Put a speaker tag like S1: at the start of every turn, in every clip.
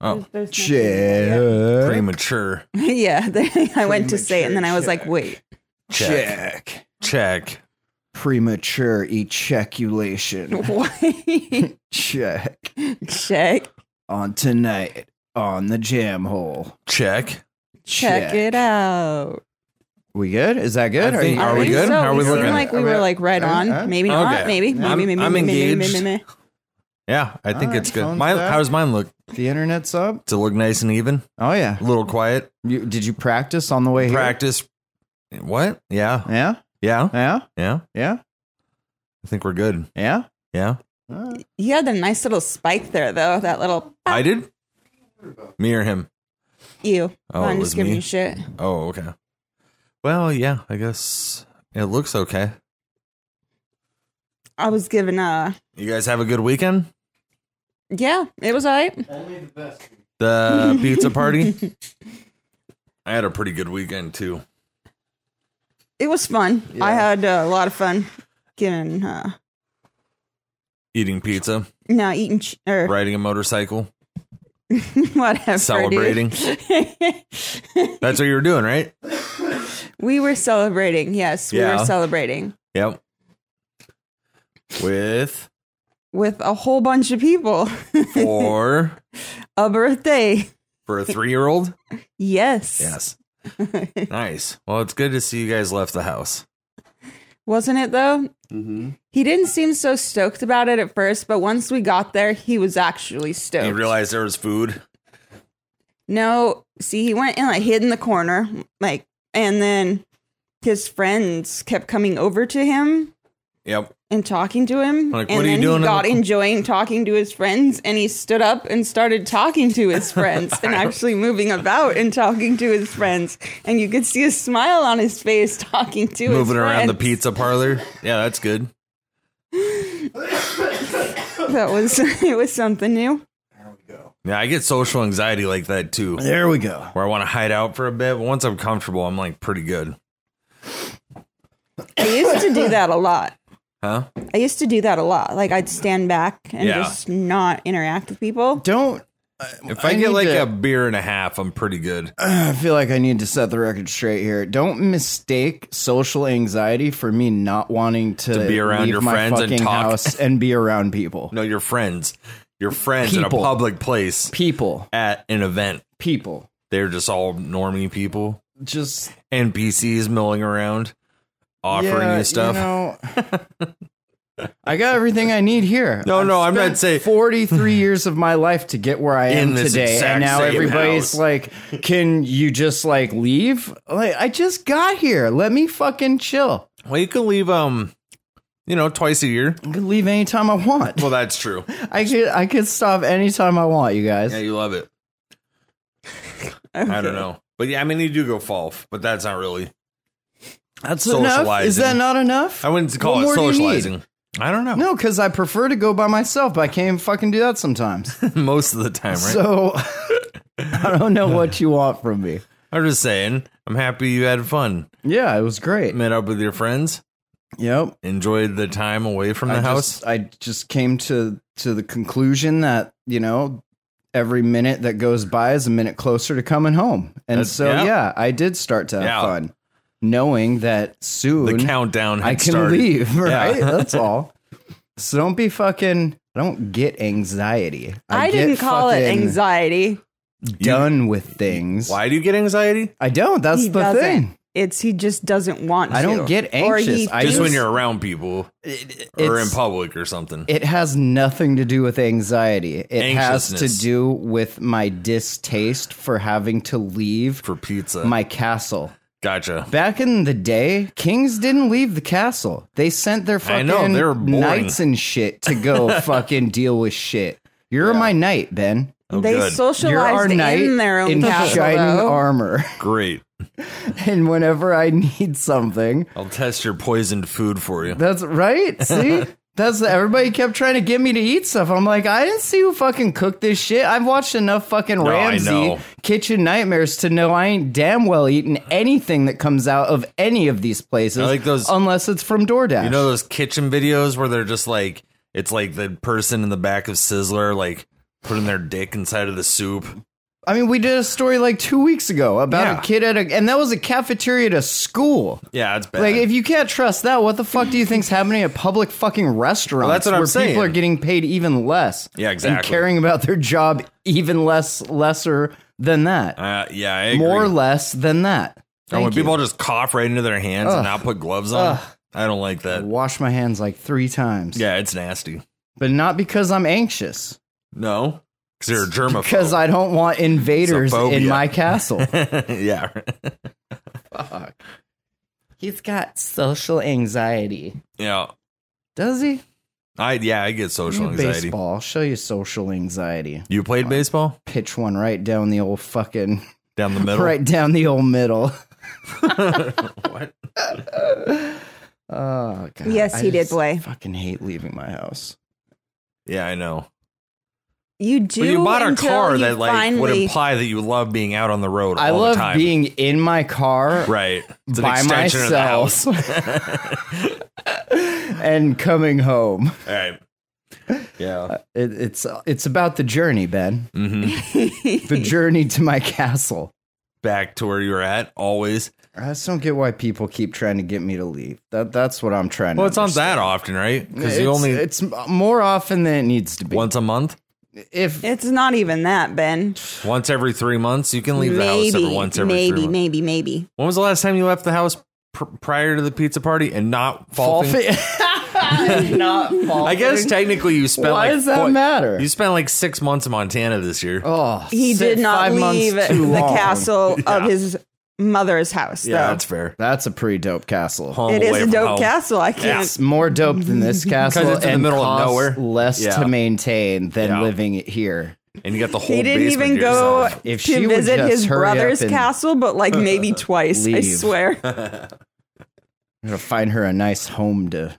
S1: Oh,
S2: There's nothing-
S3: Check.
S1: premature.
S2: yeah, they, I went to say it, and then I was like,
S3: Premature
S2: wait.
S1: Check.
S3: Check.
S1: Check.
S3: Premature ejaculation.
S2: Wait.
S3: Check.
S2: check,
S3: On tonight on the jam hole.
S1: Check.
S2: check it out.
S3: We good? Is that good?
S1: I think-
S2: I
S1: Are we
S2: think
S1: good?
S2: So.
S1: How are we
S2: seem
S1: looking?
S2: like we were like right
S3: Uh,
S2: on.
S3: uh,
S2: maybe not.
S1: okay.
S2: Maybe. Maybe.
S1: I'm-
S2: maybe.
S1: I'm
S2: maybe, maybe,
S1: engaged.
S2: Maybe, maybe.
S1: Yeah, I think
S3: Alright,
S1: it's good.
S3: phone's
S1: Mine,
S3: back.
S1: how does mine look?
S3: The internet's up.
S1: Does it look nice and even?
S3: Oh yeah.
S1: A little quiet?
S3: You, did you practice on the way here?
S1: Practice. What? Yeah.
S3: Yeah.
S1: Yeah.
S3: Yeah.
S1: Yeah.
S3: Yeah.
S1: I think we're good.
S3: Yeah.
S1: Yeah.
S3: Uh,
S2: You had a nice little spike there, though. That little
S1: I did? Me or him?
S2: ew.
S1: Oh,
S2: I'm
S1: it
S2: just
S1: was
S2: giving
S1: me.
S2: you shit.
S1: Oh, okay. Well, yeah, I guess it looks okay.
S2: I was giving uh
S1: You guys have a good weekend?
S2: yeah, it was all right.
S1: The pizza party? I had a pretty good weekend too.
S2: It was fun. I
S3: Yeah.
S2: had uh, a lot of fun getting uh
S1: Eating pizza,
S2: now eating ch- or
S1: riding a motorcycle.
S2: whatever. dude.
S1: Celebrating. That's what you were doing, right?
S2: we were celebrating. Yes, we
S1: Yeah.
S2: were celebrating
S1: Yep. With
S2: with a whole bunch of people.
S1: four
S2: a birthday.
S1: for a three year old?
S2: Yes.
S1: Yes. Nice. Well, it's good to see you guys left the house.
S2: Wasn't it though? He didn't seem so stoked about it at first, but once we got there, he was actually stoked.
S1: You realized there was food?
S2: No, see, he went and like hid in the corner, like, and then his friends kept coming over to him
S1: Yep.
S2: and talking to him.
S1: Like,
S2: and
S1: what are
S2: then
S1: you doing in
S2: he got
S1: the-
S2: enjoying talking to his friends, and he stood up and started talking to his friends and actually moving about and talking to his friends. And you could see a smile on his face talking to his
S1: Moving around the
S2: friends.
S1: pizza parlor. Yeah, that's good.
S2: That was it was something new.
S1: Yeah, I get social anxiety like that too,
S3: there we go.
S1: where I want to hide out for a bit. But once I'm comfortable, I'm like pretty good.
S2: I used to do that a lot.
S1: Huh?
S2: I used to do that a lot. Like I'd stand back and
S1: Yeah.
S2: just not interact with people.
S3: Don't.
S1: If I, get
S3: need
S1: like
S3: to- Uh,
S1: a beer and a half, I'm pretty good.
S3: I feel like I need to set the record straight here. Don't mistake social anxiety for me not wanting to,
S1: To be around
S3: leave
S1: your
S3: my
S1: friends and
S3: fucking
S1: talk.
S3: house and be around people.
S1: No, your friends. Your friends in a
S3: People.
S1: public place
S3: People,
S1: at an event.
S3: people,
S1: They're just all normie people.
S3: just
S1: NPCs milling around, offering
S3: yeah,
S1: you stuff.
S3: know, I got everything I need here.
S1: No, no, I'm not saying-
S3: forty-three years of my life to get where I
S1: In
S3: am
S1: this
S3: today,
S1: exact
S3: and now
S1: same
S3: everybody's
S1: house.
S3: like, "Can you just like leave? Like, I just got here. Let me fucking chill.
S1: well, you can leave, um, you know, twice a year.
S3: I can leave anytime I want.
S1: Well, that's true.
S3: I could I could stop anytime I want, you guys.
S1: Yeah, you love it. I don't know. But yeah, I mean, you do go fall, but that's not really.
S3: That's enough.
S1: Socializing.
S3: Is that not enough?
S1: I wouldn't call
S3: What
S1: it
S3: more do you need?
S1: socializing. I don't know.
S3: no, because I prefer to go by myself, but I can't even fucking do that sometimes.
S1: Most of the time, right?
S3: So I don't know what you want from me.
S1: I'm just saying, I'm happy you had fun.
S3: Yeah, it was great.
S1: Met up with your friends,
S3: Yep.
S1: enjoyed the time away from the
S3: I
S1: house.
S3: Just, I just came to to the conclusion that you know every minute that goes by is a minute closer to coming home, and
S1: That's-
S3: so
S1: yeah.
S3: yeah. I did start to have
S1: Yeah.
S3: fun, knowing that soon
S1: the countdown had
S3: I can
S1: started.
S3: leave, right?
S1: Yeah.
S3: That's all. So don't be fucking. I don't get anxiety.
S2: I,
S3: get
S2: didn't call it
S3: fucking
S2: anxiety.
S3: Done with things.
S1: Why do you get anxiety?
S3: I don't. That's
S2: He
S3: the
S2: doesn't.
S3: thing.
S2: It's he just doesn't want to.
S3: I don't get
S2: Or he
S3: anxious. I
S1: Just
S2: thinks-
S1: when you're around people
S3: It,
S1: or in
S3: it's-
S1: public or something.
S3: it has nothing to do with anxiety. It has to
S1: Anxiousness.
S3: do with my distaste for having to leave
S1: for pizza.
S3: my castle.
S1: gotcha.
S3: Back in the day, kings didn't leave the castle. They sent their
S1: I
S3: fucking
S1: know, they were boring.
S3: knights and shit to go fucking deal with shit. You're my knight, Ben.
S1: Oh,
S2: they
S1: good.
S3: You're our
S2: socialized
S3: knight
S2: in their own
S3: in
S2: castle.
S3: shining
S2: though.
S3: armor.
S1: Great.
S3: And whenever I need something,
S1: I'll test your poisoned food for you.
S3: that's right. See, that's everybody kept trying to get me to eat stuff. I'm like, I didn't see who fucking cooked this shit. I've watched enough fucking
S1: No, I
S3: Ramsey
S1: know.
S3: kitchen nightmares to know I ain't damn well eating anything that comes out of any of these places.
S1: I like those-
S3: unless it's from DoorDash.
S1: You know those kitchen videos where they're just like it's like the person in the back of Sizzler like putting their dick inside of the soup.
S3: I mean, we did a story like two weeks ago about
S1: Yeah.
S3: a kid at a, and that was a cafeteria at a school.
S1: Yeah, it's bad.
S3: Like, if you can't trust that, what the fuck do you think's happening at public fucking restaurants?
S1: Well, that's what
S3: where
S1: I'm saying.
S3: People are getting paid even less.
S1: Yeah,
S3: And
S1: exactly.
S3: caring about their job even less, lesser than that.
S1: uh, yeah, I agree.
S3: More less than that.
S1: And when
S3: Thank you.
S1: people just cough right into their hands and
S3: Ugh.
S1: not put gloves on, I don't like
S3: I
S1: that.
S3: wash my hands like three times.
S1: Yeah, it's nasty.
S3: but not because I'm anxious.
S1: No, because you're a germaphobe.
S3: Because I don't want invaders
S1: It's a phobia.
S3: in my castle.
S1: yeah,
S3: Fuck. He's got social anxiety.
S1: yeah.
S3: Does he?
S1: I yeah, I get social
S3: Give me
S1: anxiety.
S3: Baseball. I'll show you social anxiety.
S1: You played baseball
S3: Pitch one right down the old fucking
S1: down the middle,
S3: right down the old middle.
S1: what?
S3: Oh god.
S2: Yes, he did
S3: just
S2: play.
S3: Fucking hate leaving my house.
S1: Yeah, I know.
S2: You do.
S1: Well, you bought a
S2: until
S1: car
S2: you
S1: that like would
S2: finally-
S1: imply that you love being out on the road.
S3: I
S1: all
S3: love
S1: the time.
S3: being in my car
S1: right it's an
S3: by
S1: extension of the
S3: myself. and coming home.
S1: house. all right. Yeah.
S3: It, it's it's about the journey, Ben.
S1: hmm
S3: The journey to my castle.
S1: Back to where you were at always.
S3: I just don't get why people keep trying to get me to leave. That that's what I'm trying.
S1: Well,
S3: to
S1: it's not that
S3: understand.
S1: often, right? Because
S3: It's-
S1: you only
S3: it's more often than it needs to be.
S1: once a month,
S3: if
S2: It's not even that, Ben.
S1: once every three months. You can leave the house
S2: Maybe,
S1: every once every three
S2: maybe,
S1: months.
S2: maybe, maybe.
S1: When was the last time you left the house pr- prior to the pizza party and not
S3: fall
S1: faulting?
S3: fi- not fall.
S1: I guess technically you spent.
S3: Why
S1: like
S3: does that
S1: four-
S3: matter?
S1: You spent like six months in Montana this year.
S3: oh,
S2: He
S3: sit
S2: did not
S3: five months
S2: leave the
S3: too long.
S2: castle of
S1: Yeah.
S2: his mother's house.
S1: yeah,
S2: though.
S1: that's fair.
S3: That's a pretty dope castle.
S1: Home
S2: it is
S1: away
S2: a
S1: from
S2: dope
S1: home.
S2: castle. I can't.
S3: It's more dope than this castle
S1: it's in the
S3: and
S1: middle of
S3: costs
S1: nowhere.
S3: less
S1: Yeah.
S3: to maintain than
S1: Yeah.
S3: living it here.
S1: and you got the whole.
S2: He didn't
S1: basement
S2: even
S1: to
S2: go
S1: yourself.
S3: If she
S2: to
S3: would
S2: visit
S3: just
S2: his
S3: hurry up
S2: brother's
S3: and-
S2: castle, but like maybe twice. I
S3: leave.
S2: swear.
S3: I'm gonna find her a nice home to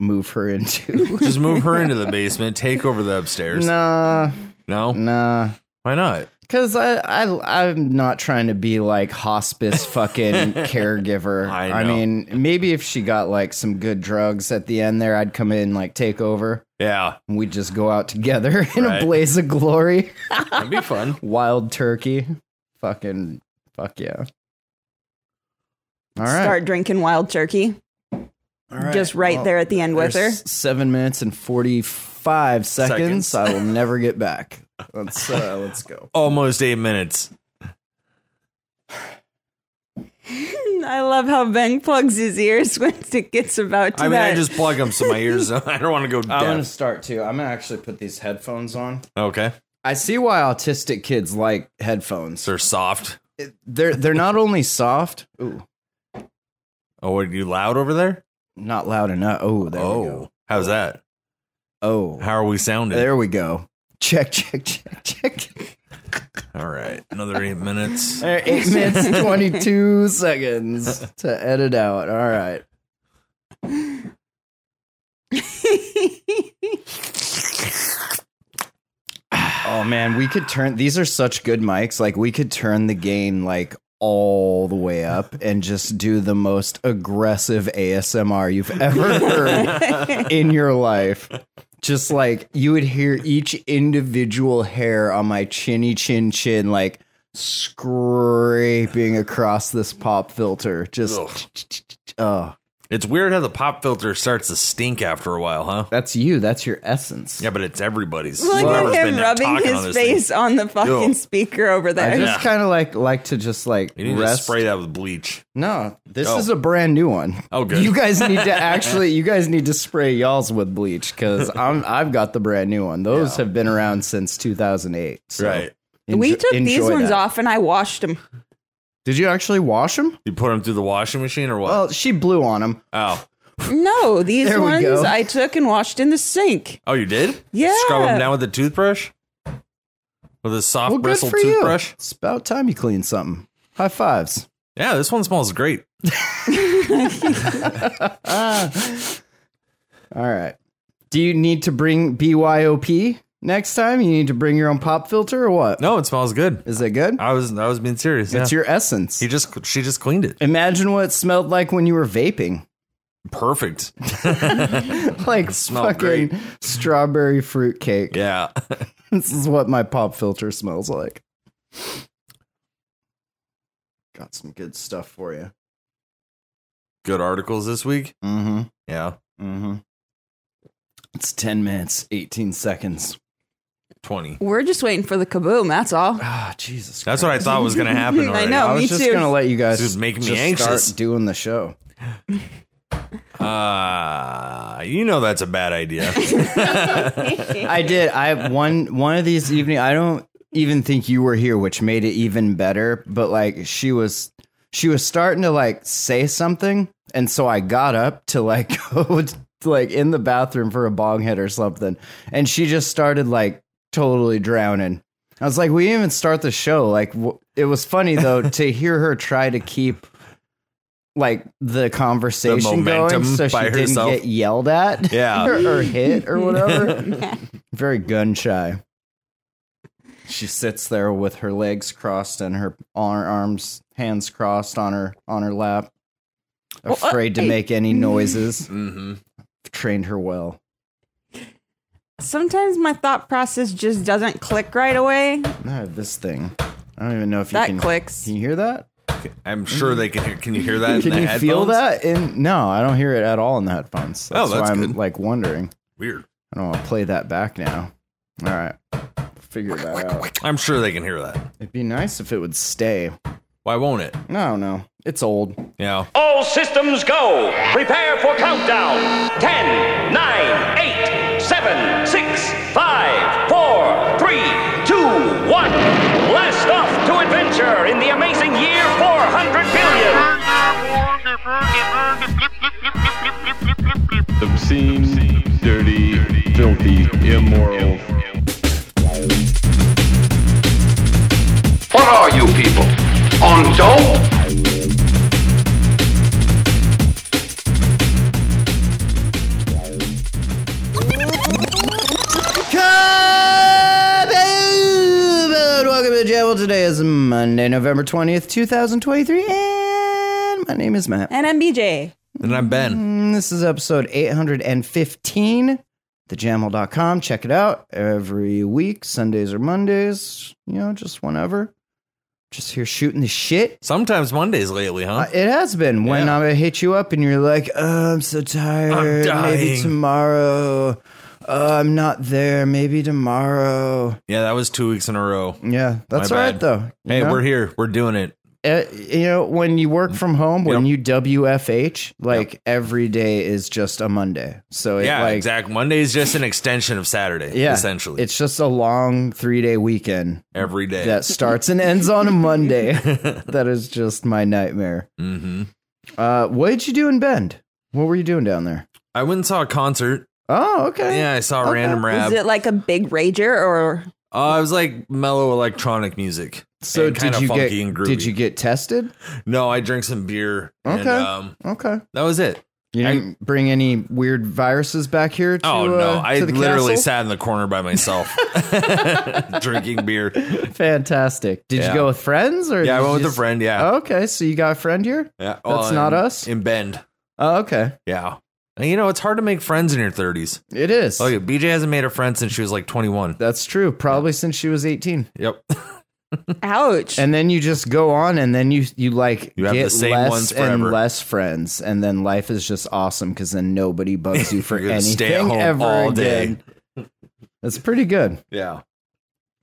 S3: move her into.
S1: Just move her into the basement. Take over the upstairs.
S3: nah,
S1: No,
S3: nah.
S1: why not?
S3: Cause I, I I'm not trying to be like hospice fucking caregiver.
S1: I know.
S3: mean, maybe if she got like some good drugs at the end there, I'd come in like take over
S1: Yeah,
S3: and we'd just go out together in
S1: Right.
S3: a blaze of glory.
S1: that'd be fun.
S3: Wild turkey. Fucking fuck yeah. All right.
S2: Start drinking wild turkey.
S3: All right.
S2: Just right
S3: Well,
S2: there at the end with her.
S3: there's Seven minutes and forty five seconds.
S1: Seconds.
S3: I will never get back. Let's uh, let's go.
S1: Almost eight minutes.
S2: I love how Ben plugs his ears when it gets about to
S1: I mean,
S2: that.
S1: I just plug them so my ears. I don't want to go
S3: I'm gonna
S1: deaf.
S3: start too. I'm gonna actually put these headphones on.
S1: Okay,
S3: I see why autistic kids like headphones.
S1: they're soft.
S3: It- They're they're not only soft, ooh,
S1: Oh, are you loud over there?
S3: not loud enough. Oh, there
S1: oh,
S3: we go.
S1: how's that?
S3: Oh,
S1: How are we sounding?
S3: there we go. Check, check, check, check.
S1: All right, another eight minutes.
S3: All right, eight minutes twenty two seconds to edit out. All right. Oh man, we could turn these are such good mics. Like we could turn the gain like all the way up and just do the most aggressive ASMR you've ever heard in your life. Just like you would hear each individual hair on my chinny chin chin like scraping across this pop filter. Just
S1: Ugh.
S3: oh,
S1: It's weird how the pop filter starts to stink after a while, huh?
S3: that's you. That's your essence.
S1: Yeah, but it's everybody's.
S2: Look
S1: Whoever's
S2: at
S1: been
S2: him
S1: there
S2: rubbing
S1: talking
S2: his
S1: on this thing.
S2: face on the fucking
S1: Yo.
S2: speaker over
S3: I
S2: there.
S3: just
S1: Yeah.
S3: kind of like like to just like
S1: You need to
S3: rest
S1: spray that with bleach.
S3: No, this
S1: Oh.
S3: is a brand new one.
S1: Oh, good.
S3: You guys need to actually, you guys need to spray y'all's with bleach because I'm I've got the brand new one. Those have been around since 2008. So
S1: Right.
S3: enjo-
S2: we took these
S3: enjoy
S2: ones
S3: that.
S2: off and I washed them.
S3: Did you actually wash them?
S1: You put them through the washing machine or what?
S3: Well, she blew on them.
S1: oh,
S2: No, these
S3: There we
S2: ones
S3: go.
S2: I took and washed in the sink.
S1: oh, you did?
S2: Yeah.
S1: Scrub them down with a toothbrush. With a soft
S3: Well, good
S1: bristle
S3: for
S1: toothbrush.
S3: you. It's about time you cleaned something. High fives.
S1: Yeah, this one smells great.
S3: All right. Do you need to bring BYOP next time? You need to bring your own pop filter or what?
S1: No, it smells good.
S3: Is it good?
S1: I was I was being serious.
S3: It's
S1: yeah.
S3: your essence.
S1: he just she just cleaned it.
S3: Imagine what it smelled like when you were vaping.
S1: Perfect.
S3: like
S1: smelled
S3: fucking
S1: great.
S3: strawberry fruit cake.
S1: Yeah.
S3: this is what my pop filter smells like. Got some good stuff for you.
S1: Good articles this week.
S3: Mm-hmm.
S1: Yeah,
S3: Mm-hmm. It's 10 minutes, 18 seconds.
S1: twenty.
S2: We're just waiting for the kaboom. That's all.
S3: Ah, Jesus.
S1: That's what I thought was gonna happen.
S2: I
S1: Already.
S2: know.
S3: I
S2: me
S3: was just
S2: too.
S3: gonna let you guys
S1: Oh, This is making me
S3: just
S1: anxious.
S3: start doing the show.
S1: Uh, you know that's a bad idea.
S3: I did. I one one of these evening. I don't even think you were here, which made it even better. But like she was, she was starting to like say something, and so I got up to like go to, like in the bathroom for a bong hit or something, and she just started like totally drowning. I was like, we didn't even start the show. Like w- it was funny though to hear her try to keep. Like the conversation going,
S1: momentum
S3: so she
S1: by
S3: didn't
S1: herself.
S3: get yelled at,
S1: Yeah.
S3: or, or hit or whatever very gun shy. She sits there with her legs crossed and her ar- arms, hands crossed on her on her lap,
S2: Well, uh,
S3: afraid to
S2: hey.
S3: make any noises.
S1: hmm
S3: Trained her well.
S2: Sometimes my thought process just doesn't click right away.
S3: Now I have this thing. I don't even know if
S2: That
S3: you can.
S2: clicks.
S3: Can you hear that?
S1: I'm sure they can. Hear, can you hear that? in
S3: Can
S1: the
S3: you feel
S1: headphones?
S3: that? In no, I don't hear it at all in the headphones.
S1: Oh,
S3: That's,
S1: that's
S3: why I'm
S1: good.
S3: like wondering.
S1: Weird.
S3: I don't want to play that back now. All right, figure that out.
S1: I'm sure they can hear that.
S3: It'd be nice if it would stay.
S1: Why won't it?
S3: No, no, it's old.
S1: Yeah.
S4: All systems go. Prepare for countdown. 10, 9, 8, 7, 6, 5, 4, 3, 2, 1. Blast off to adventure in the amazing year 400 billion.
S5: obscene, dirty, filthy, immoral.
S6: What are you people? On dope?
S3: Kaboom! And Welcome to the Jabble. Today is Monday, November 20th, 2023, and my name is Matt.
S2: And MBJ.
S1: And I'm Ben.
S3: And this is episode 815, thejamble.com. Check it out every week, Sundays or Mondays, you know, just whenever. Just here shooting the shit.
S1: Sometimes Mondays lately, huh?
S3: Uh, It has been when
S1: Yeah.
S3: I hit you up and you're like, oh, I'm so tired. Maybe
S1: dying."
S3: tomorrow. Uh, I'm not there. Maybe tomorrow.
S1: yeah, that was two weeks in a row.
S3: Yeah, that's
S1: My
S3: all right
S1: bad.
S3: though. You
S1: Hey,
S3: know?
S1: we're here. We're doing it.
S3: Uh, you know when you work from home, when
S1: Yep.
S3: you WFH, like every day is just a Monday. So it,
S1: Yeah,
S3: like,
S1: exactly. Monday is just an extension of Saturday,
S3: Yeah,
S1: essentially.
S3: it's just a long three day weekend
S1: every day.
S3: that starts and ends on a Monday. that is just my nightmare.
S1: hmm
S3: Uh, what did you do in Bend? What were you doing down there?
S1: I went and saw a concert.
S3: Oh, okay.
S1: Yeah, I saw
S3: Okay.
S1: Random Rap.
S2: Is it like a big rager or
S1: uh, it was like mellow electronic music.
S3: So
S1: and
S3: did
S1: kinda
S3: you
S1: funky
S3: get
S1: and groovy.
S3: did you get tested?
S1: No, I drank some beer. And,
S3: Okay.
S1: um,
S3: Okay.
S1: that was it.
S3: You
S1: I-
S3: didn't bring any weird viruses back here. To,
S1: Oh no!
S3: uh,
S1: I
S3: to the
S1: literally
S3: castle?
S1: sat in the corner by myself, drinking beer.
S3: Fantastic. Did you
S1: Yeah.
S3: go with friends or?
S1: Yeah, I
S3: did you
S1: went with a
S3: just-
S1: friend. Yeah,
S3: Okay, so you got a friend here?
S1: yeah.
S3: that's not
S1: in-
S3: us?
S1: in Bend.
S3: Oh, okay.
S1: Yeah, and you know it's hard to make friends in your thirties.
S3: It is.
S1: Oh yeah, BJ hasn't made a friend since she was like twenty-one.
S3: That's true. Probably since she was 18.
S1: Yep.
S2: ouch?
S3: And then you just go on and then you you like
S1: You have
S3: get
S1: the same
S3: less
S1: ones
S3: and
S1: forever.
S3: less friends and then life is just awesome cuz then nobody bugs you for
S1: You're gonna
S3: anything
S1: stay at home
S3: ever
S1: all day.
S3: again. That's pretty good.
S1: Yeah.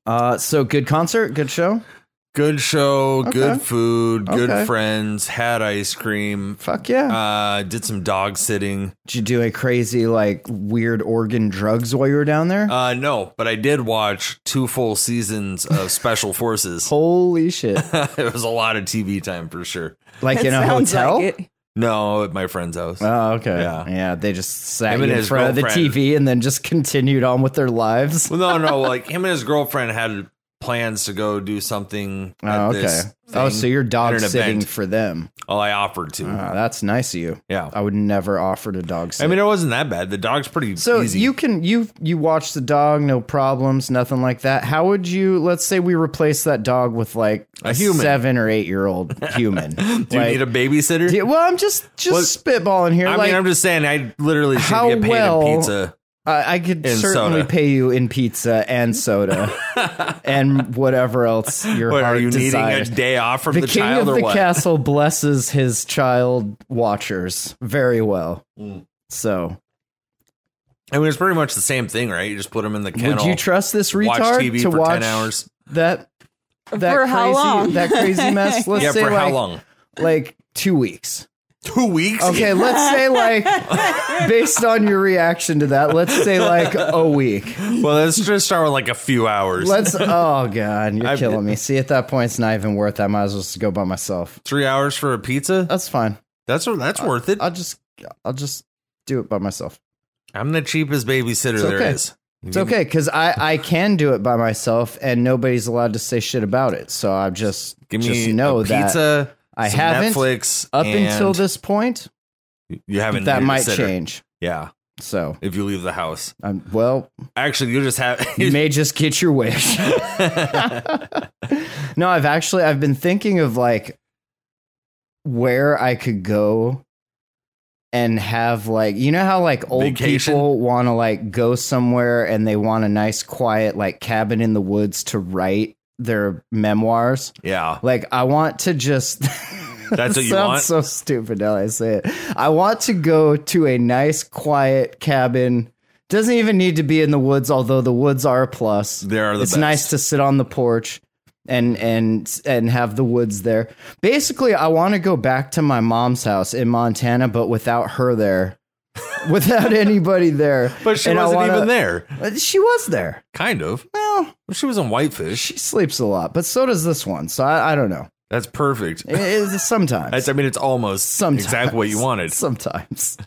S3: Uh so good concert, good show.
S1: Good show. Good
S3: Okay.
S1: food. Good
S3: Okay.
S1: friends. Had ice cream.
S3: Fuck yeah.
S1: Uh, did some dog sitting.
S3: Did you do a crazy like weird organ drugs while you were down there?
S1: Uh, no, but I did watch two full seasons of Special Forces.
S3: Holy shit.
S1: it was a lot of TV time for sure.
S3: Like
S2: That
S3: in a
S2: sounds
S3: hotel?
S2: like it.
S1: No, at my friend's house.
S3: Oh, okay.
S1: Yeah.
S3: they just sat
S1: Him
S3: you
S1: and
S3: in
S1: his
S3: front of the
S1: girlfriend.
S3: TV and then just continued on with their lives.
S1: Well, no, no. Like him and his girlfriend had plans to go do something. at
S3: Oh, okay.
S1: This
S3: Oh,
S1: thing.
S3: so you're dog
S1: at an
S3: sitting
S1: event.
S3: for them.
S1: Well, I offered to.
S3: Ah, that's nice of you.
S1: yeah.
S3: I would never offer to dog sit.
S1: I mean, it wasn't that bad. The dog's pretty
S3: so
S1: easy.
S3: you can you you watch the dog, no problems, nothing like that. How would you? Let's say we replace that dog with like
S1: A human.
S3: seven or eight year old human.
S1: do you need a babysitter?
S3: well, I'm just just
S1: Well,
S3: spitballing here.
S1: I
S3: like,
S1: mean, I'm just saying. I literally should
S3: how
S1: get paid
S3: well
S1: a pizza.
S3: I, I could
S1: And
S3: certainly
S1: soda.
S3: pay you in pizza and soda and whatever else your
S1: What,
S3: heart
S1: are you
S3: desires.
S1: needing a day off from
S3: the,
S1: the,
S3: king
S1: child
S3: of
S1: or
S3: the
S1: what?
S3: castle blesses his child watchers very well.
S1: Mm.
S3: So,
S1: I mean, it's pretty much the same thing, right? You just put them in the kennel.
S3: would you trust this retard
S1: watch TV
S3: to
S1: for
S3: watch
S1: ten hours?
S3: that? That
S2: For
S3: crazy,
S2: how long?
S3: That crazy mess. Let's
S1: yeah,
S3: say
S1: for
S3: like,
S1: how long?
S3: Like two weeks.
S1: Two weeks.
S3: Okay, let's say like based on your reaction to that, let's say like a week.
S1: Well, let's just start with like a few hours.
S3: Let's. Oh god, you're
S1: I've-
S3: killing me. See, at that point, it's not even worth. it. I might as well just go by myself.
S1: Three hours for a pizza?
S3: That's fine.
S1: That's
S3: uh,
S1: that's worth it.
S3: I'll just. I'll just do it by myself.
S1: I'm the cheapest babysitter
S3: It's
S1: there
S3: okay.
S1: is.
S3: It's okay because I I can do it by myself and nobody's allowed to say shit about it. So I just
S1: Give me
S3: just know
S1: a
S3: that
S1: pizza.
S3: I
S1: some
S3: haven't
S1: Netflix
S3: up
S1: and
S3: until this point
S1: You haven't.
S3: that
S1: needed a
S3: might
S1: sitter.
S3: change.
S1: Yeah,
S3: So
S1: if you leave the house.
S3: um, well,
S1: Actually, you just have.
S3: you may just get your wish. no, I've actually I've been thinking of like where I could go and have like you know how like old
S1: Vacation?
S3: people want to like go somewhere and they want a nice quiet like cabin in the woods to write their memoirs.
S1: yeah,
S3: Like I want to just
S1: That's what you
S3: sounds
S1: want?
S3: So stupid now that I say it. I want to go to a nice quiet cabin. Doesn't even need to be in the woods, although the woods are a plus.
S1: They are the
S3: it's
S1: best.
S3: nice to sit on the porch and and and have the woods there. Basically, I want to go back to my mom's house in Montana, but without her there. Without anybody there.
S1: but she
S3: And I
S1: wasn't
S3: wanna-
S1: even there.
S3: Uh, She was there.
S1: Kind of.
S3: Well,
S1: She was in Whitefish.
S3: she sleeps a lot, but so does this one. So I, I don't know.
S1: That's perfect.
S3: It- it's sometimes.
S1: That's, I mean, it's almost
S3: sometimes
S1: exactly what you wanted.
S3: Sometimes.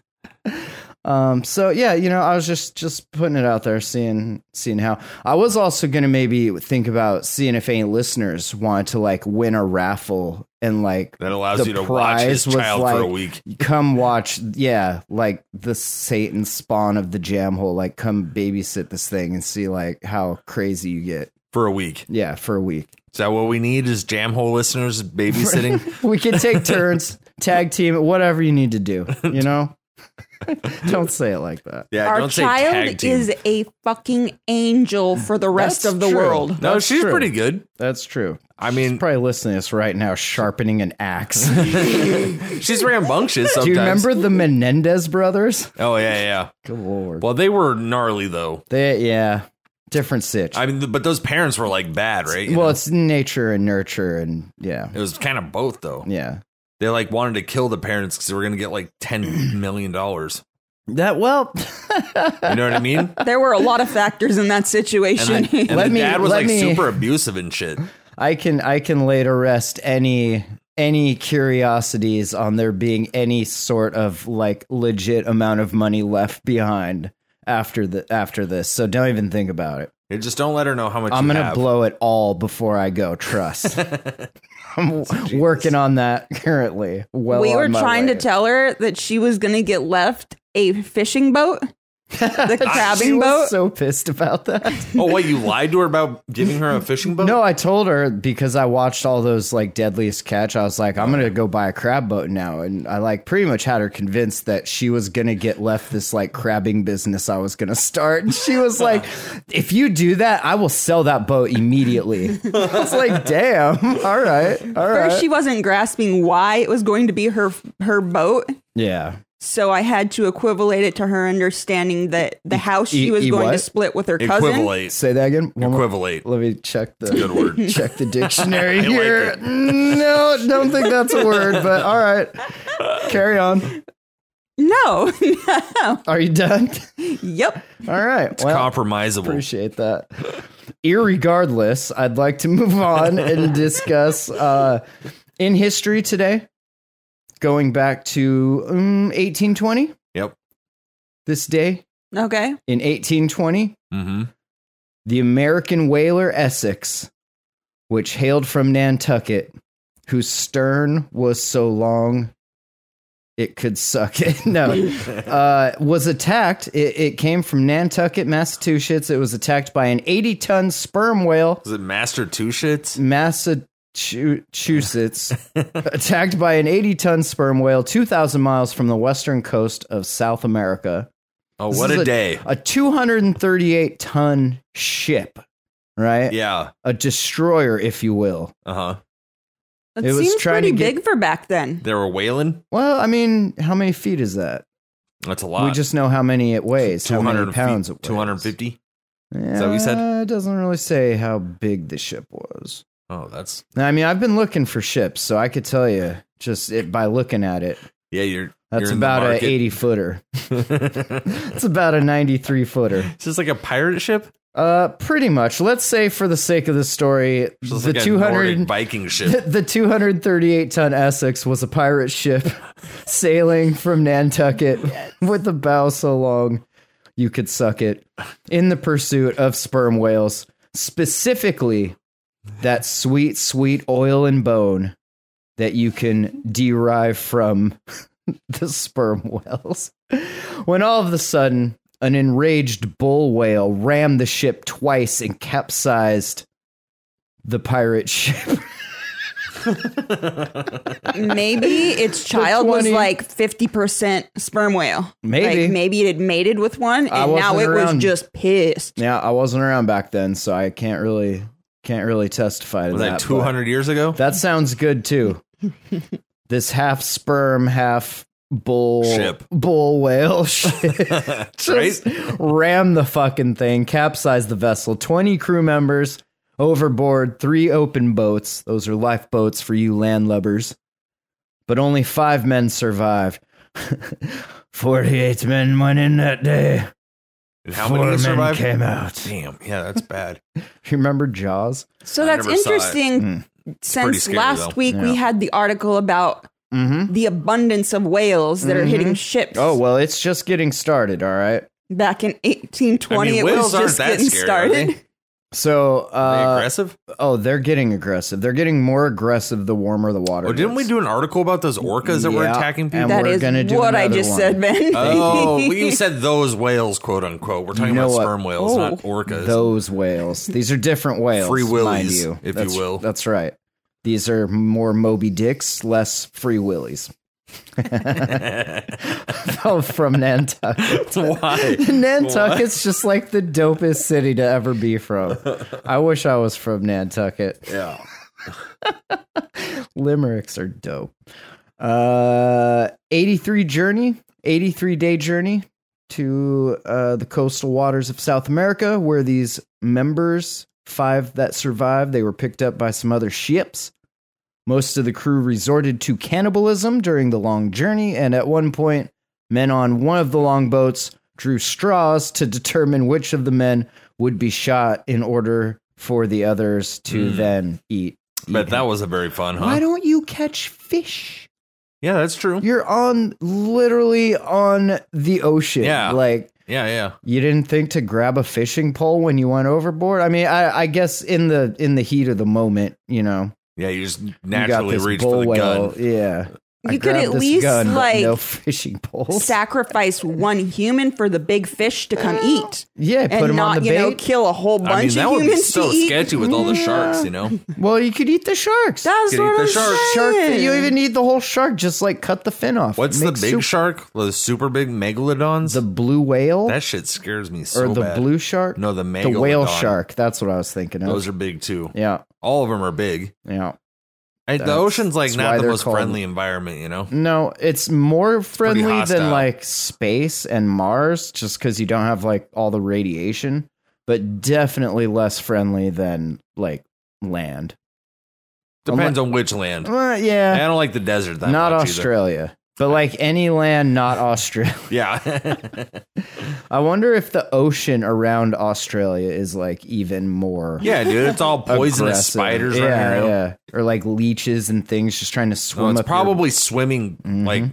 S3: um. So yeah, you know, I was just just putting it out there, seeing seeing how. I was also gonna maybe think about seeing if any listeners want to like win a raffle and like
S1: That allows
S3: the
S1: you to watch his
S3: prize was
S1: child for a
S3: like-
S1: week.
S3: come watch. Yeah, like the Satan spawn of the jam hole. Like come babysit this thing and see like how crazy you get.
S1: For a week.
S3: Yeah, for a week.
S1: Is that what we need? Is jam hole listeners babysitting?
S3: we can take turns, tag team, whatever you need to do. You know, don't say it like that.
S1: yeah,
S2: Our
S1: don't say tag
S2: child
S1: team.
S2: is a fucking angel for the rest
S3: That's
S2: of the
S3: true.
S2: world.
S1: no,
S3: That's
S1: she's
S3: true.
S1: pretty good.
S3: That's true.
S1: I mean,
S3: Probably listening to us right now, sharpening an axe. Do
S1: she's rambunctious. Sometimes.
S3: you remember the Menendez brothers?
S1: Oh yeah, yeah.
S3: Good lord.
S1: Well, they were gnarly though.
S3: They, yeah, different sitch.
S1: I mean, th- but those parents were like bad, right? You
S3: well,
S1: know?
S3: it's nature and nurture, and yeah,
S1: it was kind of both though.
S3: yeah.
S1: They like wanted to kill the parents because they were gonna get like ten million dollars.
S3: That well.
S1: You know what I mean?
S2: There were a lot of factors in that
S1: And,
S2: situation.
S1: like, and
S3: Let
S1: the
S3: me-
S1: dad was
S3: let
S1: like
S3: me-
S1: super abusive and shit.
S3: I can I can lay to rest any any curiosities on there being any sort of like legit amount of money left behind after the after this. So don't even think about it.
S1: They just don't let her know how much.
S3: I'm
S1: you
S3: gonna
S1: have.
S3: blow it all before I go. Trust. I'm working on that currently. Well,
S2: we
S3: on
S2: were
S3: my
S2: trying
S3: way.
S2: to tell her that she was going to get left a fishing boat, the
S3: She
S2: crabbing
S3: was
S2: boat.
S3: So pissed about that.
S1: Oh wait, you lied to her about giving her a fishing boat?
S3: No, I told her because I watched all those like Deadliest Catch. I was like, I'm gonna go buy a crab boat now, and I like pretty much had her convinced that she was gonna get left this like crabbing business I was gonna start. And she was like, If you do that, I will sell that boat immediately. I was like, Damn, all right, all
S2: First,
S3: right,
S2: she wasn't grasping why it was going to be her her boat.
S3: yeah.
S2: So I had to equivalate it to her understanding that the house she
S3: e-
S2: was
S3: e
S2: going to
S3: what?
S2: split with her cousin.
S1: Equivalate.
S3: Say that again. One more-
S1: Equivalate.
S3: Let me check the
S1: Good word.
S3: check the dictionary
S1: like
S3: here.
S1: it.
S3: no, don't think that's a word, but all right. Carry on.
S2: No.
S3: Are you done?
S2: yep.
S3: All right. well,
S1: Compromisable.
S3: Appreciate that. Irregardless, I'd like to move on and discuss uh, in history today, going back to um, 1820.
S1: Yep.
S3: This day
S2: Okay.
S3: in 1820,
S1: Mm-hmm.
S3: the American whaler Essex, which hailed from Nantucket, whose stern was so long it could suck it. No, uh, was attacked. It, it came from Nantucket, Massachusetts. It was attacked by an 80 ton sperm whale,
S1: Was it Master Two Shits?
S3: Massachusetts, attacked by an 80 ton sperm whale 2,000 miles from the western coast of South America.
S1: Oh,
S3: This
S1: what
S3: is
S1: a, day.
S3: A 238 ton ship, right?
S1: yeah.
S3: A destroyer, if you will.
S1: Uh huh.
S2: That
S3: It was
S2: seems
S3: trying to
S2: pretty
S3: get-
S2: big for back then.
S1: They were whaling.
S3: Well, I mean, how many feet is that?
S1: That's a lot.
S3: We just know how many it weighs, how many pounds it weighs.
S1: 250.
S3: Yeah,
S1: that what you said?
S3: It doesn't really say how big the ship was.
S1: Oh, that's
S3: Now, I mean, I've been looking for ships, so I could tell you just it, by looking at it.
S1: yeah. You're
S3: That's
S1: you're in the
S3: about a
S1: market.
S3: 80 footer.
S1: it's
S3: It's about a 93 footer.
S1: just like a pirate ship.
S3: Uh, pretty much. Let's say, for the sake of the story,
S1: It's just
S3: the
S1: like
S3: two
S1: a Nordic
S3: hundred
S1: Viking ship.
S3: the two hundred thirty eight ton Essex was a pirate ship sailing from Nantucket with a bow so long you could suck it in the pursuit of sperm whales, specifically that sweet, sweet oil and bone that you can derive from the sperm whales. When all of a sudden, an enraged bull whale rammed the ship twice and capsized the pirate ship.
S2: Maybe its child was
S3: 20
S2: like 50% sperm whale.
S3: Maybe.
S2: Like maybe it had mated with one
S3: I
S2: and now it
S3: wasn't
S2: was
S3: around.
S2: just pissed.
S3: yeah, I wasn't around back then, so I can't really can't really testify to
S1: Was that
S3: but
S1: 200 years ago?
S3: That sounds good too. this half sperm, half bull
S1: Ship.
S3: bull whale ship.
S1: right?
S3: Just ram the fucking thing, capsize the vessel. 20 crew members overboard, three open boats. Those are lifeboats for you landlubbers. But only five men survived. 48 men went in that day.
S1: And how
S3: Four
S1: many
S3: men
S1: survived?
S3: came out.
S1: Damn. Yeah, that's bad.
S3: You remember Jaws?
S2: So
S1: I
S2: that's
S1: never saw it. Hmm.
S2: interesting.
S1: Pretty
S2: Since
S1: scary,
S2: last
S1: though.
S2: week
S3: Yeah.
S2: we had the article about
S3: Mm-hmm.
S2: the abundance of whales that are
S1: Mm-hmm.
S2: hitting ships.
S3: Oh, well, it's just getting started, all right?
S2: back in 1820,
S1: I mean,
S2: it was
S1: whales aren't
S2: just
S1: that
S2: getting
S1: scary, are
S2: started.
S1: they?
S3: So,
S1: Are they
S3: uh,
S1: aggressive?
S3: oh, they're getting aggressive. They're getting more aggressive the warmer the water.
S1: Oh, didn't we
S3: gets.
S1: do an article about those orcas that were
S3: Yeah,
S1: attacking people?
S3: and
S2: That
S3: we're
S2: is
S3: gonna do
S2: what I
S3: another
S2: just
S3: one.
S2: said, Ben.
S1: Oh, well, you said those whales, quote unquote. We're talking
S3: You know
S1: about
S3: what?
S1: sperm whales, not
S2: Oh.
S1: orcas.
S3: Those whales. These are different whales.
S1: Free willies,
S3: mind you.
S1: if you
S3: That's-
S1: will.
S3: That's right. These are more Moby Dicks, less Free Willies. oh, from Nantucket.
S1: Why?
S3: Nantucket's just like the dopest city to ever be from. I wish I was from Nantucket.
S1: Yeah.
S3: Limericks are dope. Uh, 83 journey, 83 day journey to uh, the coastal waters of South America, where these members, five that survived, they were picked up by some other ships. Most of the crew resorted to cannibalism during the long journey, and at one point, men on one of the longboats drew straws to determine which of the men would be shot in order for the others to then eat.
S1: Hmm. But
S3: eat
S1: that was a very fun, huh?
S3: why don't you catch fish?
S1: yeah, that's true.
S3: You're on literally on the ocean.
S1: Yeah.
S3: Like
S1: Yeah, yeah.
S3: you didn't think to grab a fishing pole when you went overboard? I mean, I, I guess in the in the heat of the moment, you know,
S1: Yeah, you just
S3: you got
S1: naturally
S3: this
S1: reach
S3: bull
S1: for the
S3: whale.
S1: gun.
S3: Yeah. I
S2: You could
S3: grabbed
S2: at
S3: this
S2: least,
S3: gun, but
S2: like,
S3: no fishing pole.
S2: Sacrifice one human for the big fish to come eat.
S3: yeah, put
S2: And
S3: him
S2: not,
S3: on the
S2: you
S3: bait.
S2: know, kill a whole bunch
S1: I mean, that
S2: of
S1: would be
S2: humans
S1: so
S2: to eat.
S1: sketchy with all the sharks, you know?
S3: well, you could eat the sharks.
S2: That's
S1: Could eat
S2: what
S1: the
S2: I'm
S1: shark.
S3: shark.
S2: saying.
S3: You even need the whole shark. Just like cut the fin off.
S1: What's the
S3: Make
S1: big
S3: soup.
S1: shark? The super big megalodons?
S3: The blue whale
S1: that shit scares me so
S3: or the
S1: bad.
S3: blue shark?
S1: No, the
S3: the whale
S1: megalodon.
S3: shark. That's what I was thinking of.
S1: Those are big too.
S3: yeah,
S1: All of them are big.
S3: yeah.
S1: I, the
S3: That's-
S1: ocean's like
S3: that's
S1: not
S3: why
S1: the
S3: they're
S1: most
S3: called- Mm,
S1: friendly environment, you know?
S3: No, it's more
S1: pretty
S3: friendly
S1: hostile.
S3: than like space and Mars, just because you don't have like all the radiation, but definitely less friendly than like land.
S1: Depends on which land.
S3: Uh,
S1: I
S3: yeah,
S1: don't like the desert that
S3: not
S1: much
S3: Australia, but like any land not Australia.
S1: Either. Yeah.
S3: I wonder if the ocean around Australia is like even more.
S1: yeah, dude. It's all poisonous
S3: aggressive.
S1: spiders
S3: yeah,
S1: running around.
S3: yeah, or like leeches and things just trying to swim.
S1: No, it's
S3: up Mm-hmm, your-
S1: probably swimming like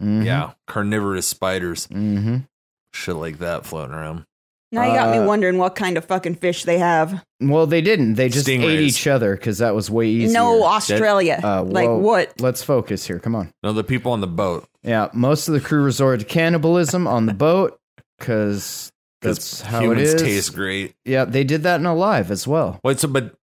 S3: Mhm,
S1: yeah, carnivorous spiders,
S3: mhm.
S1: shit like that floating around.
S2: Now you got me
S3: Uh,
S2: wondering what kind of fucking fish they have.
S3: Well, they didn't. They just
S1: Stingrays.
S3: ate each other because that was way easier.
S2: No, Australia.
S3: Uh,
S2: like
S3: whoa.
S2: what?
S3: Let's focus here. Come on.
S1: No, the people on the boat.
S3: Yeah, most of the crew resorted to cannibalism on the boat because
S1: Because
S3: that's how it
S1: humans
S3: is.
S1: taste great.
S3: yeah, they did that in Alive as well.
S1: Wait, so but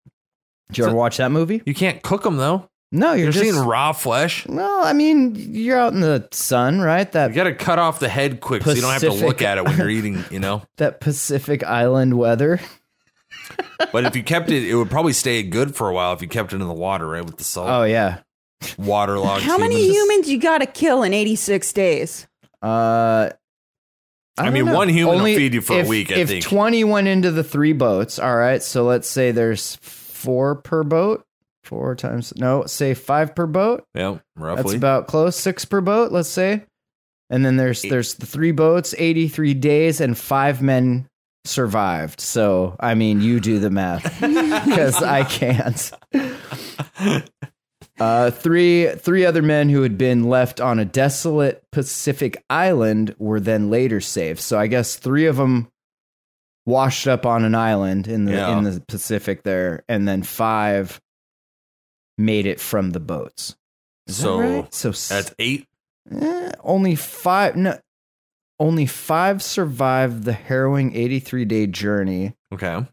S3: Did you ever
S1: So-
S3: watch that movie?
S1: you can't cook them though.
S3: No, you're,
S1: You're
S3: just.
S1: seeing raw flesh.
S3: no, I mean you're out in the sun, right? That
S1: You got to cut off the head quick so you don't have to look
S3: Pacific.
S1: at it when you're eating, you know?
S3: that Pacific Island weather.
S1: But if you kept it, it would probably stay good for a while if you kept it in the water, right? With the salt.
S3: Oh yeah.
S1: Waterlogged.
S2: How many
S1: humans.
S2: humans you gotta kill in 86 days?
S3: Uh,
S1: I
S3: don't
S1: mean, one human will feed you for a
S3: if-
S1: week, I
S3: if
S1: think.
S3: twenty went into the three boats, all right. So let's say there's four per boat. Four times no, say five per boat.
S1: Yeah,
S3: That's
S1: roughly.
S3: about close. Six per boat, let's say. And then there's there's the three boats, eighty three days, and five men survived. So I mean, you do the math because I can't. Uh, three three other men who had been left on a desolate Pacific island were then later saved. So I guess three of them washed up on an island in the
S1: Yeah.
S3: in the Pacific there, and then five made it from the boats. Is that
S1: So,
S3: right? so s-
S1: That's eight.
S3: eh, only five no, only five survived the harrowing eighty three day journey.
S1: Okay.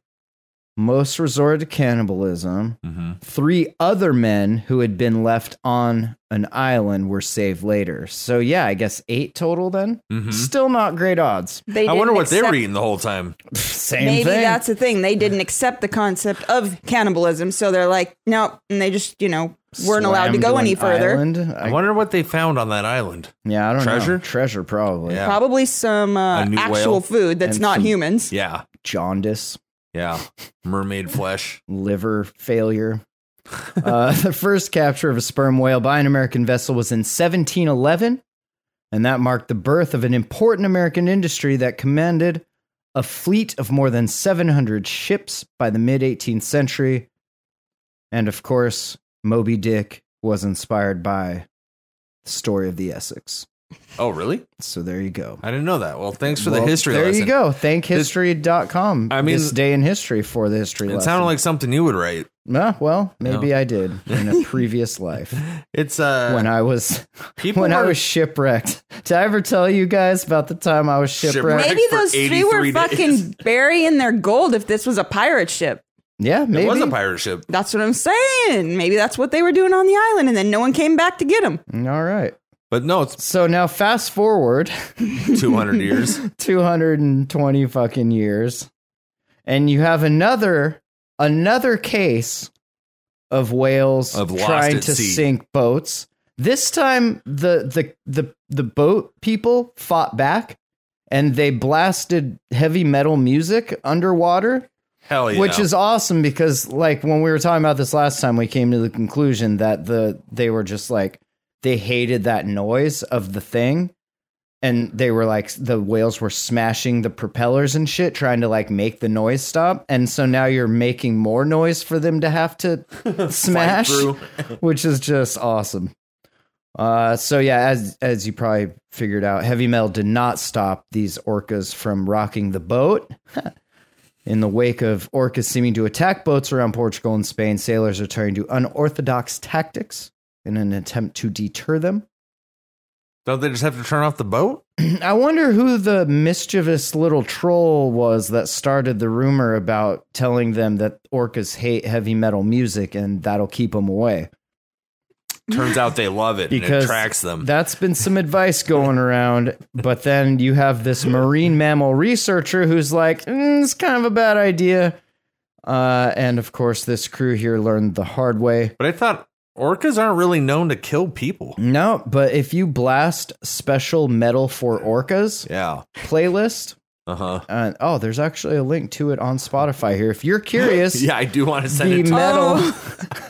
S3: Most resorted to cannibalism.
S1: Mm-hmm.
S3: Three other men who had been left on an island were saved later. So yeah, I guess eight total then.
S1: Mhm.
S3: Still not great odds.
S2: They
S1: I wonder
S2: didn't
S1: what they were
S2: accept-
S1: eating the whole time.
S3: Same
S2: Maybe
S3: thing.
S2: that's the thing. They didn't accept the concept of cannibalism, so they're like, no, and they just, you know, weren't allowed to
S3: Slammed
S2: go any
S3: an
S2: further.
S3: island.
S1: I,
S3: I-
S1: wonder what they found on that island.
S3: yeah, I don't
S1: Treasure?
S3: know. Treasure probably.
S1: Yeah.
S2: Probably some uh,
S1: A new
S2: actual
S1: whale.
S2: food that's
S3: And
S2: not
S3: some-
S2: humans.
S1: Yeah.
S3: Jaundice,
S1: Yeah. Mermaid flesh.
S3: liver failure. uh, the first capture of a sperm whale by an American vessel was in 1711, and that marked the birth of an important American industry that commanded a fleet of more than 700 ships by the mid 18th century. And of course, Moby Dick was inspired by the story of the Essex.
S1: Oh, really?
S3: So there you go.
S1: I didn't know that. Well, thanks for
S3: Well,
S1: the history
S3: There
S1: lesson.
S3: you go. Thank history.com.
S1: I
S3: I
S1: mean-
S3: mean, this day in history for the history
S1: It
S3: lesson.
S1: sounded like something you would write.
S3: Ah, well, maybe I did in a previous life
S1: It's uh
S3: when I was
S1: people
S3: when I
S1: were-
S3: was shipwrecked. Did I ever tell you guys about the time I was shipwrecked?
S1: Shipwrecked.
S2: Maybe
S1: for
S2: those three were
S1: 83 days.
S2: fucking burying their gold if this was a pirate ship.
S3: Yeah, maybe.
S1: it was a pirate ship.
S2: That's what I'm saying. Maybe that's what they were doing on the island, and then no one came back to get them.
S3: All right.
S1: But no, it's
S3: So now fast forward
S1: 200 years.
S3: 220 fucking years and you have another another case of whales
S1: Of lost
S3: trying
S1: at
S3: to
S1: sea.
S3: sink boats this time the, the the the boat people fought back and they blasted heavy metal music underwater
S1: Hell yeah.
S3: which is awesome because like when we were talking about this last time we came to the conclusion that the they were just like they hated that noise of the thing and they were like the whales were smashing the propellers and shit trying to like make the noise stop and so now you're making more noise for them to have to smash
S1: through.
S3: which is just awesome uh so yeah as as you probably figured out heavy metal did not stop these orcas from rocking the boat in the wake of orcas seeming to attack boats around Portugal and Spain, sailors are turning to unorthodox tactics in an attempt to deter them.
S1: Don't they just have to turn off the boat?
S3: I wonder who the mischievous little troll was that started the rumor about telling them that orcas hate heavy metal music and that'll keep them away.
S1: Turns out they love it and it
S3: Because
S1: attracts them.
S3: That's been some advice going around, but then you have this marine mammal researcher who's like, mm, it's kind of a bad idea. Uh, and of course, this crew here learned the hard way.
S1: but I thought orcas aren't really known to kill people.
S3: No, but if you blast special metal for orcas
S1: Yeah.
S3: playlist,
S1: Uh huh.
S3: uh, oh, there's actually a link to it on Spotify here. If you're curious,
S1: Yeah, I do want to send
S3: the
S1: it. To,
S3: metal.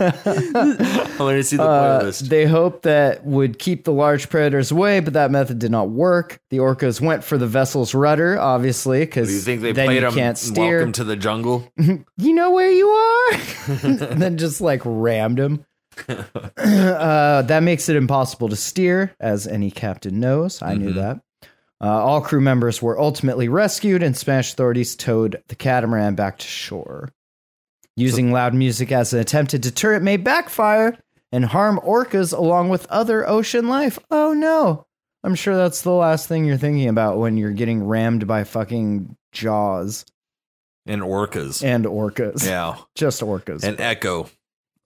S1: I want to see the
S3: Uh,
S1: playlist.
S3: they hoped that would keep the large predators away, but that method did not work. The orcas went for the vessel's rudder, obviously, because
S1: do you think they
S3: then
S1: played
S3: you
S1: them
S3: can't steer.
S1: Welcome to the Jungle?
S3: you know where you are, and then just like rammed him. uh, that makes it impossible to steer, as any captain knows. I knew that. Uh, all crew members were ultimately rescued, and Spanish authorities towed the catamaran back to shore. Using loud music as an attempted deterrent may backfire and harm orcas along with other ocean life. Oh no. I'm sure that's the last thing you're thinking about when you're getting rammed by fucking jaws
S1: And orcas.
S3: and orcas.
S1: yeah.
S3: Just orcas.
S1: And Echo.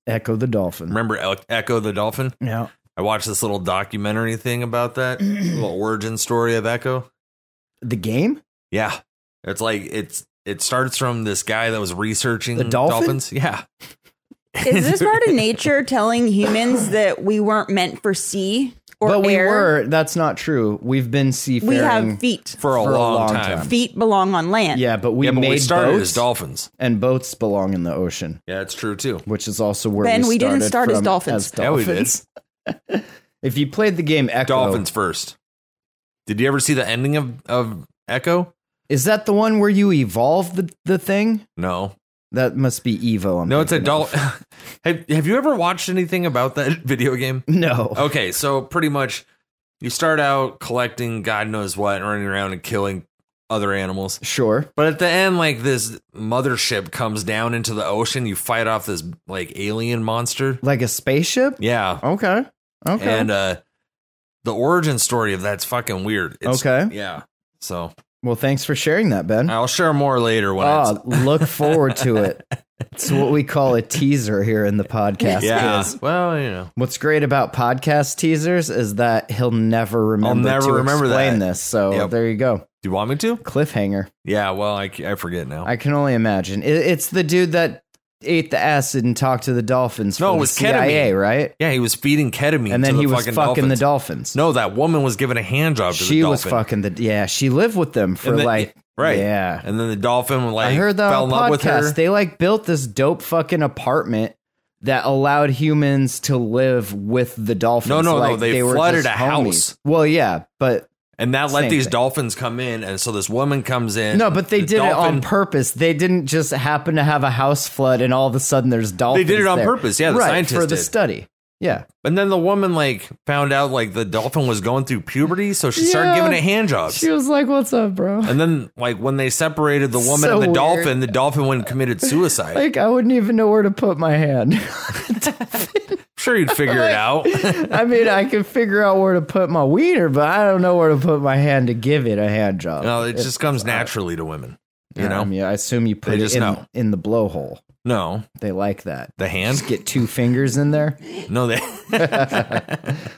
S3: Echo the dolphin.
S1: Remember E- Echo the Dolphin?
S3: Yeah.
S1: I watched this little documentary thing about that little origin story of Echo.
S3: The game?
S1: Yeah, it's like it's it starts from this guy that was researching
S3: The dolphin?
S1: dolphins. Yeah,
S2: Is this part of nature telling humans that we weren't meant for sea or
S3: but we
S2: air?
S3: were. That's not true. We've been seafaring.
S2: We have feet.
S1: for a,
S3: For a
S1: long,
S3: long
S1: time.
S3: time.
S2: Feet belong on land.
S3: Yeah, but we
S1: yeah, but
S3: made
S1: we started
S3: boats,
S1: as dolphins.
S3: and boats belong in the ocean,
S1: Yeah, it's true too.
S3: which is also where
S2: Ben,
S3: we,
S2: we didn't start
S3: started
S2: as
S3: from
S2: dolphins.
S3: As
S1: Yeah, we did.
S3: dolphins. if you played the game Echo,
S1: Dolphins first. Did you ever see the ending of of Echo?
S3: is that the one where you evolve the, the thing?
S1: No,
S3: That must be Evo. I'm
S1: no, it's a
S3: thinking of.
S1: dolphin. have Have you ever watched anything about that video game?
S3: No.
S1: Okay, so pretty much you start out collecting God knows what, and running around and killing other animals.
S3: Sure.
S1: But at the end, like this mothership comes down into the ocean. You fight off this like alien monster.
S3: Like a spaceship?
S1: Yeah.
S3: Okay. Okay.
S1: And uh the origin story of that's fucking weird. It's,
S3: Okay.
S1: Yeah. So
S3: well, thanks for sharing that, Ben.
S1: I'll share more later when
S3: Ah,
S1: it's
S3: look forward to it. It's what we call a teaser here in the podcast.
S1: yeah.
S3: kids.
S1: Well, you know.
S3: What's great about podcast teasers is that he'll never remember
S1: never
S3: to
S1: remember
S3: explain
S1: that.
S3: this. So
S1: Yep.
S3: there you go.
S1: Do you want me to?
S3: Cliffhanger.
S1: Yeah. Well, I, I forget now.
S3: I can only imagine. It, it's the dude that ate the acid and talked to the dolphins.
S1: No,
S3: for
S1: it
S3: the
S1: was
S3: CIA, right?
S1: yeah, he was feeding ketamine,
S3: And then
S1: to
S3: he
S1: the
S3: was
S1: fucking
S3: fucking
S1: dolphins.
S3: the dolphins.
S1: No, that woman was giving a hand job to
S3: she
S1: the dolphin.
S3: was fucking the yeah. She lived with them for
S1: And then-
S3: like
S1: right.
S3: yeah.
S1: And then the dolphin like
S3: I heard that
S1: fell
S3: on
S1: in
S3: a
S1: love with her.
S3: podcast. They like built this dope fucking apartment that allowed humans to live with the dolphins.
S1: No, no, no,
S3: like,
S1: they
S3: were
S1: flooded
S3: just
S1: a house.
S3: homies. Well, yeah, but
S1: And that let
S3: Same
S1: these
S3: thing.
S1: dolphins come in, and so this woman comes in.
S3: no, but they
S1: the
S3: did it on
S1: dolphin-
S3: purpose. They didn't just happen to have a house flood and all of a sudden there's dolphins.
S1: did it on
S3: there.
S1: purpose. Yeah, the
S3: right,
S1: scientists
S3: for the
S1: did.
S3: study. Yeah,
S1: And then the woman like found out like the dolphin was going through puberty, so she started
S3: Yeah.
S1: giving it hand jobs.
S3: she was like, "What's up, bro?"
S1: and then like when they separated the woman
S3: So
S1: and the
S3: weird.
S1: dolphin, the dolphin went and committed suicide.
S3: Like, I wouldn't even know where to put my hand.
S1: sure, you'd figure it out.
S3: I mean, I could figure out where to put my wiener, but I don't know where to put my hand to give it a hand job.
S1: no, it just comes naturally to women. You know,
S3: Um, yeah, I assume you put
S1: They
S3: it
S1: just
S3: in,
S1: know.
S3: in the blowhole.
S1: no,
S3: They like that.
S1: the hand.
S3: Just get two fingers in there.
S1: No, they.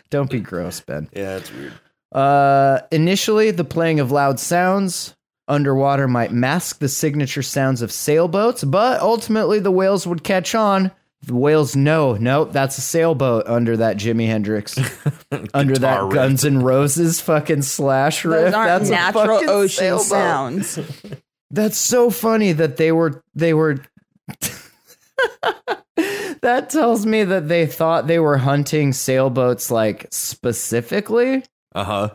S3: Don't be gross, Ben.
S1: yeah, it's weird.
S3: Uh, initially, the playing of loud sounds underwater might mask the signature sounds of sailboats, but ultimately the whales would catch on. The whales know, no, that's a sailboat under that Jimi Hendrix, under that
S1: Guitar riff.
S3: Guns N' Roses fucking slash riff.
S2: Those aren't
S3: that's a
S2: natural
S3: fucking
S2: ocean
S3: sailboat.
S2: sounds.
S3: That's so funny that they were they were That tells me that they thought they were hunting sailboats like specifically,
S1: Uh huh.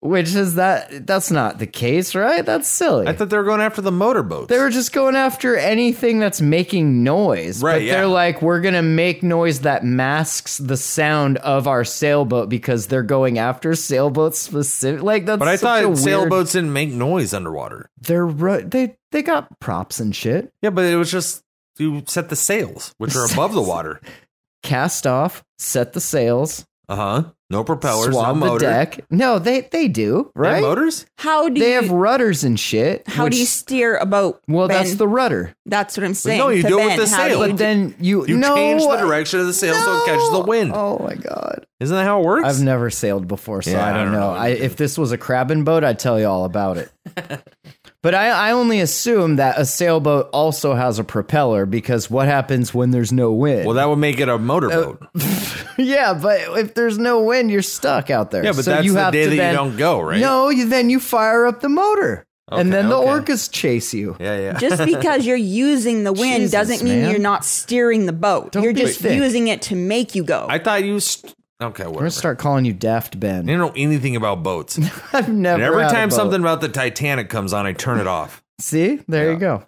S3: which is that that's not the case, right? That's silly.
S1: I thought they were going after the motorboats.
S3: they were just going after anything that's making noise.
S1: Right,
S3: But
S1: yeah.
S3: they're like, we're going to make noise that masks the sound of our sailboat because they're going after sailboats specific. Like, that's
S1: but I
S3: such a
S1: thought
S3: weird-
S1: sailboats didn't make noise underwater.
S3: They're, ru- they, they got props and shit.
S1: Yeah, but it was just you set the sails, which are above the water.
S3: cast off, set the sails,
S1: Uh huh. No propellers,
S3: swab
S1: no
S3: the
S1: motor.
S3: deck. No, they they do
S1: They have
S3: right.
S1: motors?
S2: How do
S3: they
S2: you
S3: have rudders and shit.
S2: how
S3: which-
S2: do you steer a boat?
S3: Well, that's
S2: Ben?
S3: the rudder.
S2: that's what I'm saying.
S1: you
S2: to
S1: do it with
S2: ben.
S1: the
S2: How do
S1: sail.
S2: you
S1: But
S2: do-
S3: Then you
S1: You
S3: no, uh,
S1: change the direction of the sail so it catches the wind.
S3: Oh my god!
S1: Isn't that how it works?
S3: I've never sailed before, so
S1: Yeah,
S3: I, don't know. I, if this was a crabbing boat, I'd tell you all about it. but I, I only assume that a sailboat also has a propeller because what happens when there's no wind?
S1: well, that would make
S3: Uh,
S1: it a motorboat.
S3: Yeah, but if there's no wind, you're stuck out there.
S1: Yeah, but
S3: So
S1: that's
S3: you
S1: the
S3: have
S1: day
S3: to
S1: that you
S3: then-
S1: don't go, right?
S3: No, you, then you fire up the motor,
S1: Okay,
S3: and then the
S1: okay.
S3: orcas chase you.
S1: yeah, yeah.
S2: just because you're using the wind
S3: Jesus,
S2: doesn't mean
S3: man.
S2: you're not steering the boat.
S3: Don't
S2: you're
S3: be
S2: just
S3: thick.
S2: using it to make you go.
S1: I thought you. St- okay,
S3: We're
S1: whatever.
S3: gonna start calling you Daft
S1: I
S3: Ben.
S1: didn't know anything about boats. And
S3: I've never.
S1: every
S3: had a
S1: time
S3: boat.
S1: something about the Titanic comes on, I turn it off.
S3: See, there you go.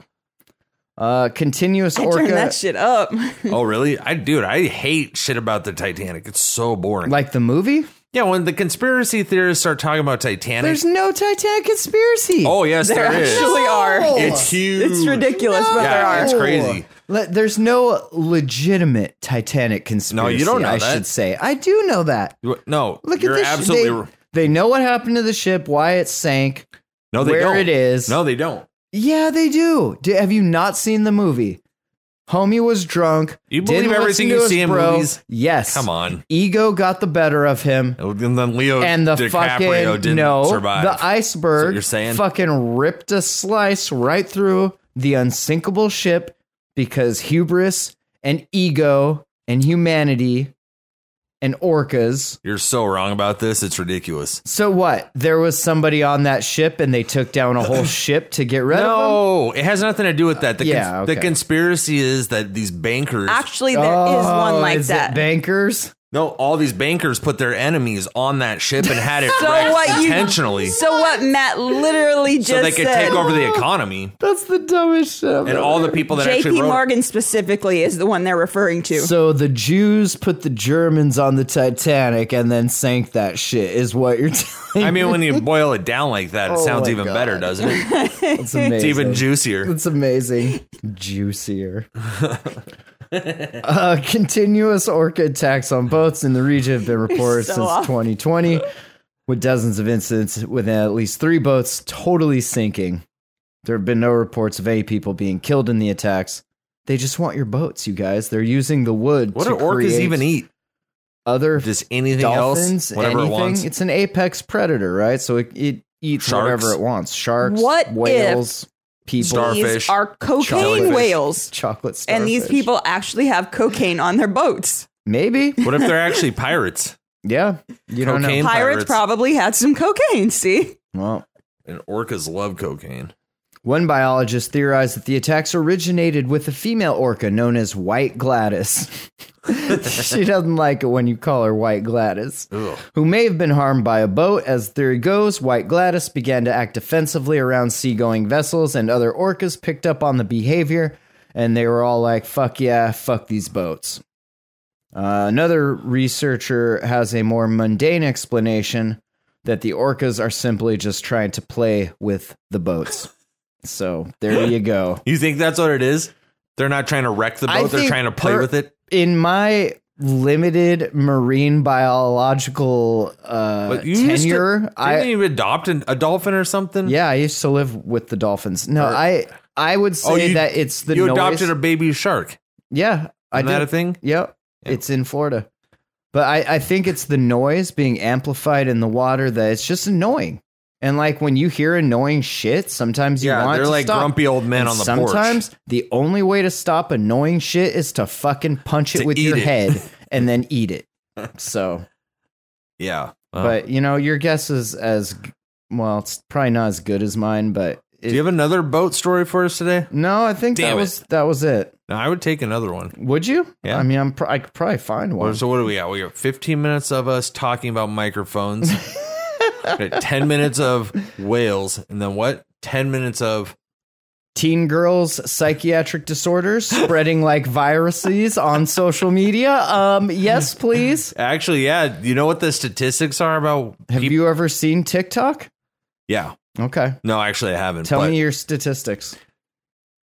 S3: Uh, continuous
S2: I
S3: orca,
S2: turned that shit up.
S1: oh, really? I dude, I hate shit about the Titanic. It's so boring.
S3: like the movie.
S1: yeah, when the conspiracy theorists start talking about Titanic.
S3: There's no Titanic conspiracy.
S1: oh yes,
S2: there
S1: there is.
S2: actually are.
S3: No.
S1: It's huge.
S2: It's ridiculous, but
S1: Yeah,
S2: there are.
S1: it's crazy.
S3: Le- there's no legitimate Titanic conspiracy.
S1: don't know
S3: I
S1: that.
S3: should say. I do know that.
S1: No,
S3: Look
S1: you're
S3: at this.
S1: absolutely.
S3: they,
S1: r-
S3: they know what happened to the ship, why it sank.
S1: no, they
S3: where
S1: don't.
S3: it is.
S1: No, they don't.
S3: Yeah, they do. do. Have you not seen the movie? Homie was drunk.
S1: You
S3: didn't
S1: believe everything
S3: listen to
S1: you
S3: his
S1: see in
S3: bro.
S1: movies?
S3: Yes.
S1: Come on.
S3: Ego got the better of him.
S1: And then Leo
S3: And the
S1: DiCaprio
S3: fucking
S1: didn't
S3: no,
S1: survive.
S3: the iceberg.
S1: you're saying?
S3: fucking ripped a slice right through the unsinkable ship because hubris and ego and humanity and orcas.
S1: You're so wrong about this. It's ridiculous.
S3: So what? There was somebody on that ship, and they took down a whole ship to get rid of him.
S1: No, it has nothing to do with that. The,
S3: Yeah,
S1: cons- the
S3: okay.
S1: conspiracy is that these bankers,
S2: Actually, there is one like
S3: Oh, is it
S2: that.
S3: bankers.
S1: no, all these bankers put their enemies on that ship and had it
S2: So
S1: wrecked
S2: what you-
S1: intentionally
S2: so what Matt literally just
S1: so they could
S2: said.
S1: take over the economy.
S3: That's the dumbest shit. I've
S1: And
S3: ever
S1: all the people that actually
S2: J.P.
S1: wrote
S2: Morgan specifically is the one they're referring to.
S3: So the Jews put the Germans on the Titanic and then sank that shit is what you're telling
S1: I mean, when you boil it down like that, it
S3: Oh
S1: sounds
S3: my
S1: even
S3: God.
S1: better, doesn't it?
S3: me. It's amazing.
S1: It's even juicier.
S3: It's amazing. Juicier. uh, continuous orca attacks on boats in the region have been reported
S2: so
S3: since
S2: awful.
S3: 2020, with dozens of incidents with at least three boats totally sinking. There have been no reports of any people being killed in the attacks. They just want your boats, you guys. They're using the wood.
S1: What
S3: to
S1: do orcas
S3: create
S1: even eat?
S3: Other
S1: Just anything
S3: dolphins,
S1: else, whatever
S3: anything.
S1: it wants.
S3: It's an apex predator, right? So it, it eats
S1: Sharks.
S3: whatever it wants. Sharks,
S2: What if
S3: whales, people,
S1: Star- starfish,
S2: these are cocaine
S1: jellyfish.
S2: whales,
S3: chocolate starfish.
S2: and these people actually have cocaine on their boats.
S3: Maybe.
S1: What if they're actually pirates?
S3: Yeah. You don't
S1: Cocaine.
S2: Pirates
S3: know.
S1: pirates.
S2: probably had some cocaine. See,
S3: Well,
S1: And orcas love cocaine.
S3: one biologist theorized that the attacks originated with a female orca known as White Gladys. she doesn't like it when you call her White Gladys.
S1: Ugh.
S3: who may have been harmed by a boat. As the theory goes, White Gladys began to act defensively around seagoing vessels, and other orcas picked up on the behavior, and they were all like, fuck yeah, fuck these boats. Uh, another researcher has a more mundane explanation that the orcas are simply just trying to play with the boats. So there you go.
S1: You think that's what it is? They're not trying to wreck the
S3: I
S1: boat. They're
S3: think
S1: trying to play
S3: per-
S1: with it.
S3: In my limited marine biological uh,
S1: But you used to-
S3: tenure, I
S1: Didn't you adopt an, a dolphin or something?
S3: Yeah, I used to live with the dolphins. No, I I would say
S1: Oh, you-
S3: that it's the
S1: you
S3: noise.
S1: adopted a baby shark.
S3: yeah, I
S1: Isn't that a
S3: did.
S1: thing?
S3: Yep, it's in Florida, but I I think it's the noise being amplified in the water that it's just annoying. And like when you hear annoying shit, sometimes you
S1: Yeah,
S3: want
S1: they're
S3: to
S1: like
S3: stop.
S1: grumpy old men
S3: And
S1: on the porch.
S3: sometimes the only way to stop annoying shit is to fucking punch it
S1: To
S3: with
S1: eat
S3: your
S1: it.
S3: head and then eat it. So,
S1: Yeah. Wow.
S3: but you know, your guess is as g- well. It's probably not as good as mine, but
S1: do you have another boat story for us today?
S3: No, I think
S1: Damn
S3: that
S1: it.
S3: was that was it.
S1: No, I would take another one.
S3: Would you?
S1: Yeah.
S3: I mean, I'm pr- I could probably find one.
S1: So what do we got? We got 15 minutes of us talking about microphones. Got 10 minutes of whales, and then what? 10 minutes of
S3: Teen girls psychiatric disorders spreading like viruses on social media. Um, yes, please.
S1: actually, yeah. You know what the statistics are about?
S3: Have
S1: peop-
S3: you ever seen TikTok?
S1: Yeah.
S3: Okay.
S1: No, actually, I haven't.
S3: Tell
S1: but-
S3: me your statistics.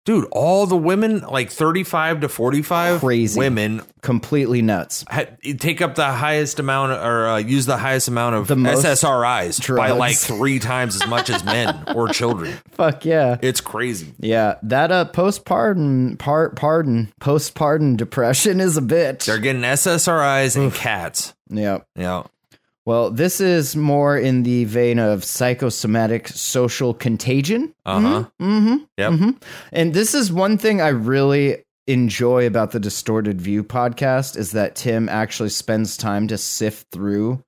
S1: dude, all the women, like 35 to 45
S3: Crazy.
S1: women,
S3: Completely nuts.
S1: ha- take up the highest amount or uh, use the highest amount of
S3: The most
S1: SSRIs by
S3: drugs.
S1: like three times as much as men or children.
S3: Fuck yeah.
S1: It's crazy.
S3: Yeah, that uh postpartum part pardon postpartum depression is a bitch.
S1: They're getting SSRIs and cats.
S3: yeah.
S1: Yeah.
S3: Well, this is more in the vein of psychosomatic social contagion.
S1: Uh huh.
S3: Mm-hmm.
S1: Yep.
S3: Mhm. And this is one thing I really enjoy about the Distorted View podcast is that Tim actually spends time to sift through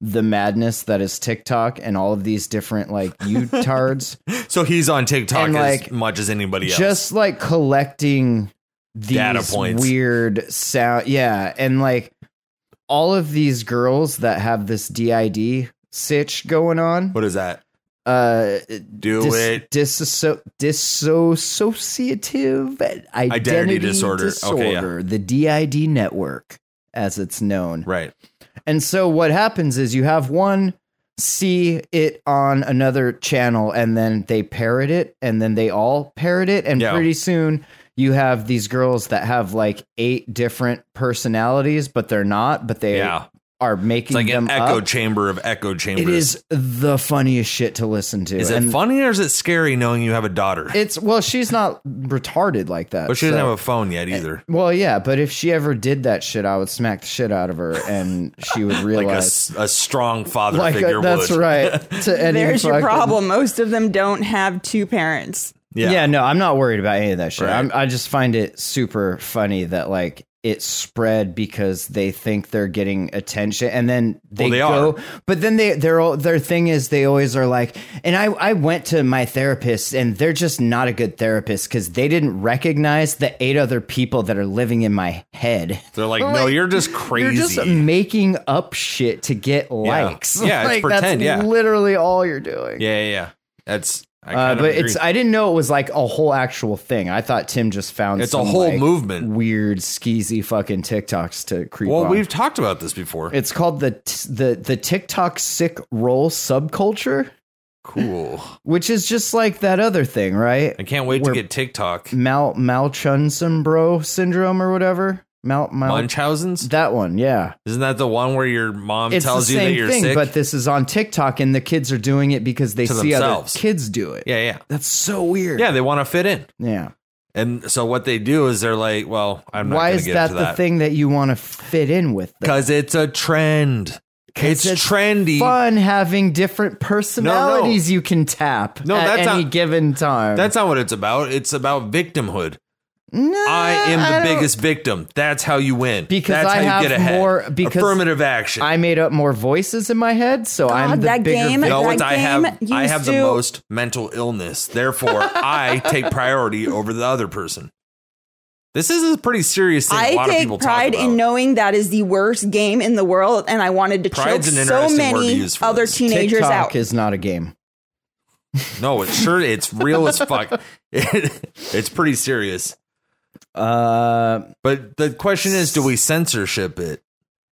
S3: the madness that is TikTok and all of these different like utards,
S1: So he's on TikTok
S3: And,
S1: as
S3: like,
S1: much as anybody else.
S3: just like collecting these
S1: Data points.
S3: weird sound. Yeah, and like all of these girls that have this DID sitch going on.
S1: what is that?
S3: Uh,
S1: Do
S3: dis-
S1: it.
S3: disasso- dissociative identity,
S1: disorder.
S3: disorder,
S1: Okay, yeah.
S3: the DID network, as it's known.
S1: Right.
S3: And so what happens is you have one see it on another channel, and then they parrot it, and then they all parrot it, and
S1: Yeah.
S3: pretty soon you have these girls that have like eight different personalities, but they're not, but they
S1: Yeah.
S3: are making
S1: It's like
S3: them
S1: an echo
S3: up.
S1: chamber of echo chambers.
S3: It is the funniest shit to listen to.
S1: Is it
S3: and
S1: funny or is it scary knowing you have a daughter?
S3: It's well, she's not retarded like that.
S1: but she doesn't
S3: so-
S1: have a phone yet either.
S3: Well, yeah, but if she ever did that shit, I would smack the shit out of her, and she would
S1: Like a,
S3: realize.
S1: s- a strong father
S3: Like, uh,
S1: figure
S3: that's
S1: would.
S3: right. To any
S2: There's your
S3: fucking-
S1: um,
S2: problem. Most of them don't have two parents.
S1: Yeah.
S3: yeah, no, I'm not worried about any of that shit.
S1: Right.
S3: I'm, I just find it super funny that like it spread because they think they're getting attention, and then they,
S1: they
S3: go.
S1: are.
S3: But then they their all- their thing is they always are like, and I I went to my therapist, and they're just not a good therapist because they didn't recognize the eight other people that are living in my head.
S1: They're like, no, you're just crazy.
S3: You're just making up shit to get likes.
S1: Yeah, it's
S3: like,
S1: pretend, yeah.
S3: That's literally all you're doing.
S1: yeah, yeah, yeah. That's. I
S3: Uh,
S1: kind
S3: but
S1: of agree.
S3: it's I didn't know it was like a whole actual thing. I thought Tim just found
S1: It's a
S3: some,
S1: whole
S3: like,
S1: movement.
S3: weird skeezy fucking TikToks to creep.
S1: well,
S3: on.
S1: we've talked about this before.
S3: it's called the t- the the TikTok sick roll subculture,
S1: cool.
S3: which is just like that other thing, right?
S1: I can't wait to
S3: We're-
S1: get TikTok.
S3: Mal Malchunsen bro syndrome or whatever. Mal, Mal
S1: Munchausen's?
S3: that one, yeah.
S1: Isn't that the one where your mom
S3: it's
S1: tells
S3: the
S1: you
S3: same
S1: that you're
S3: thing,
S1: sick?
S3: but this is on TikTok, and the kids are doing it because they
S1: To
S3: see
S1: themselves.
S3: other kids do it.
S1: yeah, yeah.
S3: that's so weird.
S1: Yeah, they want to fit in.
S3: yeah.
S1: And so what they do is they're like, well, I'm not
S3: Why
S1: gonna
S3: is
S1: get
S3: that the
S1: into that
S3: thing that you want to fit in with? though?
S1: Because it's a trend.
S3: 'Cause
S1: It's,
S3: it's
S1: trendy.
S3: fun having different personalities you can tap
S1: No,
S3: at
S1: that's
S3: any
S1: not-
S3: given time.
S1: That's not what it's about. It's about victimhood.
S3: no,
S1: I am
S3: Uh, I
S1: the
S3: don't-
S1: biggest victim. That's how you win.
S3: Because
S1: That's
S3: I
S1: how
S3: have
S1: you get ahead.
S3: more- because
S1: affirmative action.
S3: I made up more voices in my head, so I'm
S2: God,
S3: the
S2: that
S3: bigger
S2: game-
S3: victim.
S1: no,
S2: that
S1: it's I have
S2: game
S1: I have the
S2: used to-
S1: most mental illness. Therefore, I take priority over the other person. This is a pretty serious thing. a
S2: I
S1: lot of people
S2: take pride
S1: talk
S2: in
S1: about.
S2: knowing that is the worst game in the world, and I wanted to
S1: Pride's an
S2: choke so
S1: interesting word to
S2: many
S1: use for
S2: other
S1: this.
S2: teenagers
S3: TikTok
S2: out.
S3: is not a game.
S1: No, it's sure it's real as fuck. It- it's pretty serious.
S3: Uh,
S1: But the question is, do we censorship it?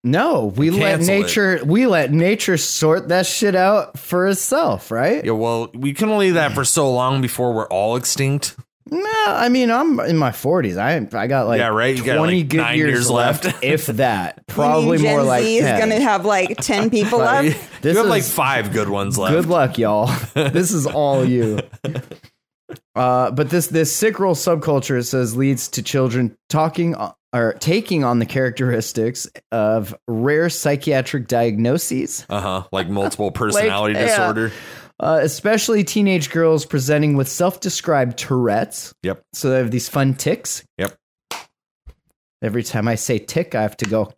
S3: no, we let
S1: Cancel it.
S3: nature we let nature sort that shit out for itself, right?
S1: Yeah, well, we can only do that for so long before we're all extinct.
S3: No, I mean I'm in my 40s. I I got like
S1: Yeah, right? You got,
S3: twenty
S1: like,
S3: good
S1: nine
S3: years,
S1: years
S3: left,
S1: left.
S3: if that.
S2: You mean
S3: Probably
S2: Gen
S3: more
S2: Z
S3: like
S2: is
S3: 10.
S2: gonna have like ten people left.
S1: you have like
S3: is-
S1: five good ones left.
S3: Good luck, y'all. this is all you. Uh, but this this sick roll subculture it says leads to children talking o- or taking on the characteristics of rare psychiatric diagnoses,
S1: Uh huh. Like multiple personality
S3: yeah.
S1: disorder.
S3: uh, especially teenage girls presenting with self described Tourette's.
S1: Yep.
S3: So they have these fun ticks.
S1: Yep.
S3: Every time I say tick, I have to go.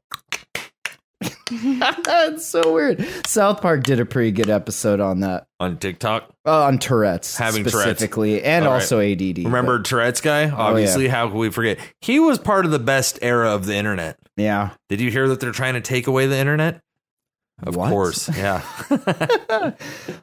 S3: it's so weird. South Park did a pretty good episode on that.
S1: On TikTok.
S3: Uh, on Tourette's
S1: Having Tourette's.
S3: specifically, and
S1: All right.
S3: also ADD.
S1: Remember Tourette's
S3: Oh,
S1: guy? Obviously, how could we forget? He was part of the best era of the internet.
S3: but- yeah,
S1: Did you hear that they're trying to take away the internet? Of
S3: What?
S1: course. Yeah.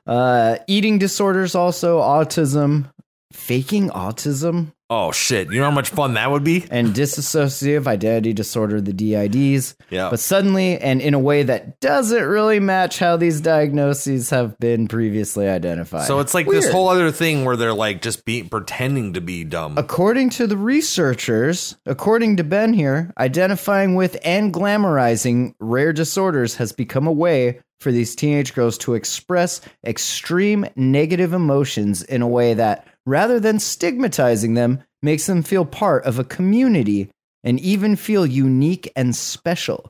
S3: uh, eating disorders, also autism, faking autism,
S1: oh shit. You know how much fun that would be?
S3: and dissociative identity disorder, the DIDs.
S1: Yeah.
S3: But suddenly, and in a way that doesn't really match how these diagnoses have been previously identified.
S1: So it's like this
S3: Weird.
S1: whole other thing where they're like just be pretending to be dumb.
S3: According to the researchers, according to Ben here, identifying with and glamorizing rare disorders has become a way for these teenage girls to express extreme negative emotions in a way that, rather than stigmatizing them, makes them feel part of a community and even feel unique and special.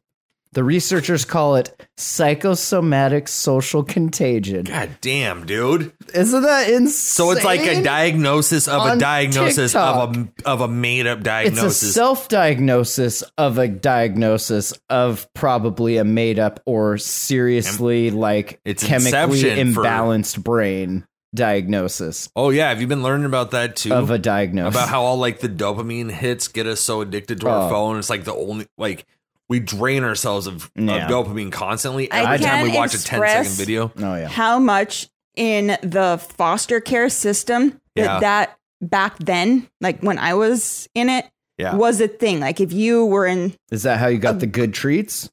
S3: The researchers call it psychosomatic social contagion.
S1: God damn, dude.
S3: Isn't that insane?
S1: So it's like a diagnosis of a
S3: On
S1: diagnosis of
S3: TikTok.
S1: a of a made up
S3: it's a
S1: diagnosis.
S3: self-diagnosis of a diagnosis of probably a made-up or seriously like
S1: It's
S3: chemically
S1: inception for-
S3: imbalanced brain diagnosis
S1: oh yeah, have you been learning about that too?
S3: of a diagnosis.
S1: about how all like the dopamine hits get us so addicted to
S3: Oh.
S1: our phone. It's like the only like we drain ourselves of,
S3: Yeah.
S1: of dopamine constantly
S2: I
S1: every time we
S2: can
S1: watch a 10 second
S2: express-
S1: video.
S3: oh yeah,
S2: How much in the foster care system that
S1: Yeah.
S2: that back then, like when I was in it,
S1: Yeah.
S2: was a thing. Like if you were in
S3: is that how you got the
S2: Um,
S3: good treats?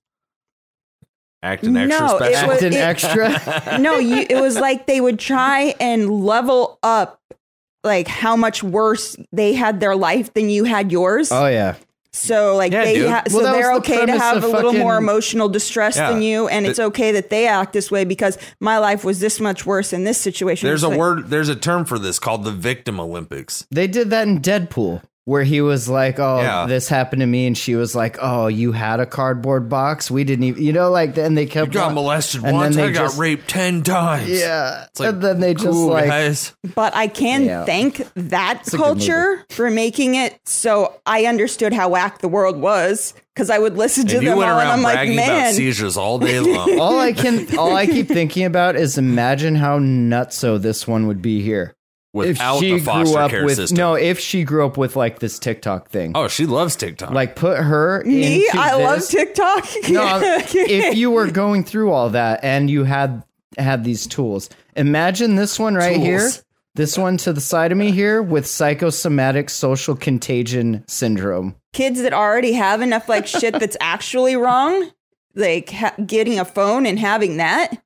S1: Acting extra
S2: No, it
S1: special.
S2: was-
S3: Actin extra.
S2: no, you, it was like they would try and level up like how much worse they had their life than you had yours.
S3: oh yeah,
S2: So like
S1: Yeah,
S2: they
S1: dude.
S2: ha- so
S3: Well, that
S2: they're
S3: was the
S2: okay to
S3: premise
S2: have
S3: of
S2: a little more
S3: fucking-
S2: emotional distress
S1: Yeah.
S2: than you, and
S1: The-
S2: it's okay that they act this way because my life was this much worse in this situation.
S1: There's
S2: It's
S1: a
S2: like-
S1: word. There's a term for this called the victim Olympics.
S3: They did that in Deadpool, where he was like, "Oh,
S1: Yeah.
S3: this happened to me," and she was like, "Oh, you had a cardboard box. We didn't even, you know, like." And they kept
S1: You got
S3: on-
S1: molested
S3: and
S1: once.
S3: then
S1: I
S3: they
S1: got
S3: just-
S1: raped ten times.
S3: Yeah,
S1: It's like,
S3: and then they just
S1: cool,
S3: like
S1: guys.
S2: But I can
S3: Yeah.
S2: thank that
S3: a good movie.
S2: culture for making it so I understood how whack the world was because I would listen to
S1: And you
S2: them all
S1: went
S2: and I'm
S1: around
S2: like,
S1: bragging about
S2: man,
S1: seizures all day long.
S3: all I can, all I keep thinking about is imagine how nutso this one would be here.
S1: without the foster care
S3: with
S1: system.
S3: no, if she grew up with like this TikTok thing,
S1: Oh, she loves TikTok.
S3: like put her
S2: me,
S3: into
S2: I love
S3: this-
S2: TikTok.
S3: No, I'm- if you were going through all that and you had had these tools, imagine this one right
S1: Tools.
S3: here. This one to the side of me here with psychosomatic social contagion syndrome.
S2: kids that already have enough like shit that's actually wrong, like ha- getting a phone and having that.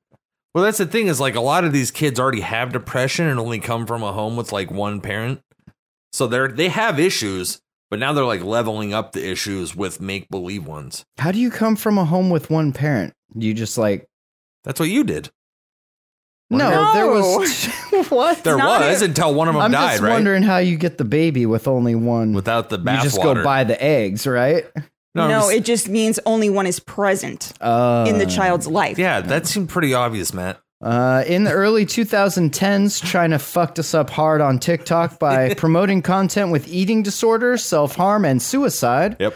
S1: well, that's the thing is like a lot of these kids already have depression and only come from a home with like one parent, so they're they have issues, but now they're like leveling up the issues with make believe ones.
S3: How do you come from a home with one parent? You just like
S1: That's what you did.
S3: no,
S2: No.
S3: there was what?
S1: There
S2: not
S1: was
S2: a-
S1: until one of them
S3: I'm
S1: died,
S3: just
S1: right?
S3: wondering how you get the baby with only one.
S1: Without the bathwater.
S3: you just go buy the eggs, right?
S2: No,
S1: No, just-
S2: it just means only one is present
S3: Uh,
S2: in the child's life.
S1: Yeah, that seemed pretty obvious, Matt.
S3: Uh, in the early 2010s, China fucked us up hard on TikTok by promoting content with eating disorders, self harm, and suicide.
S1: Yep.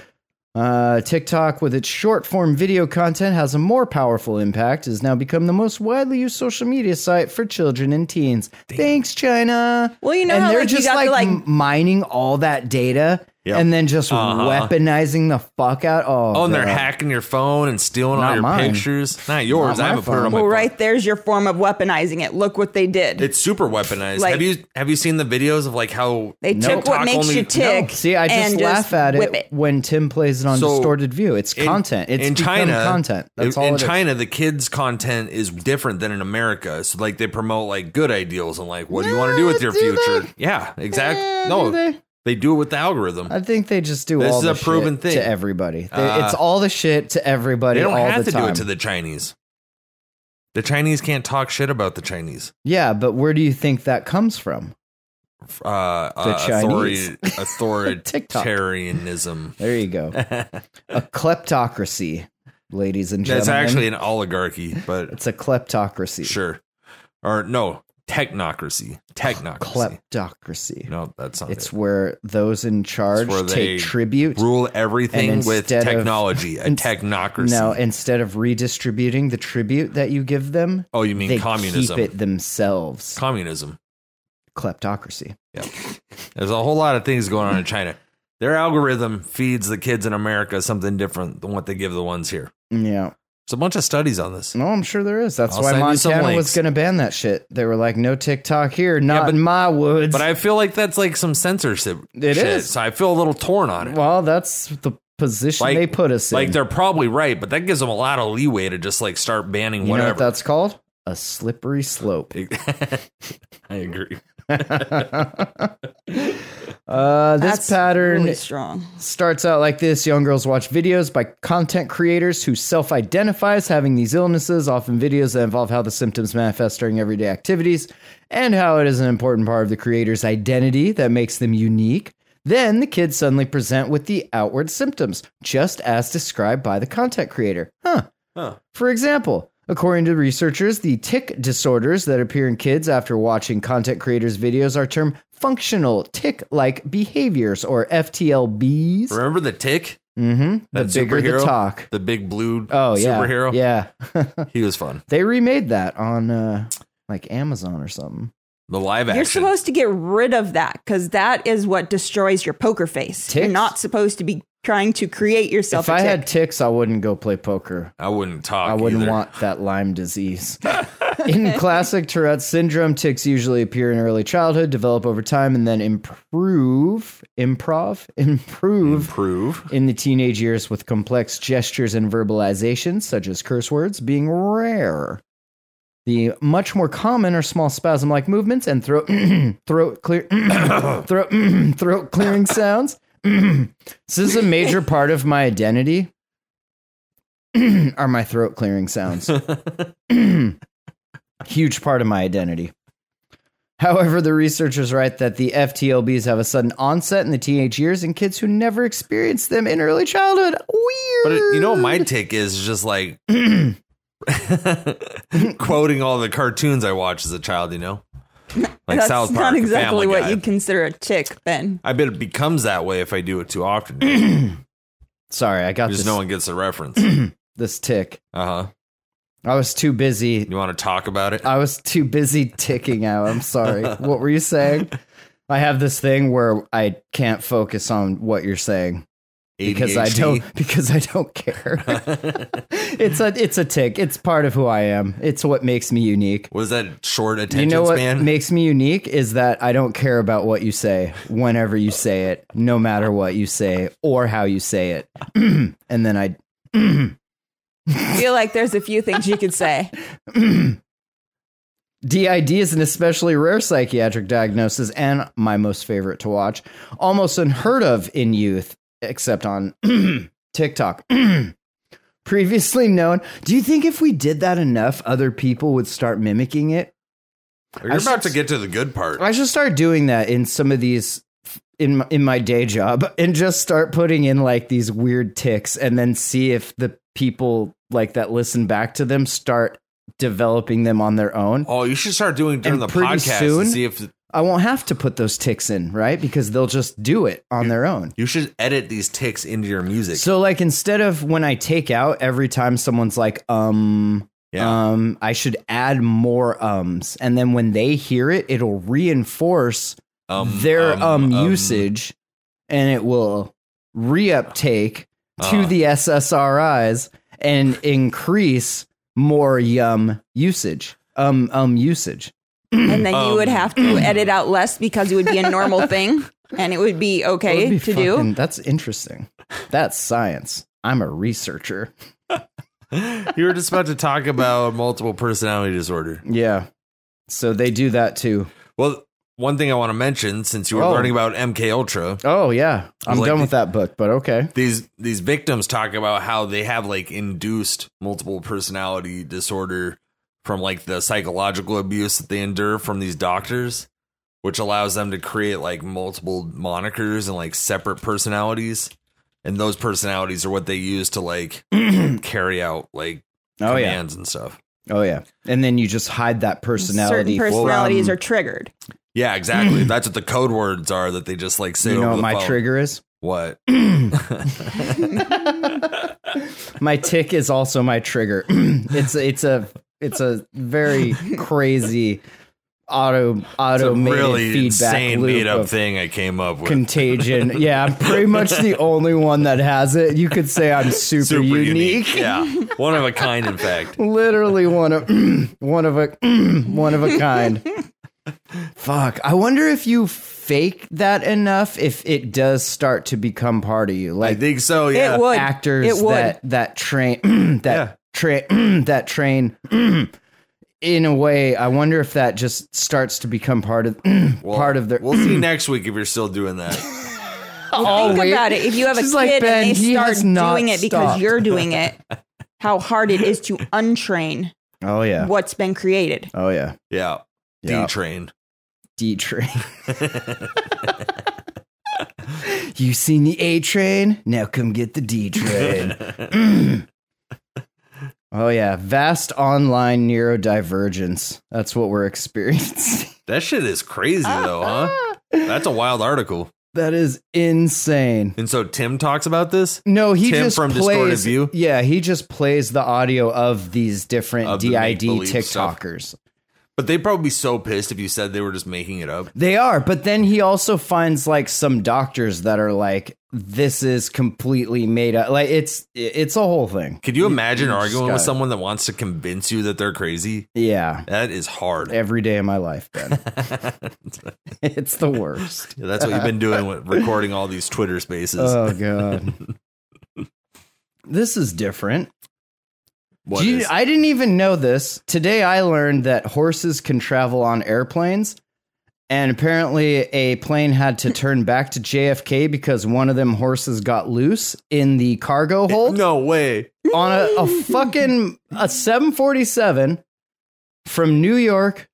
S3: Uh, TikTok, with its short form video content, has a more powerful impact, has now become the most widely used social media site for children and teens. Thanks, China.
S2: Well, you know
S3: and
S2: how,
S3: they're
S2: like, you
S3: just
S2: got
S3: like,
S2: the, like-
S3: m- mining all that data
S1: Yep.
S3: and then just
S1: Uh-huh.
S3: weaponizing the fuck out. Oh,
S1: Oh, and they're
S3: God.
S1: hacking your phone and stealing all
S3: Not
S1: your
S3: mine.
S1: pictures. Not yours.
S3: Not my
S1: I haven't put it
S3: phone.
S1: on my
S2: Well,
S1: phone.
S2: right there's your form of weaponizing it. Look what they did.
S1: It's super weaponized.
S2: Like-
S1: have you have you seen the videos of like how
S2: they took what
S1: TikTok
S2: makes
S1: only-
S2: you tick.
S3: See, I just
S2: and
S3: laugh at
S2: whip
S3: it, when Tim plays it on
S1: So,
S3: distorted view. It's
S1: in-
S3: content. It's
S1: in
S3: become
S1: China
S3: content. That's
S1: in,
S3: all.
S1: in
S3: it is.
S1: China, the kids' content is different than in America. So like they promote like good ideals and like what do you want to do with your
S3: Do they?
S1: future? Yeah, exactly.
S3: Eh,
S1: no,
S3: do they?
S1: they do it with the algorithm.
S3: I think they just do
S1: This
S3: all
S1: is
S3: the
S1: a proven
S3: shit
S1: thing.
S3: to everybody. They,
S1: Uh,
S3: it's all the shit to everybody.
S1: They don't
S3: all
S1: have
S3: the
S1: to
S3: time.
S1: do it to the Chinese. The Chinese can't talk shit about the Chinese.
S3: yeah, but where do you think that comes from?
S1: Uh,
S3: The
S1: uh,
S3: Chinese.
S1: authori-
S3: TikTok.
S1: authoritarianism.
S3: There you go. a kleptocracy, ladies and gentlemen.
S1: That's actually an oligarchy, but
S3: it's a kleptocracy.
S1: sure. Or no, technocracy. Technocracy.
S3: Kleptocracy.
S1: No, that's not
S3: It's
S1: it.
S3: where those in charge
S1: where they
S3: take tribute.
S1: Rule everything
S3: And
S1: with
S3: instead of-
S1: technology, a
S3: ins-
S1: technocracy.
S3: No, instead of redistributing the tribute that you give them,
S1: oh, you mean
S3: they
S1: communism?
S3: keep it themselves.
S1: Communism.
S3: Kleptocracy.
S1: There's a whole lot of things going on in China. Their algorithm feeds the kids in America something different than what they give the ones here.
S3: Yeah.
S1: There's a bunch of studies on this.
S3: No, I'm sure there is. That's
S1: I'll
S3: why
S1: send you some
S3: Montana was
S1: links.
S3: going to ban that shit. They were like, no TikTok here, not
S1: but-
S3: in my woods.
S1: But I feel like that's like some censorship
S3: It
S1: shit.
S3: is.
S1: So I feel a little torn on it.
S3: well, that's the position
S1: Like-
S3: they put us in.
S1: like they're probably right, but that gives them a lot of leeway to just like start banning
S3: you know what
S1: whatever.
S3: that's called? A slippery slope.
S1: I agree.
S3: Uh, this
S2: That's
S3: pattern
S2: really strong.
S3: starts out like this young girls watch videos by content creators who self-identify as having these illnesses often videos that involve how the symptoms manifest during everyday activities and how it is an important part of the creator's identity that makes them unique then the kids suddenly present with the outward symptoms just as described by the content creator huh for example, according to researchers, the tic disorders that appear in kids after watching content creators' videos are termed functional tic like behaviors or FTLBs.
S1: Remember the tick?
S3: Mm-hmm. The
S1: That
S3: bigger the
S1: superhero?
S3: talk.
S1: The big blue
S3: Oh, yeah.
S1: superhero?
S3: Yeah.
S1: He was fun.
S3: they remade that on uh, like Amazon or something.
S1: The live
S2: You're
S1: action.
S2: supposed to get rid of that because that is what destroys your poker face. You're
S3: Ticks?
S2: not supposed to be trying to create yourself.
S3: if I
S2: a tick.
S3: had tics, I wouldn't go play poker.
S1: I wouldn't talk.
S3: I wouldn't
S1: either.
S3: want that Lyme disease. in classic Tourette's syndrome, tics usually appear in early childhood, develop over time, and then improve, improv, improve
S1: prove.
S3: in the teenage years with complex gestures and verbalizations, such as curse words, being rare. The much more common are small spasm like movements and throat, throat, clear, throat, throat clearing sounds. this is a major part of my identity. are my throat clearing sounds. Huge part of my identity. However, the researchers write that the FTLBs have a sudden onset in the teenage years in kids who never experienced them in early childhood. Weird.
S1: But it, you know what my take is Is just like quoting all the cartoons I watched as a child, you know? Like
S2: That's
S1: South Park.
S2: not exactly
S1: Family
S2: what
S1: Guy.
S2: you consider a tick, Ben.
S1: I bet it becomes that way if I do it too often. Just
S3: Sorry, I got this,
S1: no one gets the reference.
S3: this tick.
S1: Uh huh.
S3: I was too busy.
S1: You want to talk about it?
S3: I was too busy ticking out. I'm sorry. what were you saying? I have this thing where I can't focus on what you're saying. because I
S1: ADHD?
S3: don't because I don't care. it's a it's a tick. It's part of who I am. It's what makes me unique.
S1: What is that short
S3: You
S1: attention
S3: know what
S1: span?
S3: makes me unique is that I don't care about what you say whenever you say it, no matter what you say or how you say it. and then I
S2: I feel like there's a few things you could say.
S3: DID is an especially rare psychiatric diagnosis and my most favorite to watch. Almost unheard of in youth, except on TikTok. Previously known. Do you think if we did that enough, other people would start mimicking it?
S1: You're
S3: I
S1: about
S3: should-
S1: to get to the good part.
S3: I should start doing that in some of these in in my day job and just start putting in like these weird ticks and then see if the people like that listen back to them start developing them on their own.
S1: Oh, you should start doing during
S3: And
S1: the
S3: pretty
S1: podcast
S3: soon-
S1: and see if
S3: I won't have to put those ticks in, right? Because they'll just do it on their own.
S1: you should edit these ticks into your music.
S3: So like instead of when I take out every time someone's like um
S1: yeah.
S3: um I should add more ums and then when they hear it it'll reinforce
S1: Um,
S3: their um,
S1: um,
S3: usage and it will reuptake to
S1: Uh.
S3: the SSRIs and increase more yum usage. Um um usage.
S2: And then you would
S1: Um.
S2: have to edit out less because it would be a normal thing and it would be
S3: That would
S2: okay
S3: be
S2: to
S3: fucking-
S2: do.
S3: That's interesting. That's science. I'm a researcher.
S1: You were just about to talk about multiple personality disorder.
S3: Yeah. So they do that too.
S1: Well, one thing I want to mention since you were
S3: Oh.
S1: learning about MK Ultra,
S3: Oh yeah. I'm
S1: Like
S3: done
S1: the-
S3: with that book, but okay.
S1: these these victims talk about how they have like induced multiple personality disorder from like the psychological abuse that they endure from these doctors which allows them to create like multiple monikers and like separate personalities and those personalities are what they use to like carry out like
S3: Oh yeah.
S1: commands and stuff
S3: Oh yeah. And then you just hide that
S2: Certain
S3: personality.
S2: personalities
S3: from,
S2: are triggered.
S1: yeah exactly that's what the code words are that they just like say
S3: you know
S1: over
S3: what
S1: the
S3: my
S1: phone.
S3: trigger is?
S1: what
S3: My tick is also my trigger. it's a, it's a it's a very crazy auto
S1: it's a
S3: auto
S1: really
S3: feedback
S1: insane
S3: loop
S1: made up
S3: of
S1: thing i came up with
S3: contagion. yeah, I'm pretty much the only one that has it. You could say I'm super,
S1: super
S3: unique.
S1: unique yeah one of a kind in fact
S3: literally one of one of a one of a kind. Fuck. I wonder if you fake that enough if it does start to become part of you.
S1: I
S3: Like
S1: think so. Yeah.
S2: It would.
S3: actors
S2: It would.
S3: that that train
S1: Yeah.
S3: that train that train in a way I wonder if that just starts to become part of
S1: Well,
S3: part of their
S1: We'll see next week if you're still doing that.
S3: Oh,
S2: Think
S3: wait.
S2: about it. If you have a
S3: She's
S2: kid
S3: like, "Ben,
S2: and
S3: he
S2: they start
S3: has not
S2: doing it because
S3: stopped."
S2: you're doing it, how hard it is to untrain
S3: Oh yeah.
S2: what's been created.
S3: Oh yeah.
S1: Yeah.
S3: Yeah.
S1: D train.
S3: D train. you seen the A train? Now come get the D train. oh yeah, vast online neurodivergence. That's what we're experiencing.
S1: That shit is crazy though, huh? That's a wild article.
S3: that is insane.
S1: And so Tim talks about this.
S3: No, he
S1: Tim
S3: just
S1: from
S3: plays.
S1: Distorted View?
S3: Yeah, he just plays the audio of these different
S1: Of the
S3: DID
S1: make-believe stuff.
S3: TikTokers.
S1: But they'd probably be so pissed if you said they were just making it up.
S3: They are, but then he also finds like some doctors that are like, "This is completely made up." Like it's it's a whole thing.
S1: Could you imagine
S3: you just
S1: arguing with
S3: gotta-
S1: someone that wants to convince you that they're crazy?
S3: Yeah,
S1: That is hard.
S3: every day of my life, Ben. it's the worst.
S1: That's what you've been doing with recording all these Twitter spaces.
S3: Oh god, this is different.
S1: What
S3: Do you-
S1: is-
S3: I didn't even know this. Today I learned that horses can travel on airplanes And apparently, a plane had to turn back to JFK because one of them horses got loose in the cargo hold
S1: Eh, No way.
S3: on a, a fucking a 747 from New York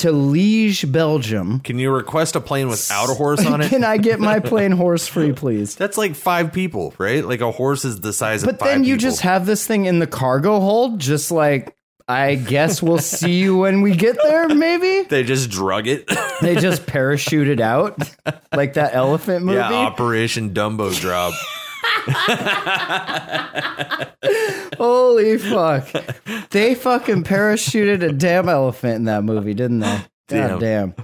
S3: to Liege, Belgium.
S1: Can you request a plane without a horse on it?
S3: Can I get my plane horse free, please?
S1: That's like five people, right? Like a horse is the size of
S3: But
S1: five
S3: then you
S1: people.
S3: just have this thing in the cargo hold, just like I guess we'll see you when we get there, maybe?
S1: they just drug it.
S3: They just parachute it out like that elephant movie.
S1: yeah, Operation Dumbo Drop.
S3: Holy fuck. They fucking parachuted a damn elephant in that movie, didn't they? God damn.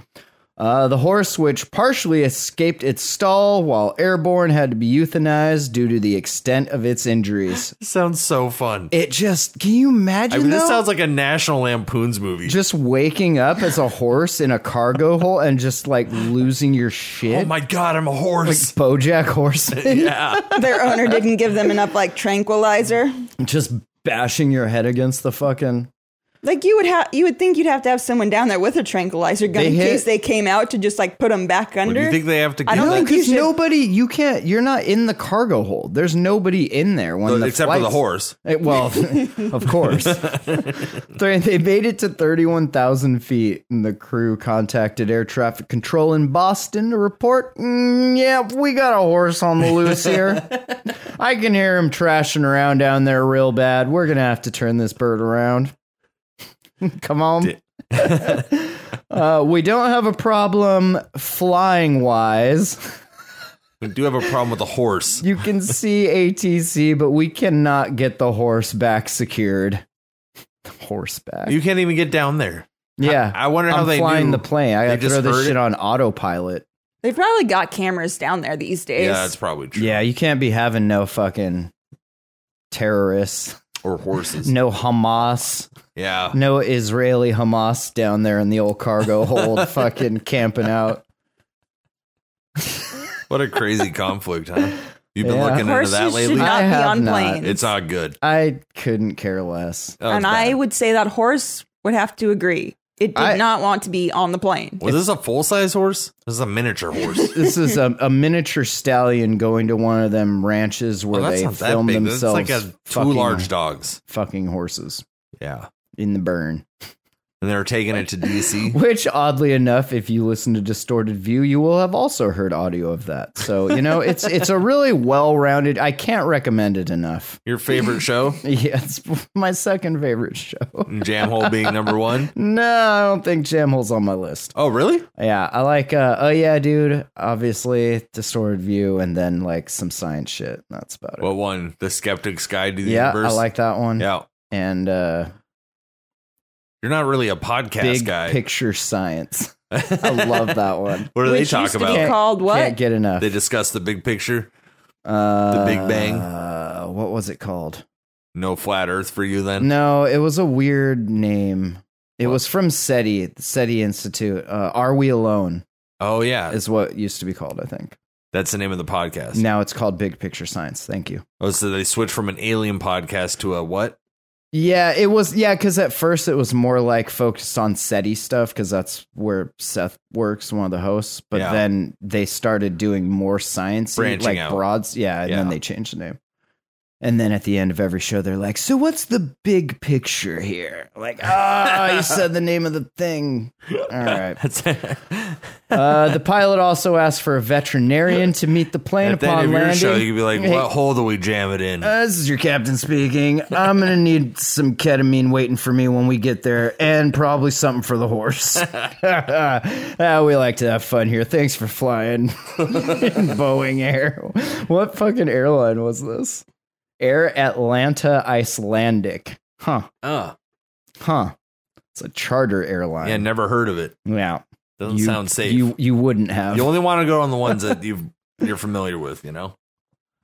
S3: Uh, the horse, which partially escaped its stall while airborne, had to be euthanized due to the extent of its injuries.
S1: sounds so fun.
S3: It just, can you imagine?
S1: I mean, this
S3: though?
S1: sounds like a National Lampoon's movie.
S3: just waking up as a horse in a cargo hole and just like losing your shit.
S1: oh my god, I'm a horse.
S3: Bojack Horseman
S1: yeah.
S2: Their owner didn't give them enough like tranquilizer.
S3: just bashing your head against the fucking.
S2: Like you would have, you would think you'd have to have someone down there with a tranquilizer gun
S3: They
S2: in
S3: hit-
S2: case they came out to just like put them back
S1: Well,
S2: under.
S1: do you think they have to?
S2: I
S1: give
S2: don't
S1: that-
S2: think you
S3: Because
S2: should-
S3: nobody, you can't. You're not in the cargo hold. There's nobody in there when the
S1: except for the
S3: flights-
S1: horse.
S3: Eh, well, of course. They they made it to 31,000 feet, and the crew contacted air traffic control in Boston to report, mm, yeah, we got a horse on the loose here. I can hear him trashing around down there real bad. We're going to have to turn this bird around. Come on. uh, we don't have a problem flying wise.
S1: We do have a problem with the horse.
S3: You can see ATC, but we cannot get the horse back secured. Horseback.
S1: You can't even get down there.
S3: yeah.
S1: I wonder how
S3: I'm
S1: they
S3: flying
S1: knew.
S3: the plane. I
S1: They
S3: gotta
S1: just
S3: throw
S1: heard
S3: this shit
S1: it?
S3: on autopilot.
S2: they probably got cameras down there these days.
S1: Yeah, that's probably true.
S3: Yeah, you can't be having no fucking terrorists,
S1: Or horses.
S3: no Hamas,
S1: Yeah.
S3: no Israeli Hamas down there in the old cargo hold fucking camping out.
S1: What a crazy conflict, huh? You've been
S3: Yeah.
S1: looking into
S2: Horses
S1: that
S2: should
S1: lately.
S3: I
S2: not be
S3: have
S2: on
S3: not.
S2: planes.
S1: It's not good.
S3: I couldn't care less.
S1: That was
S2: and I
S1: bad.
S2: would say that horse would have to agree. It did
S3: I-
S2: not want to be on the plane.
S1: Was this a full size horse? This is a miniature horse.
S3: This is a, a miniature stallion going to one of them ranches where
S1: Well, Oh, that's
S3: they
S1: not that
S3: film
S1: big. That's like
S3: themselves
S1: a two
S3: fucking-
S1: large dogs.
S3: fucking horses
S1: Yeah.
S3: in the burn.
S1: And they're taking it to DC.
S3: Which, oddly enough, if you listen to Distorted View, you will have also heard audio of that. So you know, it's it's a really well rounded. I can't recommend it enough.
S1: Your favorite show?
S3: Yeah, it's my second favorite show.
S1: Jamhole being number one.
S3: No, I don't think Jamhole's on my list.
S1: Oh, really?
S3: Yeah, I like. Uh, oh yeah, dude. Obviously, Distorted View, and then like some science shit. That's about it.
S1: What one? The Skeptic's Guide to the
S3: yeah,
S1: Universe.
S3: I like that one.
S1: Yeah.
S3: and uh,
S1: You're not really a podcast
S3: Big
S1: guy.
S3: Picture Science. I love that one.
S1: What do they
S2: Which
S1: talk
S2: used to be
S1: about?
S2: Called what?
S3: Can't get enough.
S1: They discuss the big picture.
S3: Uh,
S1: Big Bang?
S3: Uh, what was it called?
S1: No flat Earth for you then.
S3: No, it was a weird name. It was from SETI, the SETI Institute. Uh, Are We Alone
S1: Oh yeah,
S3: is what it used to be called, I think.
S1: that's the name of the podcast.
S3: Now it's called Big Picture Science. Thank you.
S1: Oh, so they switched from an alien podcast to a what?
S3: Yeah, it was. Yeah, because at first it was more like focused on SETI stuff because that's where Seth works, one of the hosts. But
S1: Yeah.
S3: then they started doing more science,
S1: Branching
S3: like
S1: out.
S3: broads. Yeah, and then
S1: Yeah.
S3: they changed the name. And then at the end of every show, they're like, "So what's the big picture here?" Like, ah, you said the name of the thing. All right. Uh, the pilot also asked for a veterinarian to meet the plane
S1: At the
S3: upon
S1: end of
S3: landing.
S1: your show, you could be like,
S3: Hey,
S1: "What hole do we jam it in?"
S3: uh, this is your captain speaking. I'm gonna need some ketamine waiting for me when we get there, and probably something for the horse. Ah, we like to have fun here. Thanks for flying in Boeing Air. What fucking airline was this? Air Atlanta Icelandic. Huh?
S1: Uh,
S3: Huh? It's a charter airline.
S1: yeah, never heard of it.
S3: yeah.
S1: Doesn't
S3: You-
S1: sound safe. You,
S3: You you wouldn't have.
S1: only want to go on the ones that you you're familiar with. You know,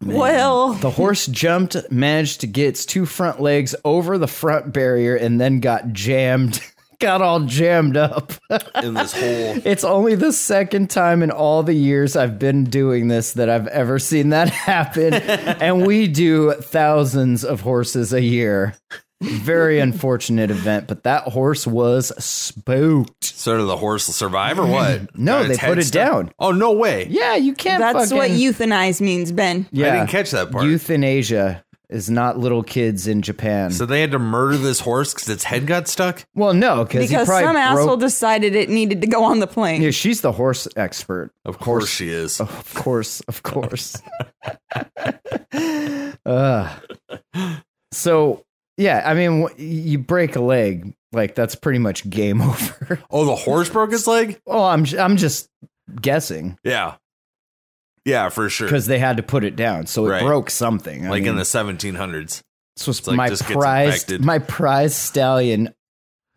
S2: Well,
S3: The horse jumped, managed to get its two front legs over the front barrier, and then got jammed. Got all jammed up.
S1: in this hole.
S3: It's only the second time in all the years I've been doing this that I've ever seen that happen. and we do thousands of horses a year. Very unfortunate event, but that horse was spooked.
S1: So did the horse survive or what?
S3: No,
S1: Got
S3: they
S1: its
S3: put
S1: head
S3: it
S1: stuck?
S3: down.
S1: Oh no way!
S3: Yeah, you can't.
S2: That's
S3: fucking,
S2: what euthanize means, Ben.
S1: I
S3: Yeah,
S1: didn't catch that part.
S3: euthanasia is not little kids in Japan.
S1: So they had to murder this horse because its head got stuck.
S3: well, no, because he
S2: Because
S3: probably
S2: some
S3: broke.
S2: asshole decided it needed to go on the plane.
S3: yeah, she's the horse expert.
S1: Of course she is.
S3: Of course, of course. Ugh. so yeah, I mean, wh- you break a leg, like that's pretty much game over.
S1: Oh, the horse broke its leg.
S3: Oh, I'm j- I'm just guessing
S1: Yeah, yeah, for sure.
S3: because they had to put it down, so it
S1: Right.
S3: broke something. I
S1: Like in
S3: mean,
S1: the 1700s.
S3: this was
S1: it's like
S3: my
S1: just gets
S3: prized
S1: infected.
S3: my prized stallion.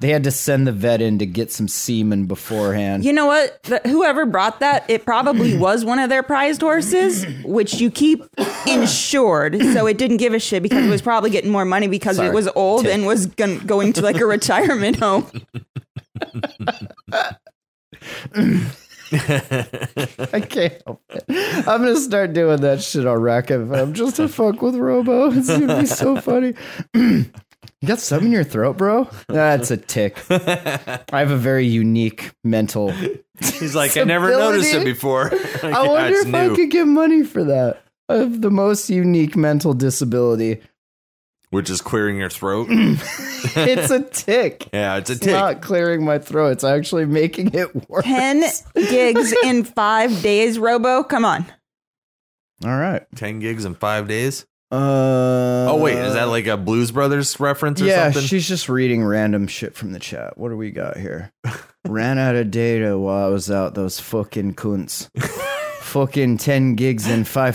S3: They had to send the vet in to get some semen beforehand.
S2: You know what? The, whoever brought that, it probably was one of their prized horses, which you keep insured. So it didn't give a shit because it was probably getting more money because
S3: Sorry.
S2: it was old
S3: Tick.
S2: and was gon- going to like a retirement home.
S3: I can't help it. I'm gonna start doing that shit on Racket I'm just to fuck with Robo. It's gonna be so funny. you got something in your throat, bro? That's a tick. I have a very unique mental.
S1: He's like, I never
S3: Stability?
S1: noticed it before. Like,
S3: I
S1: yeah,
S3: wonder
S1: it's
S3: if I could get money for that. I have the most unique mental disability.
S1: Which is clearing your throat.
S3: It's a tick.
S1: yeah, it's a
S3: It's
S1: tick.
S3: not clearing my throat. It's actually making it worse.
S2: 10 gigs in five days, Robo. Come on.
S3: All right.
S1: 10 gigs in five days.
S3: Uh,
S1: Oh, wait. Is that like a Blues Brothers reference or
S3: yeah,
S1: something?
S3: she's just reading random shit from the chat. What do we got here? Ran out of data while I was out. Those fucking cunts. fucking ten gigs in five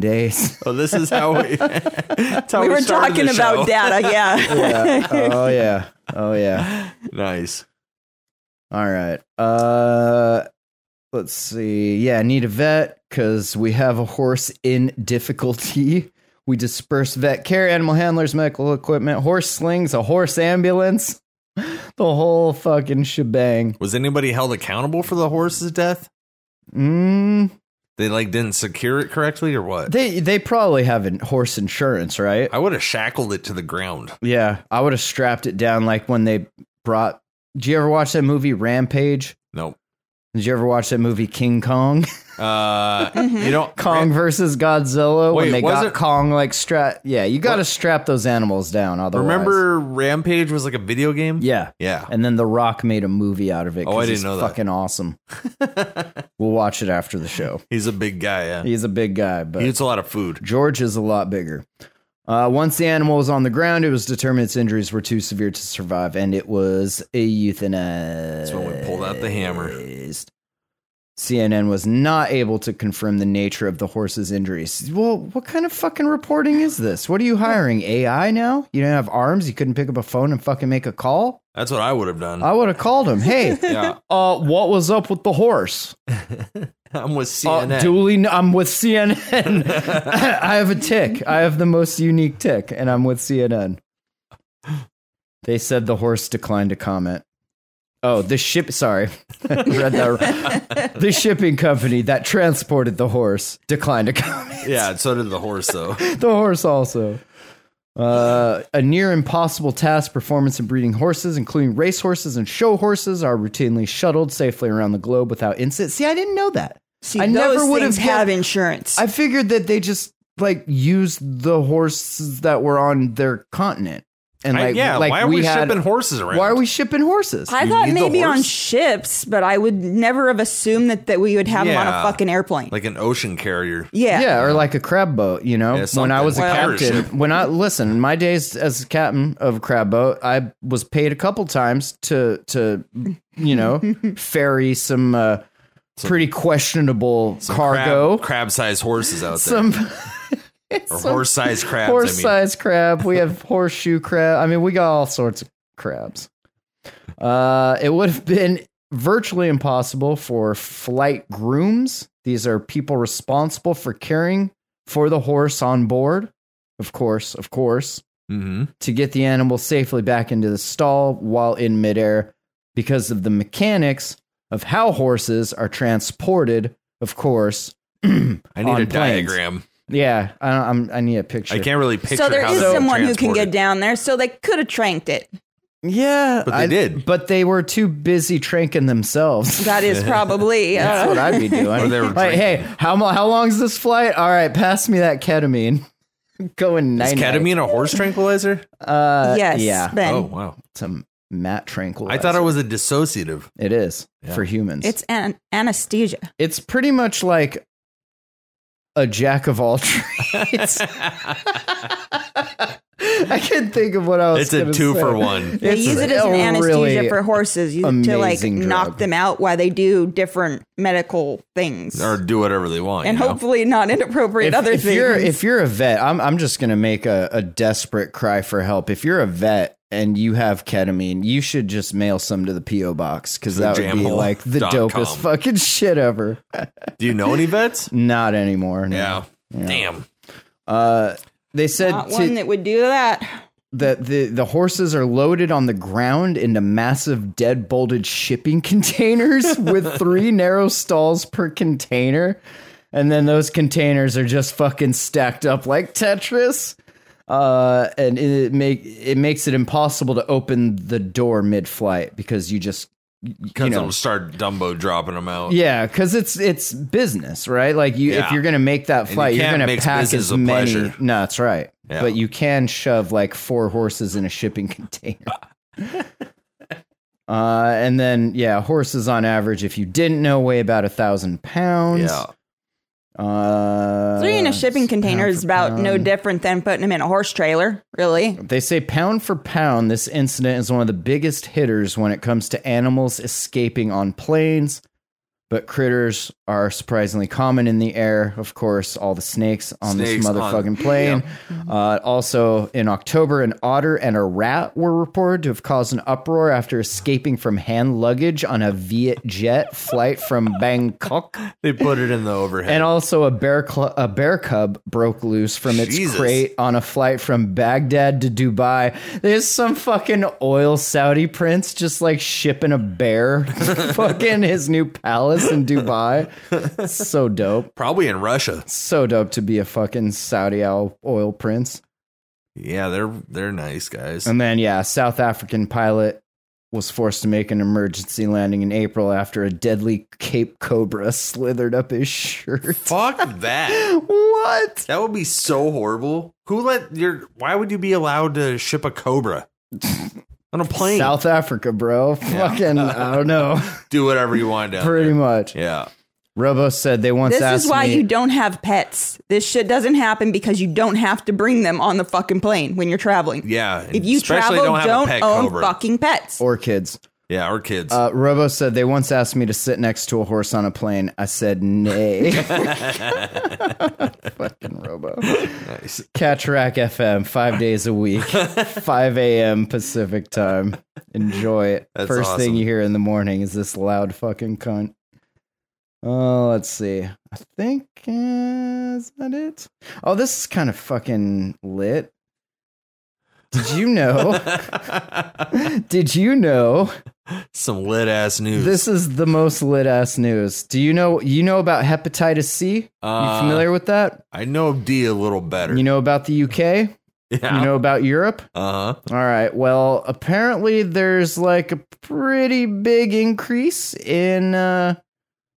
S3: days.
S1: oh, this is how we. that's how
S2: We were
S1: started
S2: talking
S1: the show.
S2: about data. Yeah.
S3: Yeah. Oh yeah. Oh yeah.
S1: Nice.
S3: All right. Uh, let's see. Yeah, need a vet because we have a horse in difficulty. We disperse vet care, animal handlers, medical equipment, horse slings, a horse ambulance, the whole fucking shebang.
S1: Was anybody held accountable for the horse's death?
S3: Mm,
S1: They like didn't secure it correctly or what?
S3: They they probably have an horse insurance, right?
S1: I would have shackled it to the ground.
S3: Yeah, I would have strapped it down like when they brought. Do you ever watch that movie Rampage?
S1: Nope.
S3: Did you ever watch that movie King Kong?
S1: Uh,
S3: Mm-hmm.
S1: You don't.
S3: Kong versus Godzilla when
S1: Wait,
S3: they
S1: was
S3: got
S1: it-
S3: Kong like strap. Yeah, you got to strap those animals down. Otherwise,
S1: Remember Rampage was like a video game?
S3: Yeah,
S1: Yeah.
S3: and then The Rock made a movie out of it.
S1: Oh, I
S3: 'cause
S1: didn't
S3: he's
S1: know that.
S3: Fucking awesome. we'll watch it after the show.
S1: He's a big guy. Yeah.
S3: He's a big guy, but
S1: He eats a lot of food.
S3: George is a lot bigger. Uh, once the animal was on the ground, it was determined its injuries were too severe to survive, and it was a euthanized.
S1: That's when we pulled out the hammer.
S3: CNN was not able to confirm the nature of the horse's injuries. Well, what kind of fucking reporting is this? What are you hiring? AI now? You don't have arms? You couldn't pick up a phone and fucking make a call?
S1: That's what I would have done.
S3: I would have called him. Hey,
S1: yeah.
S3: uh, what was up with the horse?
S1: I'm with
S3: Uh,
S1: CNN.
S3: duly, kn- I'm with CNN. I have a tick. I have the most unique tick, and I'm with CNN. They said the horse declined to comment. Oh, the ship. Sorry, read that. the shipping company that transported the horse declined to comment.
S1: yeah, so did the horse though.
S3: The horse also. Uh, a near impossible task performance in breeding horses, including race horses and show horses, are routinely shuttled safely around the globe without incident. See, I didn't know that.
S2: See,
S3: I never
S2: those
S3: would
S2: things
S3: have guessed-
S2: have insurance.
S3: I figured that they just like used the horses that were on their continent, and
S1: I-
S3: like
S1: yeah,
S3: like
S1: why are
S3: we,
S1: we,
S3: had,
S1: shipping horses around?
S3: Why are we shipping horses?
S2: I
S1: You
S2: thought
S1: need the
S2: maybe on
S1: horse?
S2: ships, but I would never have assumed that, that we would have them on
S1: Yeah.
S2: a fucking airplane.
S1: like an ocean carrier?
S2: yeah.
S3: yeah. or like a crab boat. You know,
S1: Yeah,
S3: when I
S1: something.
S3: was a
S1: Well-
S3: captain, when I listen, in my days as a captain of a crab boat, I was paid a couple times to to you know ferry some uh, pretty questionable
S1: Some
S3: cargo.
S1: crab, crab-sized horses out there,
S3: some
S1: or
S3: some
S1: horse-sized crabs.
S3: horse
S1: I mean,
S3: sized crab. We have horseshoe crab. I mean, we got all sorts of crabs. Uh, it would have been virtually impossible for flight grooms. These are people responsible for caring for the horse on board. Of course, of course,
S1: hmm
S3: to get the animal safely back into the stall while in midair because of the mechanics of how horses are transported, of course.
S1: I need a
S3: on planes.
S1: diagram.
S3: Yeah, I, I'm, I need a picture.
S1: I can't really picture.
S2: So there
S1: how
S2: is
S1: they would
S2: someone who can
S1: transport
S2: get
S1: it.
S2: down there, so they could have tranked it.
S3: Yeah,
S1: But they
S3: I-
S1: did.
S3: But they were too busy tranking themselves.
S2: That is probably.
S3: That's
S2: uh,
S3: what I'd be doing.
S1: Or they were
S3: like, hey, how mo- how long's this flight? All right, pass me that ketamine. Going
S1: Is
S3: ninety.
S1: ketamine a horse tranquilizer?
S3: Uh,
S2: yes.
S3: yeah.
S2: Ben.
S1: Oh wow!
S3: Some mat tranquil.
S1: I thought it was a dissociative.
S3: It is
S1: Yeah.
S3: for humans.
S2: It's an anesthesia.
S3: it's pretty much like a jack of all trades. I can't think of what I was.
S1: It's a
S3: gonna
S1: two
S3: say.
S1: for one.
S2: They
S3: It's
S2: use it as an
S3: a
S2: anesthesia
S3: really-
S2: for horses you, to like
S3: amazing drug.
S2: knock them out while they do different medical things
S1: Or do whatever they want.
S2: and
S1: you know?
S2: hopefully not inappropriate
S3: if,
S2: other
S3: if
S2: things.
S3: you're if you're a vet, I'm I'm just gonna make a, a desperate cry for help. If you're a vet and you have ketamine, you should just mail some to the PO box because
S1: The
S3: that would be
S1: jamhole
S3: like the
S1: dot
S3: dopest
S1: com.
S3: fucking shit ever.
S1: Do you know any vets?
S3: Not anymore. no.
S1: Yeah. Damn.
S3: Uh, they said
S2: not
S3: to- Uh,
S2: one that would do that.
S3: that the the horses are loaded on the ground into massive dead bolted shipping containers with three narrow stalls per container and then those containers are just fucking stacked up like tetris uh, and it make it makes it impossible to open the door mid flight because you just you
S1: Because
S3: know
S1: I'll start Dumbo dropping them out.
S3: yeah, because it's it's business, right? Like you, if
S1: Yeah.
S3: you're gonna make that
S1: you
S3: flight, you are
S1: can't
S3: gonna
S1: mix
S3: pack
S1: business
S3: as
S1: with
S3: many.
S1: pleasure.
S3: No, that's right.
S1: Yeah.
S3: But you can shove like four horses in a shipping container. uh, and then yeah, horses on average, if you didn't know, weigh about a thousand pounds.
S1: Yeah.
S3: Uh,
S2: Three in a shipping
S3: pound
S2: container
S3: for
S2: is about no
S3: pound.
S2: different than putting them in a horse trailer, really.
S3: They say pound for pound, this incident is one of the biggest hitters when it comes to animals escaping on planes. But critters are surprisingly common in the air. Of course, all the snakes on this
S1: Snakes on-
S3: motherfucking plane. Uh, also, in October, an otter and a rat were reported to have caused an uproar after escaping from hand luggage on a Viet Jet flight from Bangkok.
S1: They put it in the overhead.
S3: And also, a bear cl- a bear cub broke loose from its
S1: Jesus.
S3: crate on a flight from Baghdad to Dubai. There's some fucking oil Saudi prince just like shipping a bear, fucking his new palace in Dubai. So dope,
S1: Probably in Russia.
S3: so dope to be a fucking Saudi oil, oil prince.
S1: Yeah, they're they're nice guys.
S3: And then, yeah, a South African pilot was forced to make an emergency landing in April after a deadly Cape Cobra slithered up his shirt.
S1: Fuck that.
S3: What?
S1: That would be so horrible. Who let your? Why would you be allowed to ship a cobra on a plane?
S3: South Africa, bro. Fucking, I don't know.
S1: Do whatever you want down
S3: Pretty much.
S1: there. Yeah.
S3: Robo said they once asked
S2: This is why
S3: me,
S2: you don't have pets. This shit doesn't happen because you don't have to bring them on the fucking plane when you're traveling.
S1: Yeah.
S2: If you
S1: Especially
S2: travel,
S1: don't
S2: don't,
S1: have a pet
S2: own
S1: cobra.
S2: fucking pets.
S3: or kids.
S1: Yeah, or kids.
S3: Uh, Robo said they once asked me to sit next to a horse on a plane. I said nay. Fucking Robo.
S1: nice.
S3: Catchrack FM, five days a week, 5 a.m. Pacific time. Enjoy it.
S1: That's
S3: First
S1: awesome.
S3: thing you hear in the morning is this loud fucking cunt. Oh, let's see. I think uh, is that it. Oh, this is kind of fucking lit. Did you know? oh. did you know
S1: Some lit ass news.
S3: this is the most lit ass news? Do you know you know about hepatitis C?
S1: Uh,
S3: you familiar with that?
S1: I know D a little better.
S3: You know about the UK?
S1: yeah.
S3: You know about Europe?
S1: uh huh.
S3: All right. Well, apparently there's like a pretty big increase in uh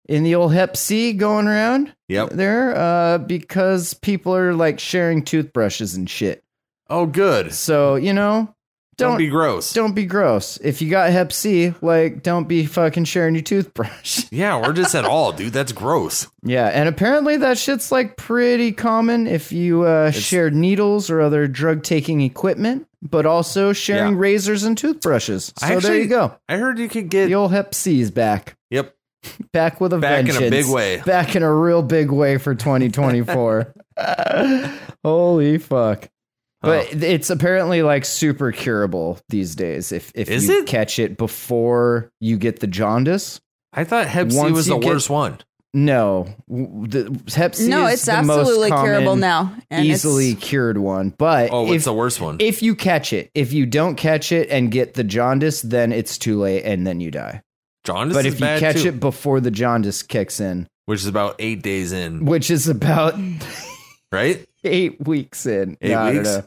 S3: in the old hep C going around
S1: Yep.
S3: there uh because people are like sharing toothbrushes and shit.
S1: Oh, good.
S3: So, you know,
S1: Don't,
S3: don't
S1: be gross.
S3: don't be gross. If you got hep C, like don't be fucking sharing your toothbrush.
S1: Yeah, or just at all, dude. That's gross.
S3: yeah, and apparently that shit's like pretty common if you uh share needles or other drug-taking equipment, but also sharing
S1: Yeah.
S3: razors and toothbrushes. So
S1: I
S3: there
S1: actually-
S3: you go.
S1: I heard you could get.
S3: The old Hep C is back.
S1: yep.
S3: Back with a
S1: Back in a
S3: vengeance.
S1: big way.
S3: Back in a real big way for 2024. Holy fuck. But it's apparently like super curable these days. If if
S1: Is
S3: you
S1: it?
S3: catch it before you get the jaundice,
S1: I thought Hep C
S3: Once
S1: was
S3: you
S1: the
S3: get-
S1: worst one.
S3: no, W- the Hep C
S2: no,
S3: is
S2: it's
S3: the
S2: absolutely
S3: most common,
S2: curable now. And it's-
S3: easily cured one. But
S1: Oh,
S3: if,
S1: it's the worst one.
S3: if you catch it, if you don't catch it and get the jaundice, then it's too late and then you die.
S1: Jaundice
S3: but
S1: is
S3: if you
S1: bad
S3: catch
S1: too,
S3: it before the jaundice kicks in,
S1: which is about eight days in.
S3: which is about
S1: right?
S3: eight weeks in.
S1: Eight
S3: I don't
S1: weeks?
S3: know.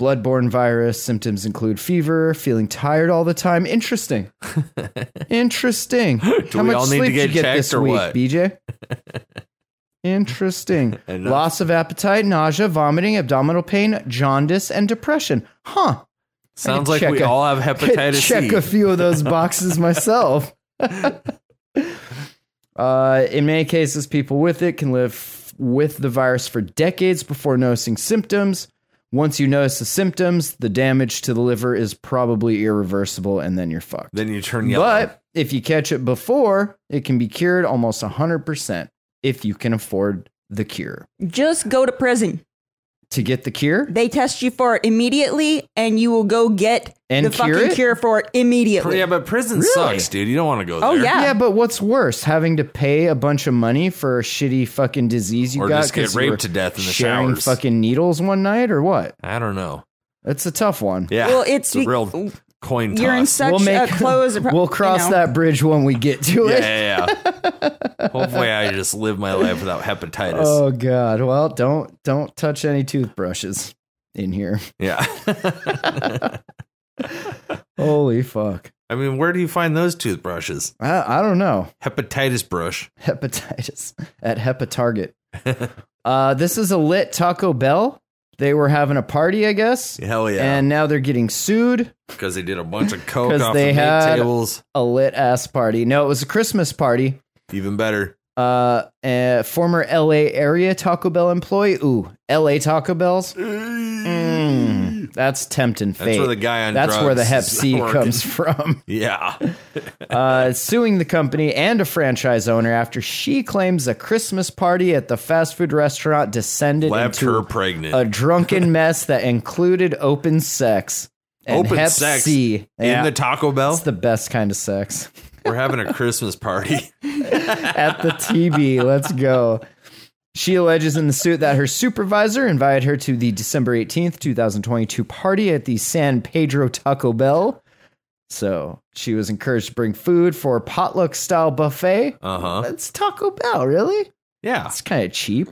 S3: Bloodborne virus symptoms include fever, feeling tired all the time. Interesting. Interesting. How
S1: we
S3: much
S1: all need to
S3: sleep did
S1: get
S3: you get
S1: checked
S3: this
S1: or
S3: week,
S1: what?
S3: BJ? Interesting.
S1: Enough.
S3: Loss of appetite, nausea, vomiting, abdominal pain, jaundice, and depression. Huh.
S1: Sounds like
S3: check
S1: we
S3: a-
S1: all have
S3: Could
S1: hepatitis
S3: check
S1: C.
S3: a few of those boxes myself. uh, in many cases, people with it can live f- with the virus for decades before noticing symptoms. Once you notice the symptoms, the damage to the liver is probably irreversible, and then you're fucked.
S1: then you turn yellow.
S3: But if you catch it before, it can be cured almost 100% if you can afford the cure.
S2: Just go to prison.
S3: To get the cure,
S2: They test you for it immediately, and you will go get
S3: And
S2: the
S3: cure
S2: fucking
S3: it?
S2: cure for it
S1: Pr-
S2: immediately.
S1: yeah, but prison sucks, dude. You don't want to go there.
S2: oh yeah.
S3: Yeah, but what's worse, having to pay a bunch of money for a shitty fucking disease you
S1: Or
S3: got
S1: just get
S3: 'cause you
S1: raped
S3: were
S1: to death in the
S3: sharing
S1: showers.
S3: fucking needles one night or what?
S1: I don't know.
S3: That's a tough one.
S1: Yeah,
S2: Well, it's
S1: a
S2: be-
S1: real coin toss.
S2: You're in such
S3: We'll make
S2: a close. appro-
S3: we'll cross
S2: you know.
S3: that bridge when we get to
S1: yeah,
S3: it.
S1: yeah, yeah. Hopefully, I just live my life without hepatitis.
S3: Oh god. Well, don't don't touch any toothbrushes in here.
S1: yeah.
S3: Holy fuck.
S1: I mean, where do you find those toothbrushes?
S3: I, I don't know.
S1: Hepatitis brush.
S3: hepatitis at Hepatarget. uh, this is a lit Taco Bell. They were having a party, I guess,
S1: Hell yeah.
S3: and now they're getting sued.
S1: Because they did a bunch of coke
S3: 'Cause
S1: off
S3: they
S1: the meat
S3: had-
S1: tables.
S3: A lit ass party. No, it was a Christmas party.
S1: Even better.
S3: Uh, a former LA area Taco Bell employee. Ooh, LA Taco Bells. Mm, that's tempting fate.
S1: That's where the guy on
S3: That's where the
S1: drugs
S3: Hep
S1: is
S3: C
S1: working.
S3: comes from.
S1: Yeah.
S3: uh, suing the company and a franchise owner after she claims a Christmas party at the fast food restaurant descended
S1: Left
S3: into
S1: her pregnant.
S3: a drunken mess that included open sex and
S1: Open
S3: Hep
S1: sex
S3: C. Yeah,
S1: In the Taco Bell?
S3: it's the best kind of sex
S1: We're having a Christmas party.
S3: at the TB. Let's go. She alleges in the suit that her supervisor invited her to the December 18th, 2022 party at the San Pedro Taco Bell. So she was encouraged to bring food for a potluck style buffet.
S1: Uh huh.
S3: That's Taco Bell, really?
S1: Yeah.
S3: It's kind of cheap.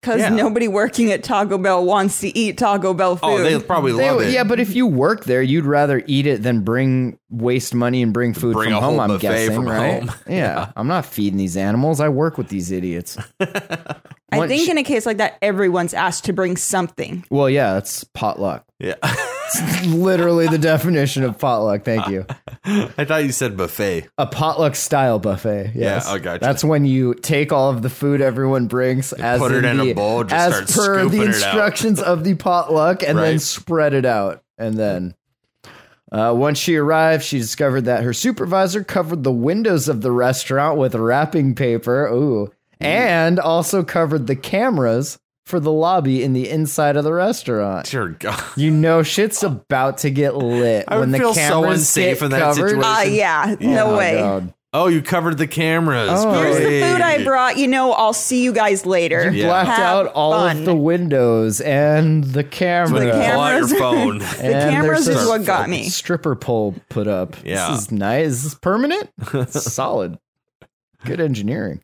S2: Because
S1: Yeah.
S2: nobody working at Taco Bell wants to eat Taco Bell food.
S1: Oh, they probably
S3: They-
S1: love it.
S3: yeah, but if you work there, you'd rather eat it than bring waste money and bring food
S1: Bring
S3: from
S1: a
S3: home.
S1: whole
S3: I'm
S1: buffet
S3: guessing,
S1: from
S3: right?
S1: home.
S3: Yeah, I'm not feeding these animals. I work with these idiots.
S2: I
S3: Once-
S2: think in a case like that, everyone's asked to bring something.
S3: well, yeah, it's potluck.
S1: yeah.
S3: Literally the definition of potluck. Thank you.
S1: I thought you said buffet.
S3: A potluck style buffet. Yes.
S1: I gotcha.
S3: That's when you take all of the food everyone brings as
S1: put it in a
S3: the-
S1: bowl, just
S3: as
S1: start
S3: per the
S1: scooping it out.
S3: instructions of the potluck, and then
S1: Right.
S3: spread it out. And then uh, once she arrived, she discovered that her supervisor covered the windows of the restaurant with wrapping paper. Ooh,
S1: Mm.
S3: and also covered the cameras for the lobby in the inside of the restaurant.
S1: Dear God.
S3: You know shit's about to get lit
S1: I would
S3: when the
S1: feel so
S3: cameras
S1: unsafe
S3: get
S1: in that
S3: covered.
S1: situation.
S2: Ah, yeah, no
S3: Oh my
S2: way.
S3: God.
S1: Oh, you covered the cameras.
S3: Oh.
S2: Here's the food I
S1: Great.
S2: brought. You know, I'll see you guys later.
S1: Yeah.
S3: blacked
S2: Have
S3: out all
S2: fun.
S3: of the windows and the camera.
S1: Like,
S2: camera-
S1: pull out your
S2: cameras.
S1: phone.
S2: The
S3: And
S2: cameras
S3: there's
S2: is
S3: a
S2: what got me.
S3: Stripper pole put up.
S1: Yeah.
S3: This is nice. Is this permanent? Solid. Good engineering.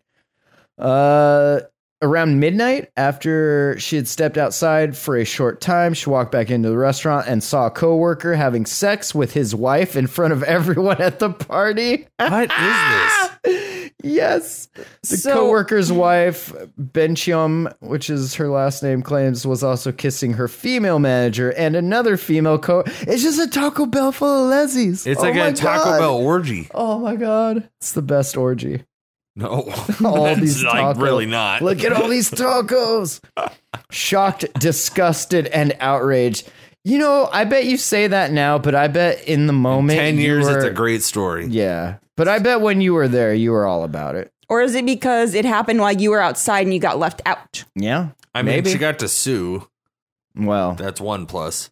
S3: Uh around midnight, after she had stepped outside for a short time, she walked back into the restaurant and saw a coworker having sex with his wife in front of everyone at the party.
S1: what is this?
S3: Yes. The
S2: So-
S3: coworker's wife, Benchium, which is her last name, claims was also kissing her female manager and another female co. It's just a Taco Bell full of lezzies.
S1: It's
S3: Oh
S1: like
S3: my
S1: a Taco
S3: God.
S1: Bell orgy.
S3: Oh my god! It's the best orgy.
S1: No,
S3: All
S1: That's,
S3: these
S1: like
S3: tacos.
S1: really not.
S3: Look at all these tacos. Shocked, disgusted, and outraged. You know, I bet you say that now, but I bet in the moment,
S1: ten
S3: you
S1: years. It's
S3: were-
S1: a great story.
S3: Yeah, but I bet when you were there, you were all about it.
S2: Or is it because it happened while you were outside and you got left out?
S3: Yeah,
S1: I mean,
S3: maybe.
S1: she got to sue.
S3: Well,
S1: That's one plus.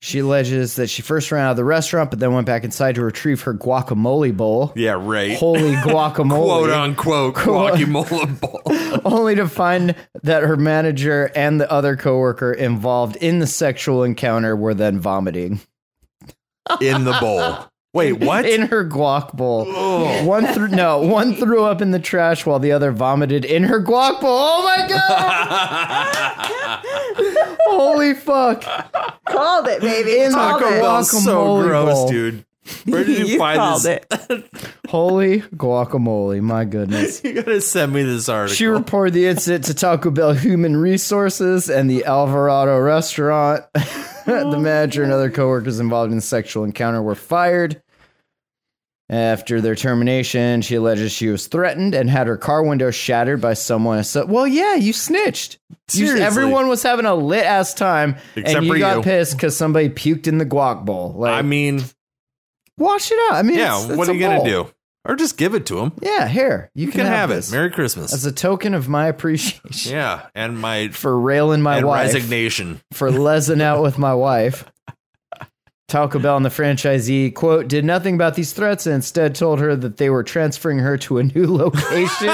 S3: She alleges that she first ran out of the restaurant, but then went back inside to retrieve her guacamole bowl.
S1: Yeah, right.
S3: Holy
S1: Quote uh,
S3: guacamole.
S1: unquote guacamole ball.
S3: Only to find that her manager and the other coworker involved in the sexual encounter were then vomiting.
S1: in the bowl. Wait, what?
S3: in her guac bowl.
S1: Oh.
S3: One threw no, one threw up in the trash while the other vomited in her guac bowl. Oh my god! Holy fuck!
S2: Called it, baby.
S3: In
S2: Called
S3: Taco
S2: it.
S3: Bell.
S1: Bell's so
S3: Guacamole
S1: gross,
S3: bowl.
S1: dude. Where did you,
S2: You
S1: find
S2: called
S1: this?
S2: it.
S3: Holy guacamole! My goodness.
S1: You gotta send me this article.
S3: She reported the incident to Taco Bell Human Resources and the Alvarado restaurant. the manager and other coworkers involved in the sexual encounter were fired. After their termination, she alleges she was threatened and had her car window shattered by someone. So, well, yeah, you snitched. You-
S1: Seriously.
S3: everyone was having a lit ass time,
S1: Except
S3: and you
S1: for
S3: got
S1: you.
S3: pissed because somebody puked in the guac bowl. Like,
S1: I mean,
S3: wash it out. I mean,
S1: yeah.
S3: it's- it's
S1: what are
S3: a
S1: you gonna
S3: bowl.
S1: do? Or just give it to him.
S3: Yeah, here you,
S1: You can, have, it.
S3: this.
S1: Merry Christmas.
S3: as a token of my appreciation
S1: yeah, and my
S3: for railing my
S1: and
S3: wife.
S1: resignation.
S3: for lesing out with my wife. Taco Bell and the franchisee, quote, did nothing about these threats and instead told her that they were transferring her to a new location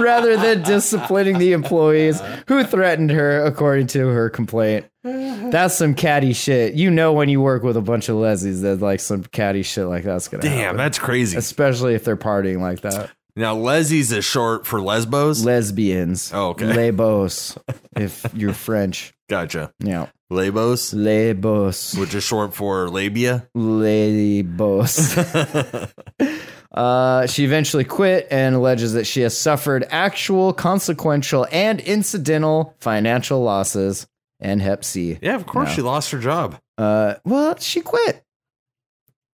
S3: rather than disciplining the employees who threatened her, according to her complaint. That's some catty shit. You know when you work with a bunch of lessies that like some catty shit like that's gonna
S1: Damn,
S3: happen.
S1: that's crazy.
S3: Especially if they're partying like that.
S1: now Leslie's is short for lesbos.
S3: Lesbians.
S1: Oh, okay.
S3: Lebos. If you're French.
S1: gotcha.
S3: Yeah.
S1: Labos,
S3: Lebos.
S1: which is short for labia.
S3: Lady Boss. uh, she eventually quit and alleges that she has suffered actual, consequential, and incidental financial losses and Hep C.
S1: Yeah, of course
S3: No.
S1: she lost her job.
S3: Uh, well, she quit.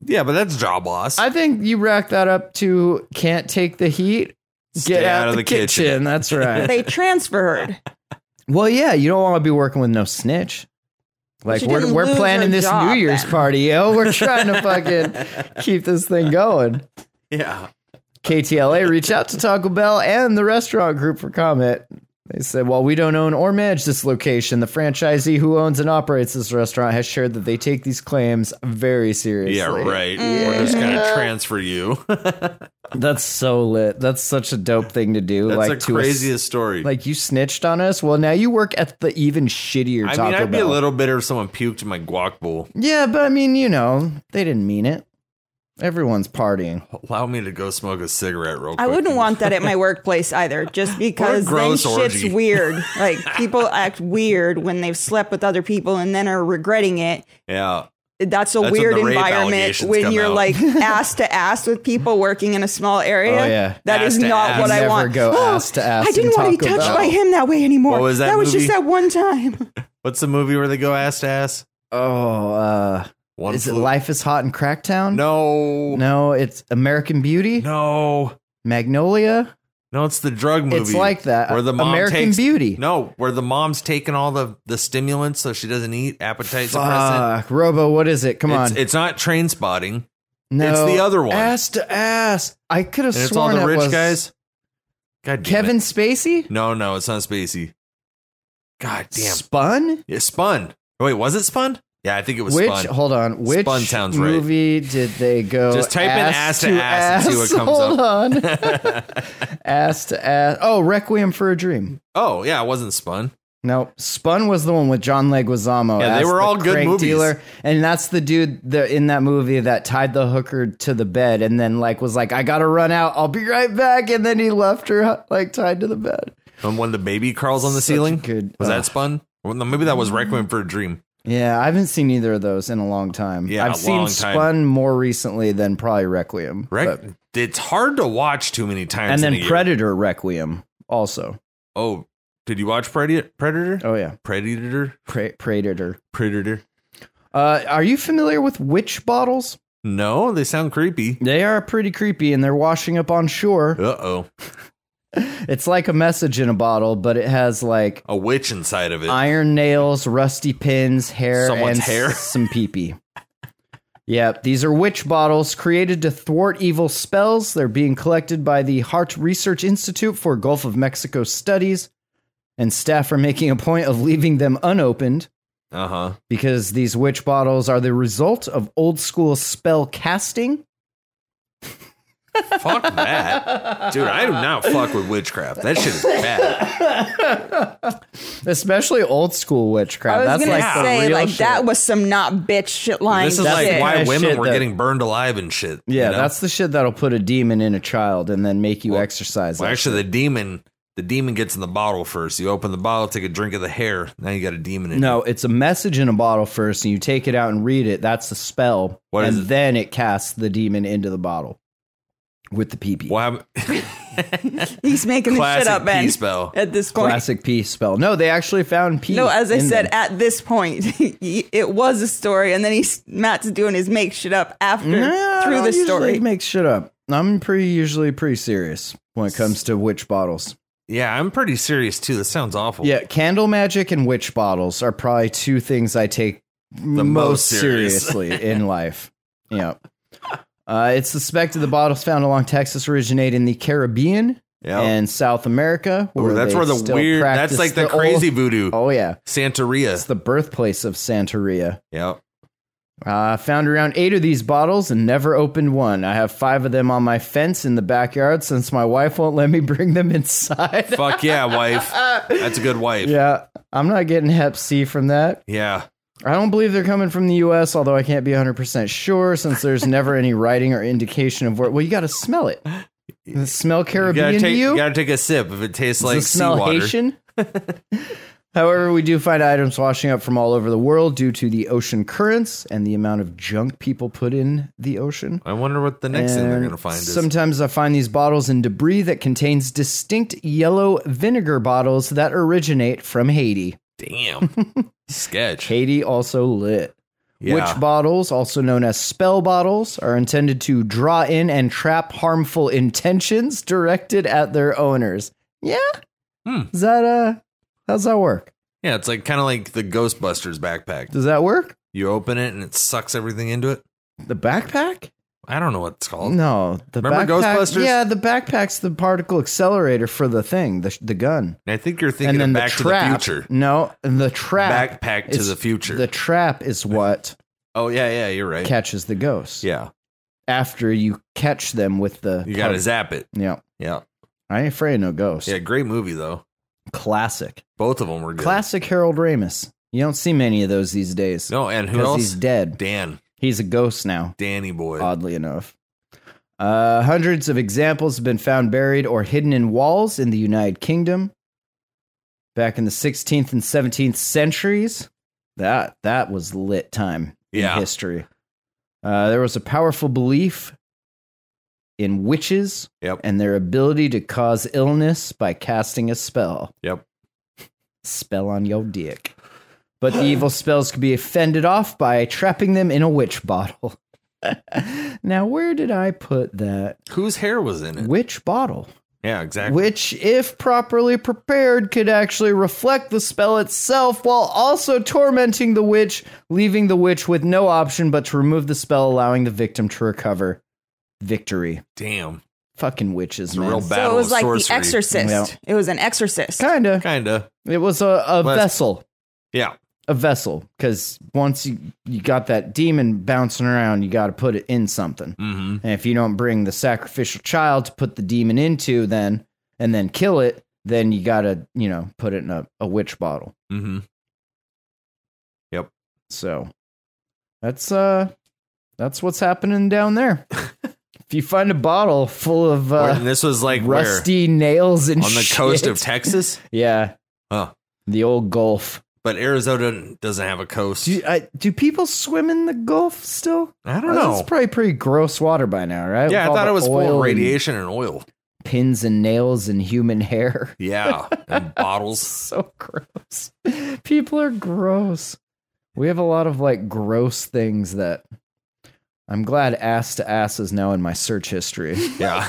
S1: Yeah, but that's job loss.
S3: I think you rack that up to can't take the heat. Get
S1: Stay
S3: out, of the, kitchen. That's right.
S2: They transferred.
S3: well, yeah, you don't want to be working with no snitch. Like
S2: she
S3: we're
S2: didn't
S3: we're
S2: lose
S3: planning
S2: her
S3: this
S2: job
S3: New Year's
S2: then.
S3: party, yo. We're trying to fucking keep this thing going.
S1: yeah.
S3: KTLA reached out to Taco Bell and the restaurant group for comment. They said, while we don't own or manage this location, the franchisee who owns and operates this restaurant has shared that they take these claims very seriously.
S1: Yeah, right. Mm-hmm. We're just gonna transfer you. that's
S3: That's so lit. That's such a dope thing to do. like
S1: the
S3: to us-
S1: craziest story.
S3: like you snitched on us. Well, now you work at the even shittier
S1: I
S3: Taco
S1: mean, I'd be
S3: Bell.
S1: a little bitter if someone puked in my guac bowl.
S3: yeah, but I mean, you know, they didn't mean it. Everyone's partying.
S1: Allow me to go smoke a cigarette real quick.
S2: I wouldn't want that at my workplace either, just because then
S1: gross
S2: shit's
S1: orgy.
S2: weird. Like people act weird when they've slept with other people and then are regretting it.
S1: Yeah.
S2: That's a
S1: That's when
S2: weird
S1: the rape
S2: environment
S1: allegations
S2: when
S1: come
S2: you're
S1: out.
S2: like ass to ass with people working in a small area.
S3: Oh, yeah.
S2: that
S1: Ass
S2: is
S1: to
S2: not
S1: ass.
S2: what I
S3: Never
S2: want.
S3: go ass to ass
S2: I didn't
S3: in
S2: want to be
S3: Taco
S2: touched
S3: Bell.
S2: by him that way anymore.
S1: What was that
S2: was
S1: movie?
S2: just that one time.
S1: What's the movie where they go ass to ass?
S3: Oh, uh,
S1: One
S3: is it
S1: flew-
S3: Life is Hot in Cracktown?
S1: No.
S3: No, it's American Beauty,
S1: No.
S3: Magnolia.
S1: No, it's the drug movie.
S3: It's like that.
S1: Where the mom
S3: American
S1: takes,
S3: Beauty.
S1: No, where the mom's taking all the, the stimulants so she doesn't eat appetite suppressant.
S3: Fuck, Robo, what is it? Come
S1: It's,
S3: on.
S1: it's not train spotting.
S3: no,
S1: it's the other one.
S3: Ass to ass. I could have
S1: And it's
S3: sworn
S1: all the
S3: it
S1: rich
S3: was
S1: guys. God damn
S3: Kevin
S1: it.
S3: Spacey?
S1: No, no, it's not Spacey. God damn.
S3: Spun?
S1: It spun. Wait, was it spun? Yeah, I think it was
S3: Which
S1: spun.
S3: hold on, which
S1: Spun sounds right.
S3: movie did they go?
S1: Just type in ass to ass and see what comes
S3: hold on,
S1: oh
S3: ass to ass. Oh, Requiem for a Dream.
S1: Oh, yeah, it wasn't spun.
S3: No, Spun was the one with John Leguizamo.
S1: Yeah, they
S3: as
S1: were
S3: the
S1: all good
S3: crank
S1: movies.
S3: Dealer, and that's the dude that in that movie that tied the hooker to the bed, and then like was like, "I gotta run out. I'll be right back," and then he left her like tied to the bed.
S1: And when the baby crawls on the
S3: Such a
S1: ceiling,
S3: good- uh,
S1: was
S3: ugh.
S1: that spun? Well, no, maybe that was Requiem for a Dream.
S3: Yeah, I haven't seen either of those in a long time.
S1: Yeah,
S3: I've
S1: a
S3: seen
S1: long time.
S3: Spun more recently than probably Requiem.
S1: Right?
S3: but-
S1: It's hard to watch too many times.
S3: and
S1: in a
S3: then
S1: year.
S3: Predator Requiem also.
S1: Oh, did you watch Predator? Predator?
S3: Oh yeah,
S1: Predator?
S3: Pre- Predator.
S1: Predator?
S3: Uh, are you familiar with witch bottles?
S1: No, they sound creepy.
S3: They are pretty creepy, and they're washing up on shore.
S1: Uh oh,
S3: It's like a message in a bottle, but it has like
S1: a witch inside of it.
S3: iron nails, rusty pins, hair,
S1: Someone's
S3: and
S1: hair.
S3: some pee-pee. Yep, these are witch bottles created to thwart evil spells. They're being collected by the Heart Research Institute for Gulf of Mexico Studies, and staff are making a point of leaving them unopened
S1: Uh huh.
S3: because these witch bottles are the result of old school spell casting.
S1: Fuck that. Dude, I do not fuck with witchcraft. That shit is bad.
S3: Especially old school witchcraft.
S2: I was
S3: That's
S2: gonna
S3: like the
S2: say
S3: real
S2: like
S3: shit.
S2: that was some not bitch shit line.
S1: This is
S2: shit.
S1: like why
S3: kinda
S1: women
S3: shit
S1: were
S3: that-
S1: getting burned alive and shit.
S3: Yeah,
S1: you know?
S3: that's the shit that'll put a demon in a child and then make you exercise.
S1: Well,
S3: it.
S1: actually, the demon, the demon gets in the bottle first. You open the bottle, take a drink of the hair. Now you got a demon in.
S3: no,
S1: you.
S3: it's a message in a bottle first, and you take it out and read it. That's the spell,
S1: What
S3: and
S1: is it?
S3: then it casts the demon into the bottle with the peepee.
S1: What happened?
S2: He's making the shit
S1: Classic
S2: up, Ben.
S1: pee spell.
S2: At this point,
S3: Classic pee spell. No, they actually found pee.
S2: no. As I
S3: in
S2: said,
S3: them.
S2: at this point, it was a story, and then he's Matt's doing his make shit up after
S3: No, I
S2: through
S3: don't
S2: the
S3: usually
S2: story.
S3: make shit up. I'm pretty usually pretty serious when it comes to witch bottles.
S1: Yeah, I'm pretty serious too. That sounds awful.
S3: Yeah, candle magic and witch bottles are probably two things I take most
S1: most serious.
S3: seriously in life. Yeah. Uh, it's suspected the bottles found along Texas originate in the Caribbean
S1: Yeah.
S3: and South America.
S1: Oh. Ooh, that's
S3: they
S1: where the
S3: still
S1: weird. That's
S3: practice
S1: like the,
S3: old-
S1: crazy voodoo.
S3: oh, yeah. It's
S1: Santeria.
S3: the birthplace of Santeria.
S1: yep.
S3: Uh, found around eight of these bottles and never opened one. I have five of them on my fence in the backyard since my wife won't let me bring them inside.
S1: Fuck yeah, wife. That's a good wife. Yeah.
S3: yeah, I'm not getting Hep C from that. I don't believe they're coming from the U.S., although I can't be 100% sure since there's never any writing or indication of where. Well, you got to smell it. Does it smell
S1: You
S3: Caribbean
S1: gotta
S3: to
S1: take.
S3: you?
S1: You gotta take a sip if it tastes
S3: Does it
S1: like
S3: smell
S1: seawater.
S3: Haitian? However, we do find items washing up from all over the world due to the ocean currents and the amount of junk people put in the ocean.
S1: I wonder what the next thing they're
S3: And
S1: gonna find is.
S3: Sometimes I find these bottles in debris that contains distinct yellow vinegar bottles that originate from Haiti.
S1: Damn. Sketch.
S3: Haiti also lit.
S1: Yeah.
S3: Witch bottles, also known as spell bottles, are intended to draw in and trap harmful intentions directed at their owners. Yeah?
S1: Hmm.
S3: Is that uh how's that work?
S1: Yeah, it's like kind of like the Ghostbusters backpack.
S3: Does that work?
S1: You open it and it sucks everything into it.
S3: The backpack?
S1: I don't know what it's called.
S3: No, the
S1: Remember
S3: backpack.
S1: Ghostbusters?
S3: Yeah, the backpack's the particle accelerator for the thing, the the gun.
S1: And I think you're thinking of
S3: and then
S1: Back
S3: the trap.
S1: to the Future.
S3: No, and the trap.
S1: Backpack to
S3: is-
S1: the Future.
S3: The trap is what
S1: oh yeah, yeah, you're right.
S3: catches the ghosts.
S1: Yeah,
S3: After you catch them with the
S1: you gotta
S3: pug.
S1: zap it.
S3: Yeah.
S1: Yeah,
S3: I ain't afraid of no ghosts.
S1: yeah. Great movie though.
S3: Classic.
S1: Both of them were good.
S3: Classic Harold Ramis. You don't see many of those these days.
S1: No, and who
S3: because
S1: else?
S3: he's dead.
S1: Dan,
S3: He's a ghost now,
S1: Danny boy.
S3: oddly enough. Uh, hundreds of examples have been found buried or hidden in walls in the United Kingdom. Back in the 16th and 17th centuries, that that was lit time
S1: Yeah.
S3: in history. Uh, there was a powerful belief in witches
S1: Yep.
S3: and their ability to cause illness by casting a spell.
S1: Yep.
S3: spell on your dick. But the evil spells could be fended off by trapping them in a witch bottle. now, where did I put that
S1: Whose hair was in it?
S3: witch bottle?
S1: yeah, exactly.
S3: Which, if properly prepared, could actually reflect the spell itself while also tormenting the witch, leaving the witch with no option but to remove the spell, allowing the victim to recover victory.
S1: Damn,
S3: Fucking witches,
S1: it's a
S3: man.
S1: real
S2: So
S1: battle
S2: it was
S1: of
S2: like
S1: sorcery.
S2: The Exorcist.
S3: Yeah.
S2: It was an Exorcist.
S3: Kinda.
S1: Kinda.
S3: It was a, a
S1: Well, it's-
S3: vessel.
S1: Yeah,
S3: a vessel because once you, you got that demon bouncing around, you got to put it in something.
S1: hmm
S3: And if you don't bring the sacrificial child to put the demon into, then and then kill it, then you got to you know put it in a, a witch bottle.
S1: hmm
S3: So that's uh that's what's happening down there. if you find a bottle full of uh,
S1: this was like
S3: rusty nails and
S1: where on the coast of
S3: shit-
S1: Texas,
S3: yeah,
S1: Huh.
S3: the old Gulf.
S1: but Arizona doesn't have a coast.
S3: Do I, do people swim in the Gulf still?
S1: I don't
S3: Well,
S1: know.
S3: It's probably pretty gross water by now, right?
S1: yeah,
S3: With
S1: I
S3: all
S1: thought
S3: the
S1: it was
S3: oil
S1: full of
S3: and
S1: radiation and oil.
S3: pins and nails and human hair.
S1: Yeah, and bottles.
S3: so gross. People are gross. We have a lot of like gross things that I'm glad ass to ass is now in my search history.
S1: Yeah.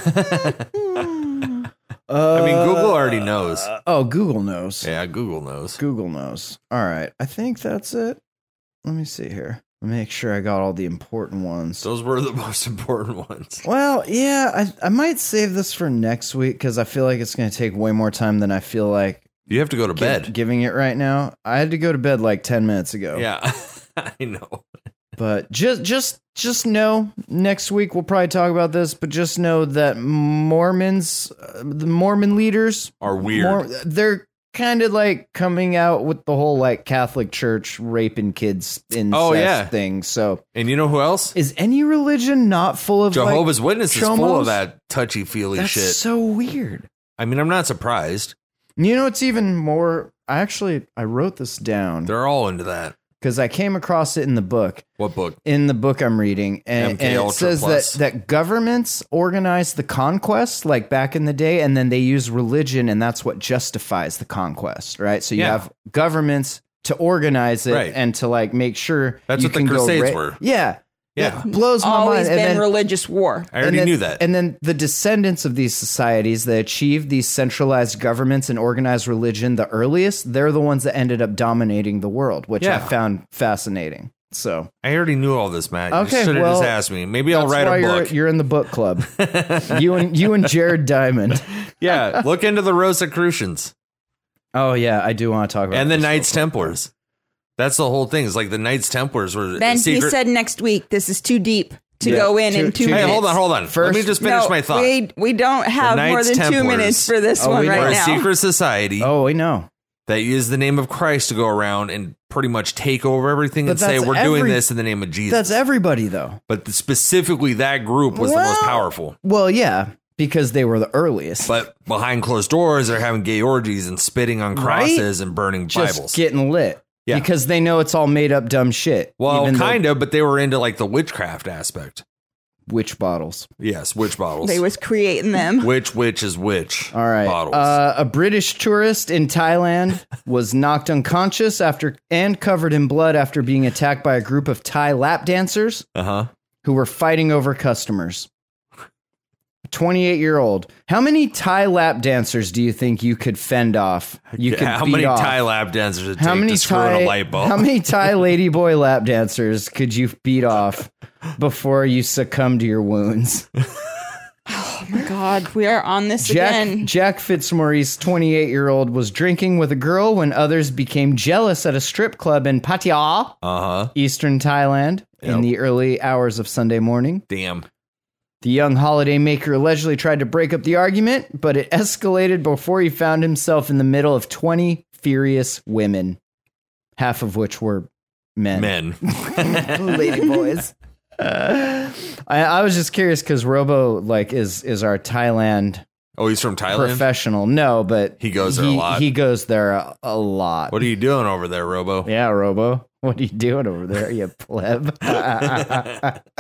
S3: Uh,
S1: I mean, Google already knows.
S3: Oh, Google knows.
S1: Yeah, Google knows.
S3: Google knows. All right. I think that's it. Let me see here. Make sure I got all the important ones.
S1: Those were the most important ones.
S3: Well, yeah, I, I might save this for next week because I feel like it's going to take way more time than I feel like
S1: You have to go to
S3: gi-
S1: bed.
S3: giving it right now. I had to go to bed like 10 minutes ago.
S1: Yeah, I know.
S3: But just just just know next week we'll probably talk about this, but just know that Mormons, uh, the Mormon leaders
S1: Are weird.
S3: they're kind of like coming out with the whole like Catholic Church raping kids incest
S1: Oh, yeah.
S3: thing. So
S1: and you know who else?
S3: is any religion not full of like,
S1: Jehovah's Witnesses full
S3: chomos?
S1: of that touchy feely
S3: That's
S1: shit.
S3: so weird.
S1: I mean, I'm not surprised.
S3: You know, it's even more. I actually I wrote this down
S1: They're all into that.
S3: because I came across it in the book.
S1: What book?
S3: in the book I'm reading, and,
S1: MK
S3: and it
S1: Ultra
S3: says
S1: Plus.
S3: that that governments organize the conquest like back in the day, and then they use religion, and that's what justifies the conquest, right? So you
S1: Yeah.
S3: have governments to organize it
S1: Right.
S3: and to like make sure
S1: That's
S3: you
S1: what the
S3: can go
S1: Crusades
S3: ra-
S1: were.
S3: Yeah,
S1: Yeah.
S3: It blows my
S2: Always
S3: mind. And
S2: been
S3: then-
S2: religious war.
S1: I already
S3: and then,
S1: knew that.
S3: And then the descendants of these societies that achieved these centralized governments and organized religion the earliest, they're the ones that ended up dominating the world, which
S1: Yeah.
S3: I found fascinating. So
S1: I already knew all this, Matt.
S3: Okay,
S1: you should have
S3: well,
S1: just asked me. Maybe I'll
S3: That's
S1: write
S3: why
S1: a
S3: you're-
S1: book.
S3: You're, in the book club. you and you and Jared Diamond.
S1: yeah, look into the Rosicrucians
S3: Oh yeah, I do want to talk about
S1: and the
S3: this.
S1: Knights Templars. That's the whole thing. It's like the Knights Templars were
S2: Then he
S1: secret.
S2: said next week, this is too deep to
S3: Yeah.
S2: go in
S3: Too-
S2: in two
S3: too-
S1: "Hey,
S2: minutes.
S1: hold on, hold on. Let me
S3: First-
S1: just finish
S2: no,
S1: my thought.
S2: We, we don't have more
S1: Knights
S2: than two
S1: Templars.
S2: minutes for this
S3: Oh,
S2: one
S3: we
S1: we're
S2: right
S1: a
S2: now.
S1: secret society
S3: Oh, we know.
S1: that used the name of Christ to go around and pretty much take over everything
S3: But
S1: and say
S3: that's
S1: we're doing
S3: every-
S1: this in the name of Jesus.
S3: That's everybody though.
S1: but specifically, that group was the most
S3: Well-
S1: powerful.
S3: Well, yeah, because they were the earliest.
S1: But behind closed doors, they're having gay orgies and spitting on
S3: Right?
S1: crosses and burning
S3: just
S1: Bibles.
S3: getting lit.
S1: Yeah.
S3: Because they know it's all made up dumb shit.
S1: well,
S3: even though-
S1: kind of, but they were into like the witchcraft aspect.
S3: witch bottles.
S1: Yes, witch bottles.
S2: They was creating them.
S1: which witch is which.
S3: All right.
S1: Bottles.
S3: Uh, a British tourist in Thailand was knocked unconscious after and covered in blood after being attacked by a group of Thai lap dancers.
S1: huh.
S3: who were fighting over customers. 28 year old. How many Thai lap dancers do you think you could fend off? You could
S1: how
S3: beat
S1: many
S3: off?
S1: Thai lap dancers it
S3: how
S1: take
S3: many
S1: to screw
S3: Thai
S1: in a light bulb?
S3: How many Thai ladyboy lap dancers could you beat off before you succumb to your wounds?
S2: God, we are on this
S3: Jack,
S2: again.
S3: Jack Fitzmaurice, 28 year old, was drinking with a girl when others became jealous at a strip club in Pattaya,
S1: Uh huh.
S3: eastern Thailand, in
S1: Yep.
S3: the early hours of Sunday morning.
S1: Damn.
S3: The young holidaymaker allegedly tried to break up the argument, but it escalated before he found himself in the middle of 20 furious women, half of which were men.
S1: Men.
S3: Lady boys. I, I was just curious because Robo like is is our Thailand
S1: Oh, he's from Thailand.
S3: professional. No, but
S1: He goes there a lot.
S3: He goes there a, a lot.
S1: What are you doing over there, Robo?
S3: Yeah, Robo. What are you doing over there, you pleb?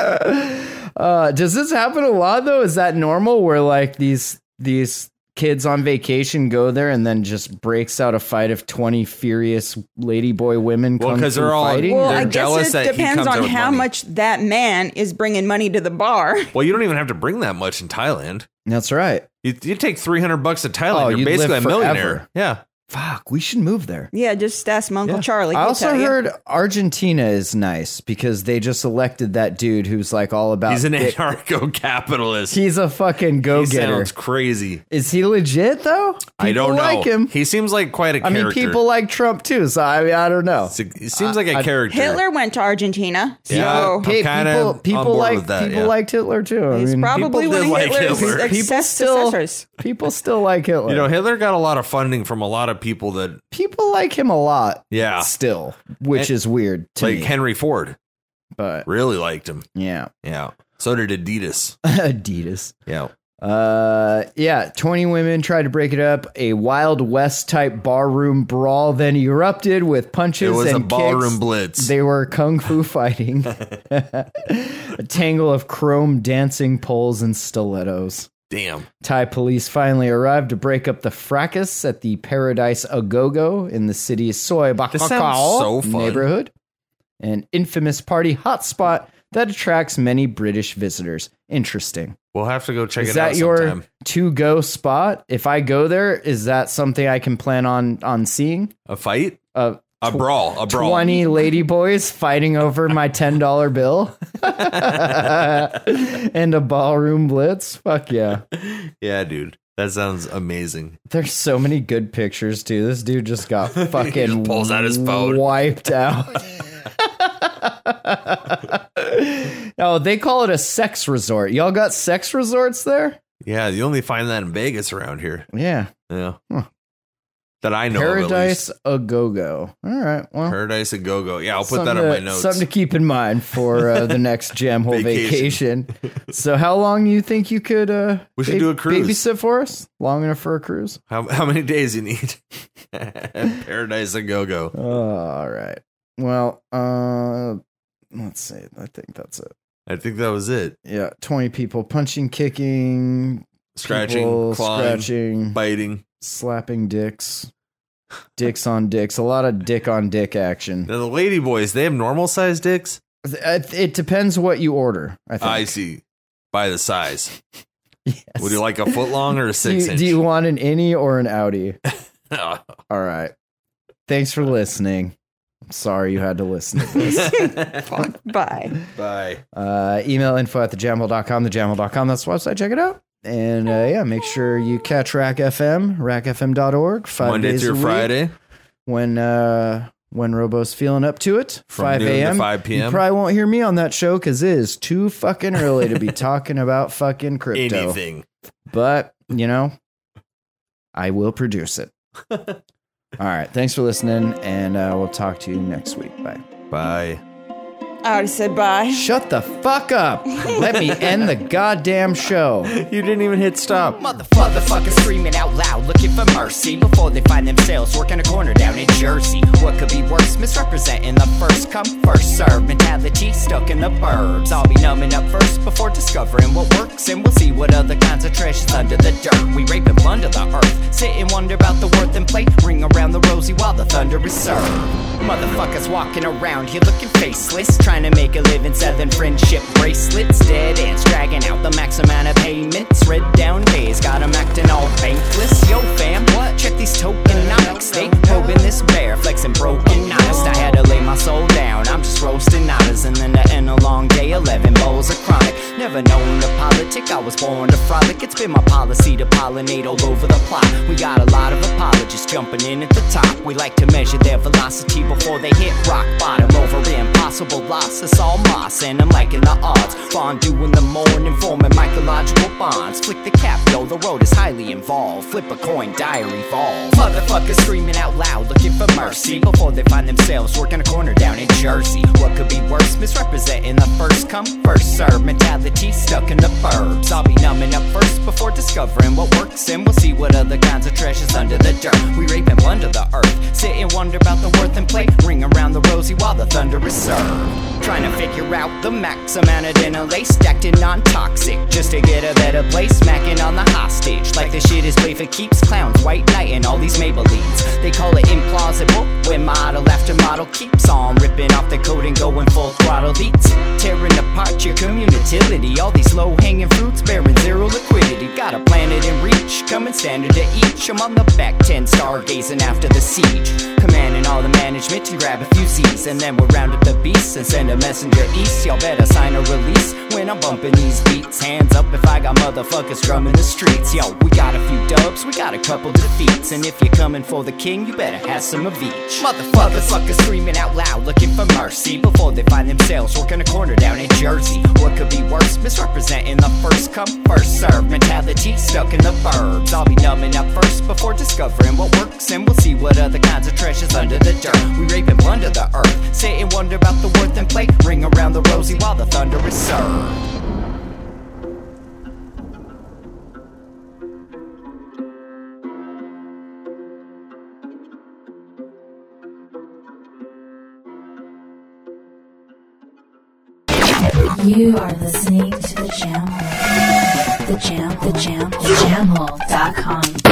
S3: uh, does this happen a lot though? Is that normal? Where like these these kids on vacation go there and then just breaks out a fight of twenty furious ladyboy women?
S1: Well,
S3: kung
S1: 'cause
S3: fu
S1: they're all-
S3: fighting?
S2: well,
S1: they're
S2: I
S1: jealous
S2: guess
S1: that
S2: it
S1: he
S2: depends
S1: comes out
S2: on
S1: with
S2: how
S1: money.
S2: much that man is bringing money to the bar.
S1: Well, you don't even have to bring that much in Thailand.
S3: That's right.
S1: You, you take three hundred bucks to Thailand,
S3: Oh,
S1: you're
S3: you'd live
S1: basically a
S3: forever.
S1: millionaire. Yeah.
S3: Fuck, we should move there.
S2: Yeah, just ask my Uncle Charlie.
S3: I
S2: he'll
S3: also
S2: tell you.
S3: heard Argentina is nice because they just elected that dude who's like all about.
S1: He's an
S3: dick-
S1: anarcho-capitalist.
S3: He's a fucking go
S1: he
S3: getter.
S1: sounds crazy.
S3: Is he legit though?
S1: I don't know.
S3: People like him.
S1: He seems like quite a
S3: I
S1: character.
S3: mean, people Uh, like Trump too, so I mean, I don't know.
S1: It's a- He seems like a
S3: I-
S1: character.
S2: Hitler went to Argentina. So
S1: Yeah. I'm
S3: Hey,
S1: kinda
S3: people,
S1: on
S3: people
S1: board
S3: like
S1: with that,
S3: people
S1: yeah.
S3: liked Hitler too. I
S2: he's
S3: mean,
S2: probably
S1: people
S2: one
S1: did
S2: of
S1: like
S2: Hitler's
S1: Hitler.
S2: success-
S3: People still-
S2: successors.
S3: people still like Hitler.
S1: You know, Hitler got a lot of funding from a lot of people that,
S3: people like him a lot
S1: yeah,
S3: still, which
S1: And-
S3: is weird to
S1: like
S3: me.
S1: Henry Ford
S3: but
S1: really liked him.
S3: yeah,
S1: Yeah. So did Adidas.
S3: Adidas.
S1: Yeah.
S3: Uh, yeah, 20 women tried to break it up. A Wild West type barroom brawl then erupted with punches
S1: It was
S3: and
S1: a ballroom
S3: kicks.
S1: blitz.
S3: They were kung fu fighting, a tangle of chrome dancing poles and stilettos.
S1: Damn.
S3: Thai police finally arrived to break up the fracas at the Paradise Agogo in the city's Soy
S1: This sounds so
S3: Bakakao
S1: fun.
S3: neighborhood, an infamous party hotspot that attracts many British visitors. Interesting.
S1: We'll have to go check
S3: is
S1: it
S3: that
S1: out
S3: your
S1: sometime.
S3: to go spot? If I go there, is that something I can plan on on seeing?
S1: A fight?
S3: Uh,
S1: A brawl. A brawl.
S3: 20 lady boys fighting over my $10 bill and a ballroom blitz. Fuck yeah.
S1: Yeah, dude. That sounds amazing.
S3: There's so many good pictures too. This dude just got fucking
S1: pulls out his phone.
S3: wiped out. No, Oh, they call it a sex resort. Y'all got sex resorts there?
S1: Yeah, you only find that in Vegas around here.
S3: Yeah.
S1: Yeah.
S3: Huh.
S1: That I know. of, at least.
S3: Paradise a go go. All right. Well,
S1: Paradise and Go Go. Yeah, I'll put that
S3: something
S1: on
S3: to-
S1: my notes.
S3: Something to keep in mind for uh, the next jam hole
S1: Vacation.
S3: vacation. So, how long do you think you could? Uh,
S1: We should do a cruise.
S3: Babysit for us? Long enough for a cruise?
S1: How, how many days you need? Paradise and Go Go.
S3: Oh, all right. Well, uh, let's see. I think that's it.
S1: I think that was it.
S3: Yeah, twenty people punching, kicking,
S1: Scratching,
S3: people
S1: clawing,
S3: scratching,
S1: biting.
S3: slapping dicks, dicks on dicks. A lot of dick on dick action.
S1: Now the lady boys, they have normal sized dicks.
S3: It, it depends what you order. I think.
S1: I see. By the size,
S3: Yes.
S1: would you like a foot long or a
S3: Do you-
S1: six inch? Oh,
S3: do you want an innie or an outie?
S1: want?
S3: All right. Thanks for listening. I'm sorry you had to listen to this.
S2: Fuck, bye.
S1: Bye.
S3: uh, email info at thejamhole.com, thejamhole.com. That's the website. Check it out. And uh, yeah, make sure you catch Rack FM, rackfm.org, five
S1: Monday
S3: days a
S1: through
S3: week
S1: Friday.
S3: when uh, when Robo's feeling up to it.
S1: From
S3: five
S1: noon to
S3: a.m.
S1: 5 p.m..
S3: You probably won't hear me on that show because it is too fucking early to be talking about fucking crypto.
S1: Anything.
S3: But you know, I will produce it. All right. Thanks for listening, and uh, we'll talk to you next week. Bye.
S1: Bye.
S2: I already said bye.
S3: Shut the fuck up. Let me end the goddamn show.
S1: You didn't even hit stop.
S7: Motherfuckers screaming out loud, looking for mercy before they find themselves working a corner down in Jersey. What could be worse? Misrepresenting the first come, first serve mentality stuck in the burbs. I'll be numbing up first before discovering what works, and we'll see what other kinds of treasures under the dirt. We rape and plunder the earth, sit and wonder about the worth and plate. Ring around the rosy while the thunder is served. Motherfuckers walking around here looking faceless, trying to make a living selling friendship bracelets. Dead ends dragging out the max amount of payments. Red down days got 'em acting all bankless. Yo, fam, what? Check these tokenomics. They probing this bear, flexing broken honest. I had to lay my soul down. I'm just roasting honors. And then to end a long day, 11 bowls of chronic. Never known to politic, I was born to frolic. It's been my policy to pollinate all over the plot. We got a lot of apologists jumping in at the top. We like to measure their velocity before they hit rock bottom over impossible loss. It's all moss, and I'm liking the odds. Fondue in the morning, forming mycological bonds. Flick the cap, yo, the road is highly involved. Flip a coin, diary fall. Motherfuckers screaming out loud, looking for mercy before they find themselves working a corner down in Jersey. What could be worse? Misrepresenting the first come, first serve mentality stuck in the burbs. I'll be numbing up first before discovering what works, and we'll see what other kinds of treasures under the dirt. We rape and plunder the earth, sit and wonder about the worth and play. Ring around the rosy while the thunder is served. Trying to figure out the max amount of dinner lay stacked in non-toxic just to get a better place. Smacking on the hostage like the shit is play for keeps. Clowns, white knight, and all these Maybellines. They call it implausible when model after model keeps on ripping off the coat and going full throttle beats, tearing apart your community. All these low-hanging fruits bearing zero liquidity. Got a planet in reach, coming standard to each. I'm on the back ten, stargazing after the siege, commanding all the management to grab a few Z's, and then we'll round up the beasts and send a messenger east. Y'all better sign a release when I'm bumping these beats. Hands up if I got motherfuckers drumming the streets. Yo, we got a few dubs, we got a couple defeats, and if you're coming for the king, you better have some of each. Motherfuckers, fuckers screaming out loud, looking for mercy before they find themselves working a corner down in Jersey. What could be worse? Misrepresenting the first come, first serve mentality stuck in the burbs. I'll be numbing up first before discovering what works, and we'll see what other kinds of treasures under the dirt. We rape and plunder the earth, sit and wonder about the worth and play. Ring around the rosy while the thunder is served.
S8: You are listening to the Jam Hole. The Jam, the Jam, the Jam Hole.com.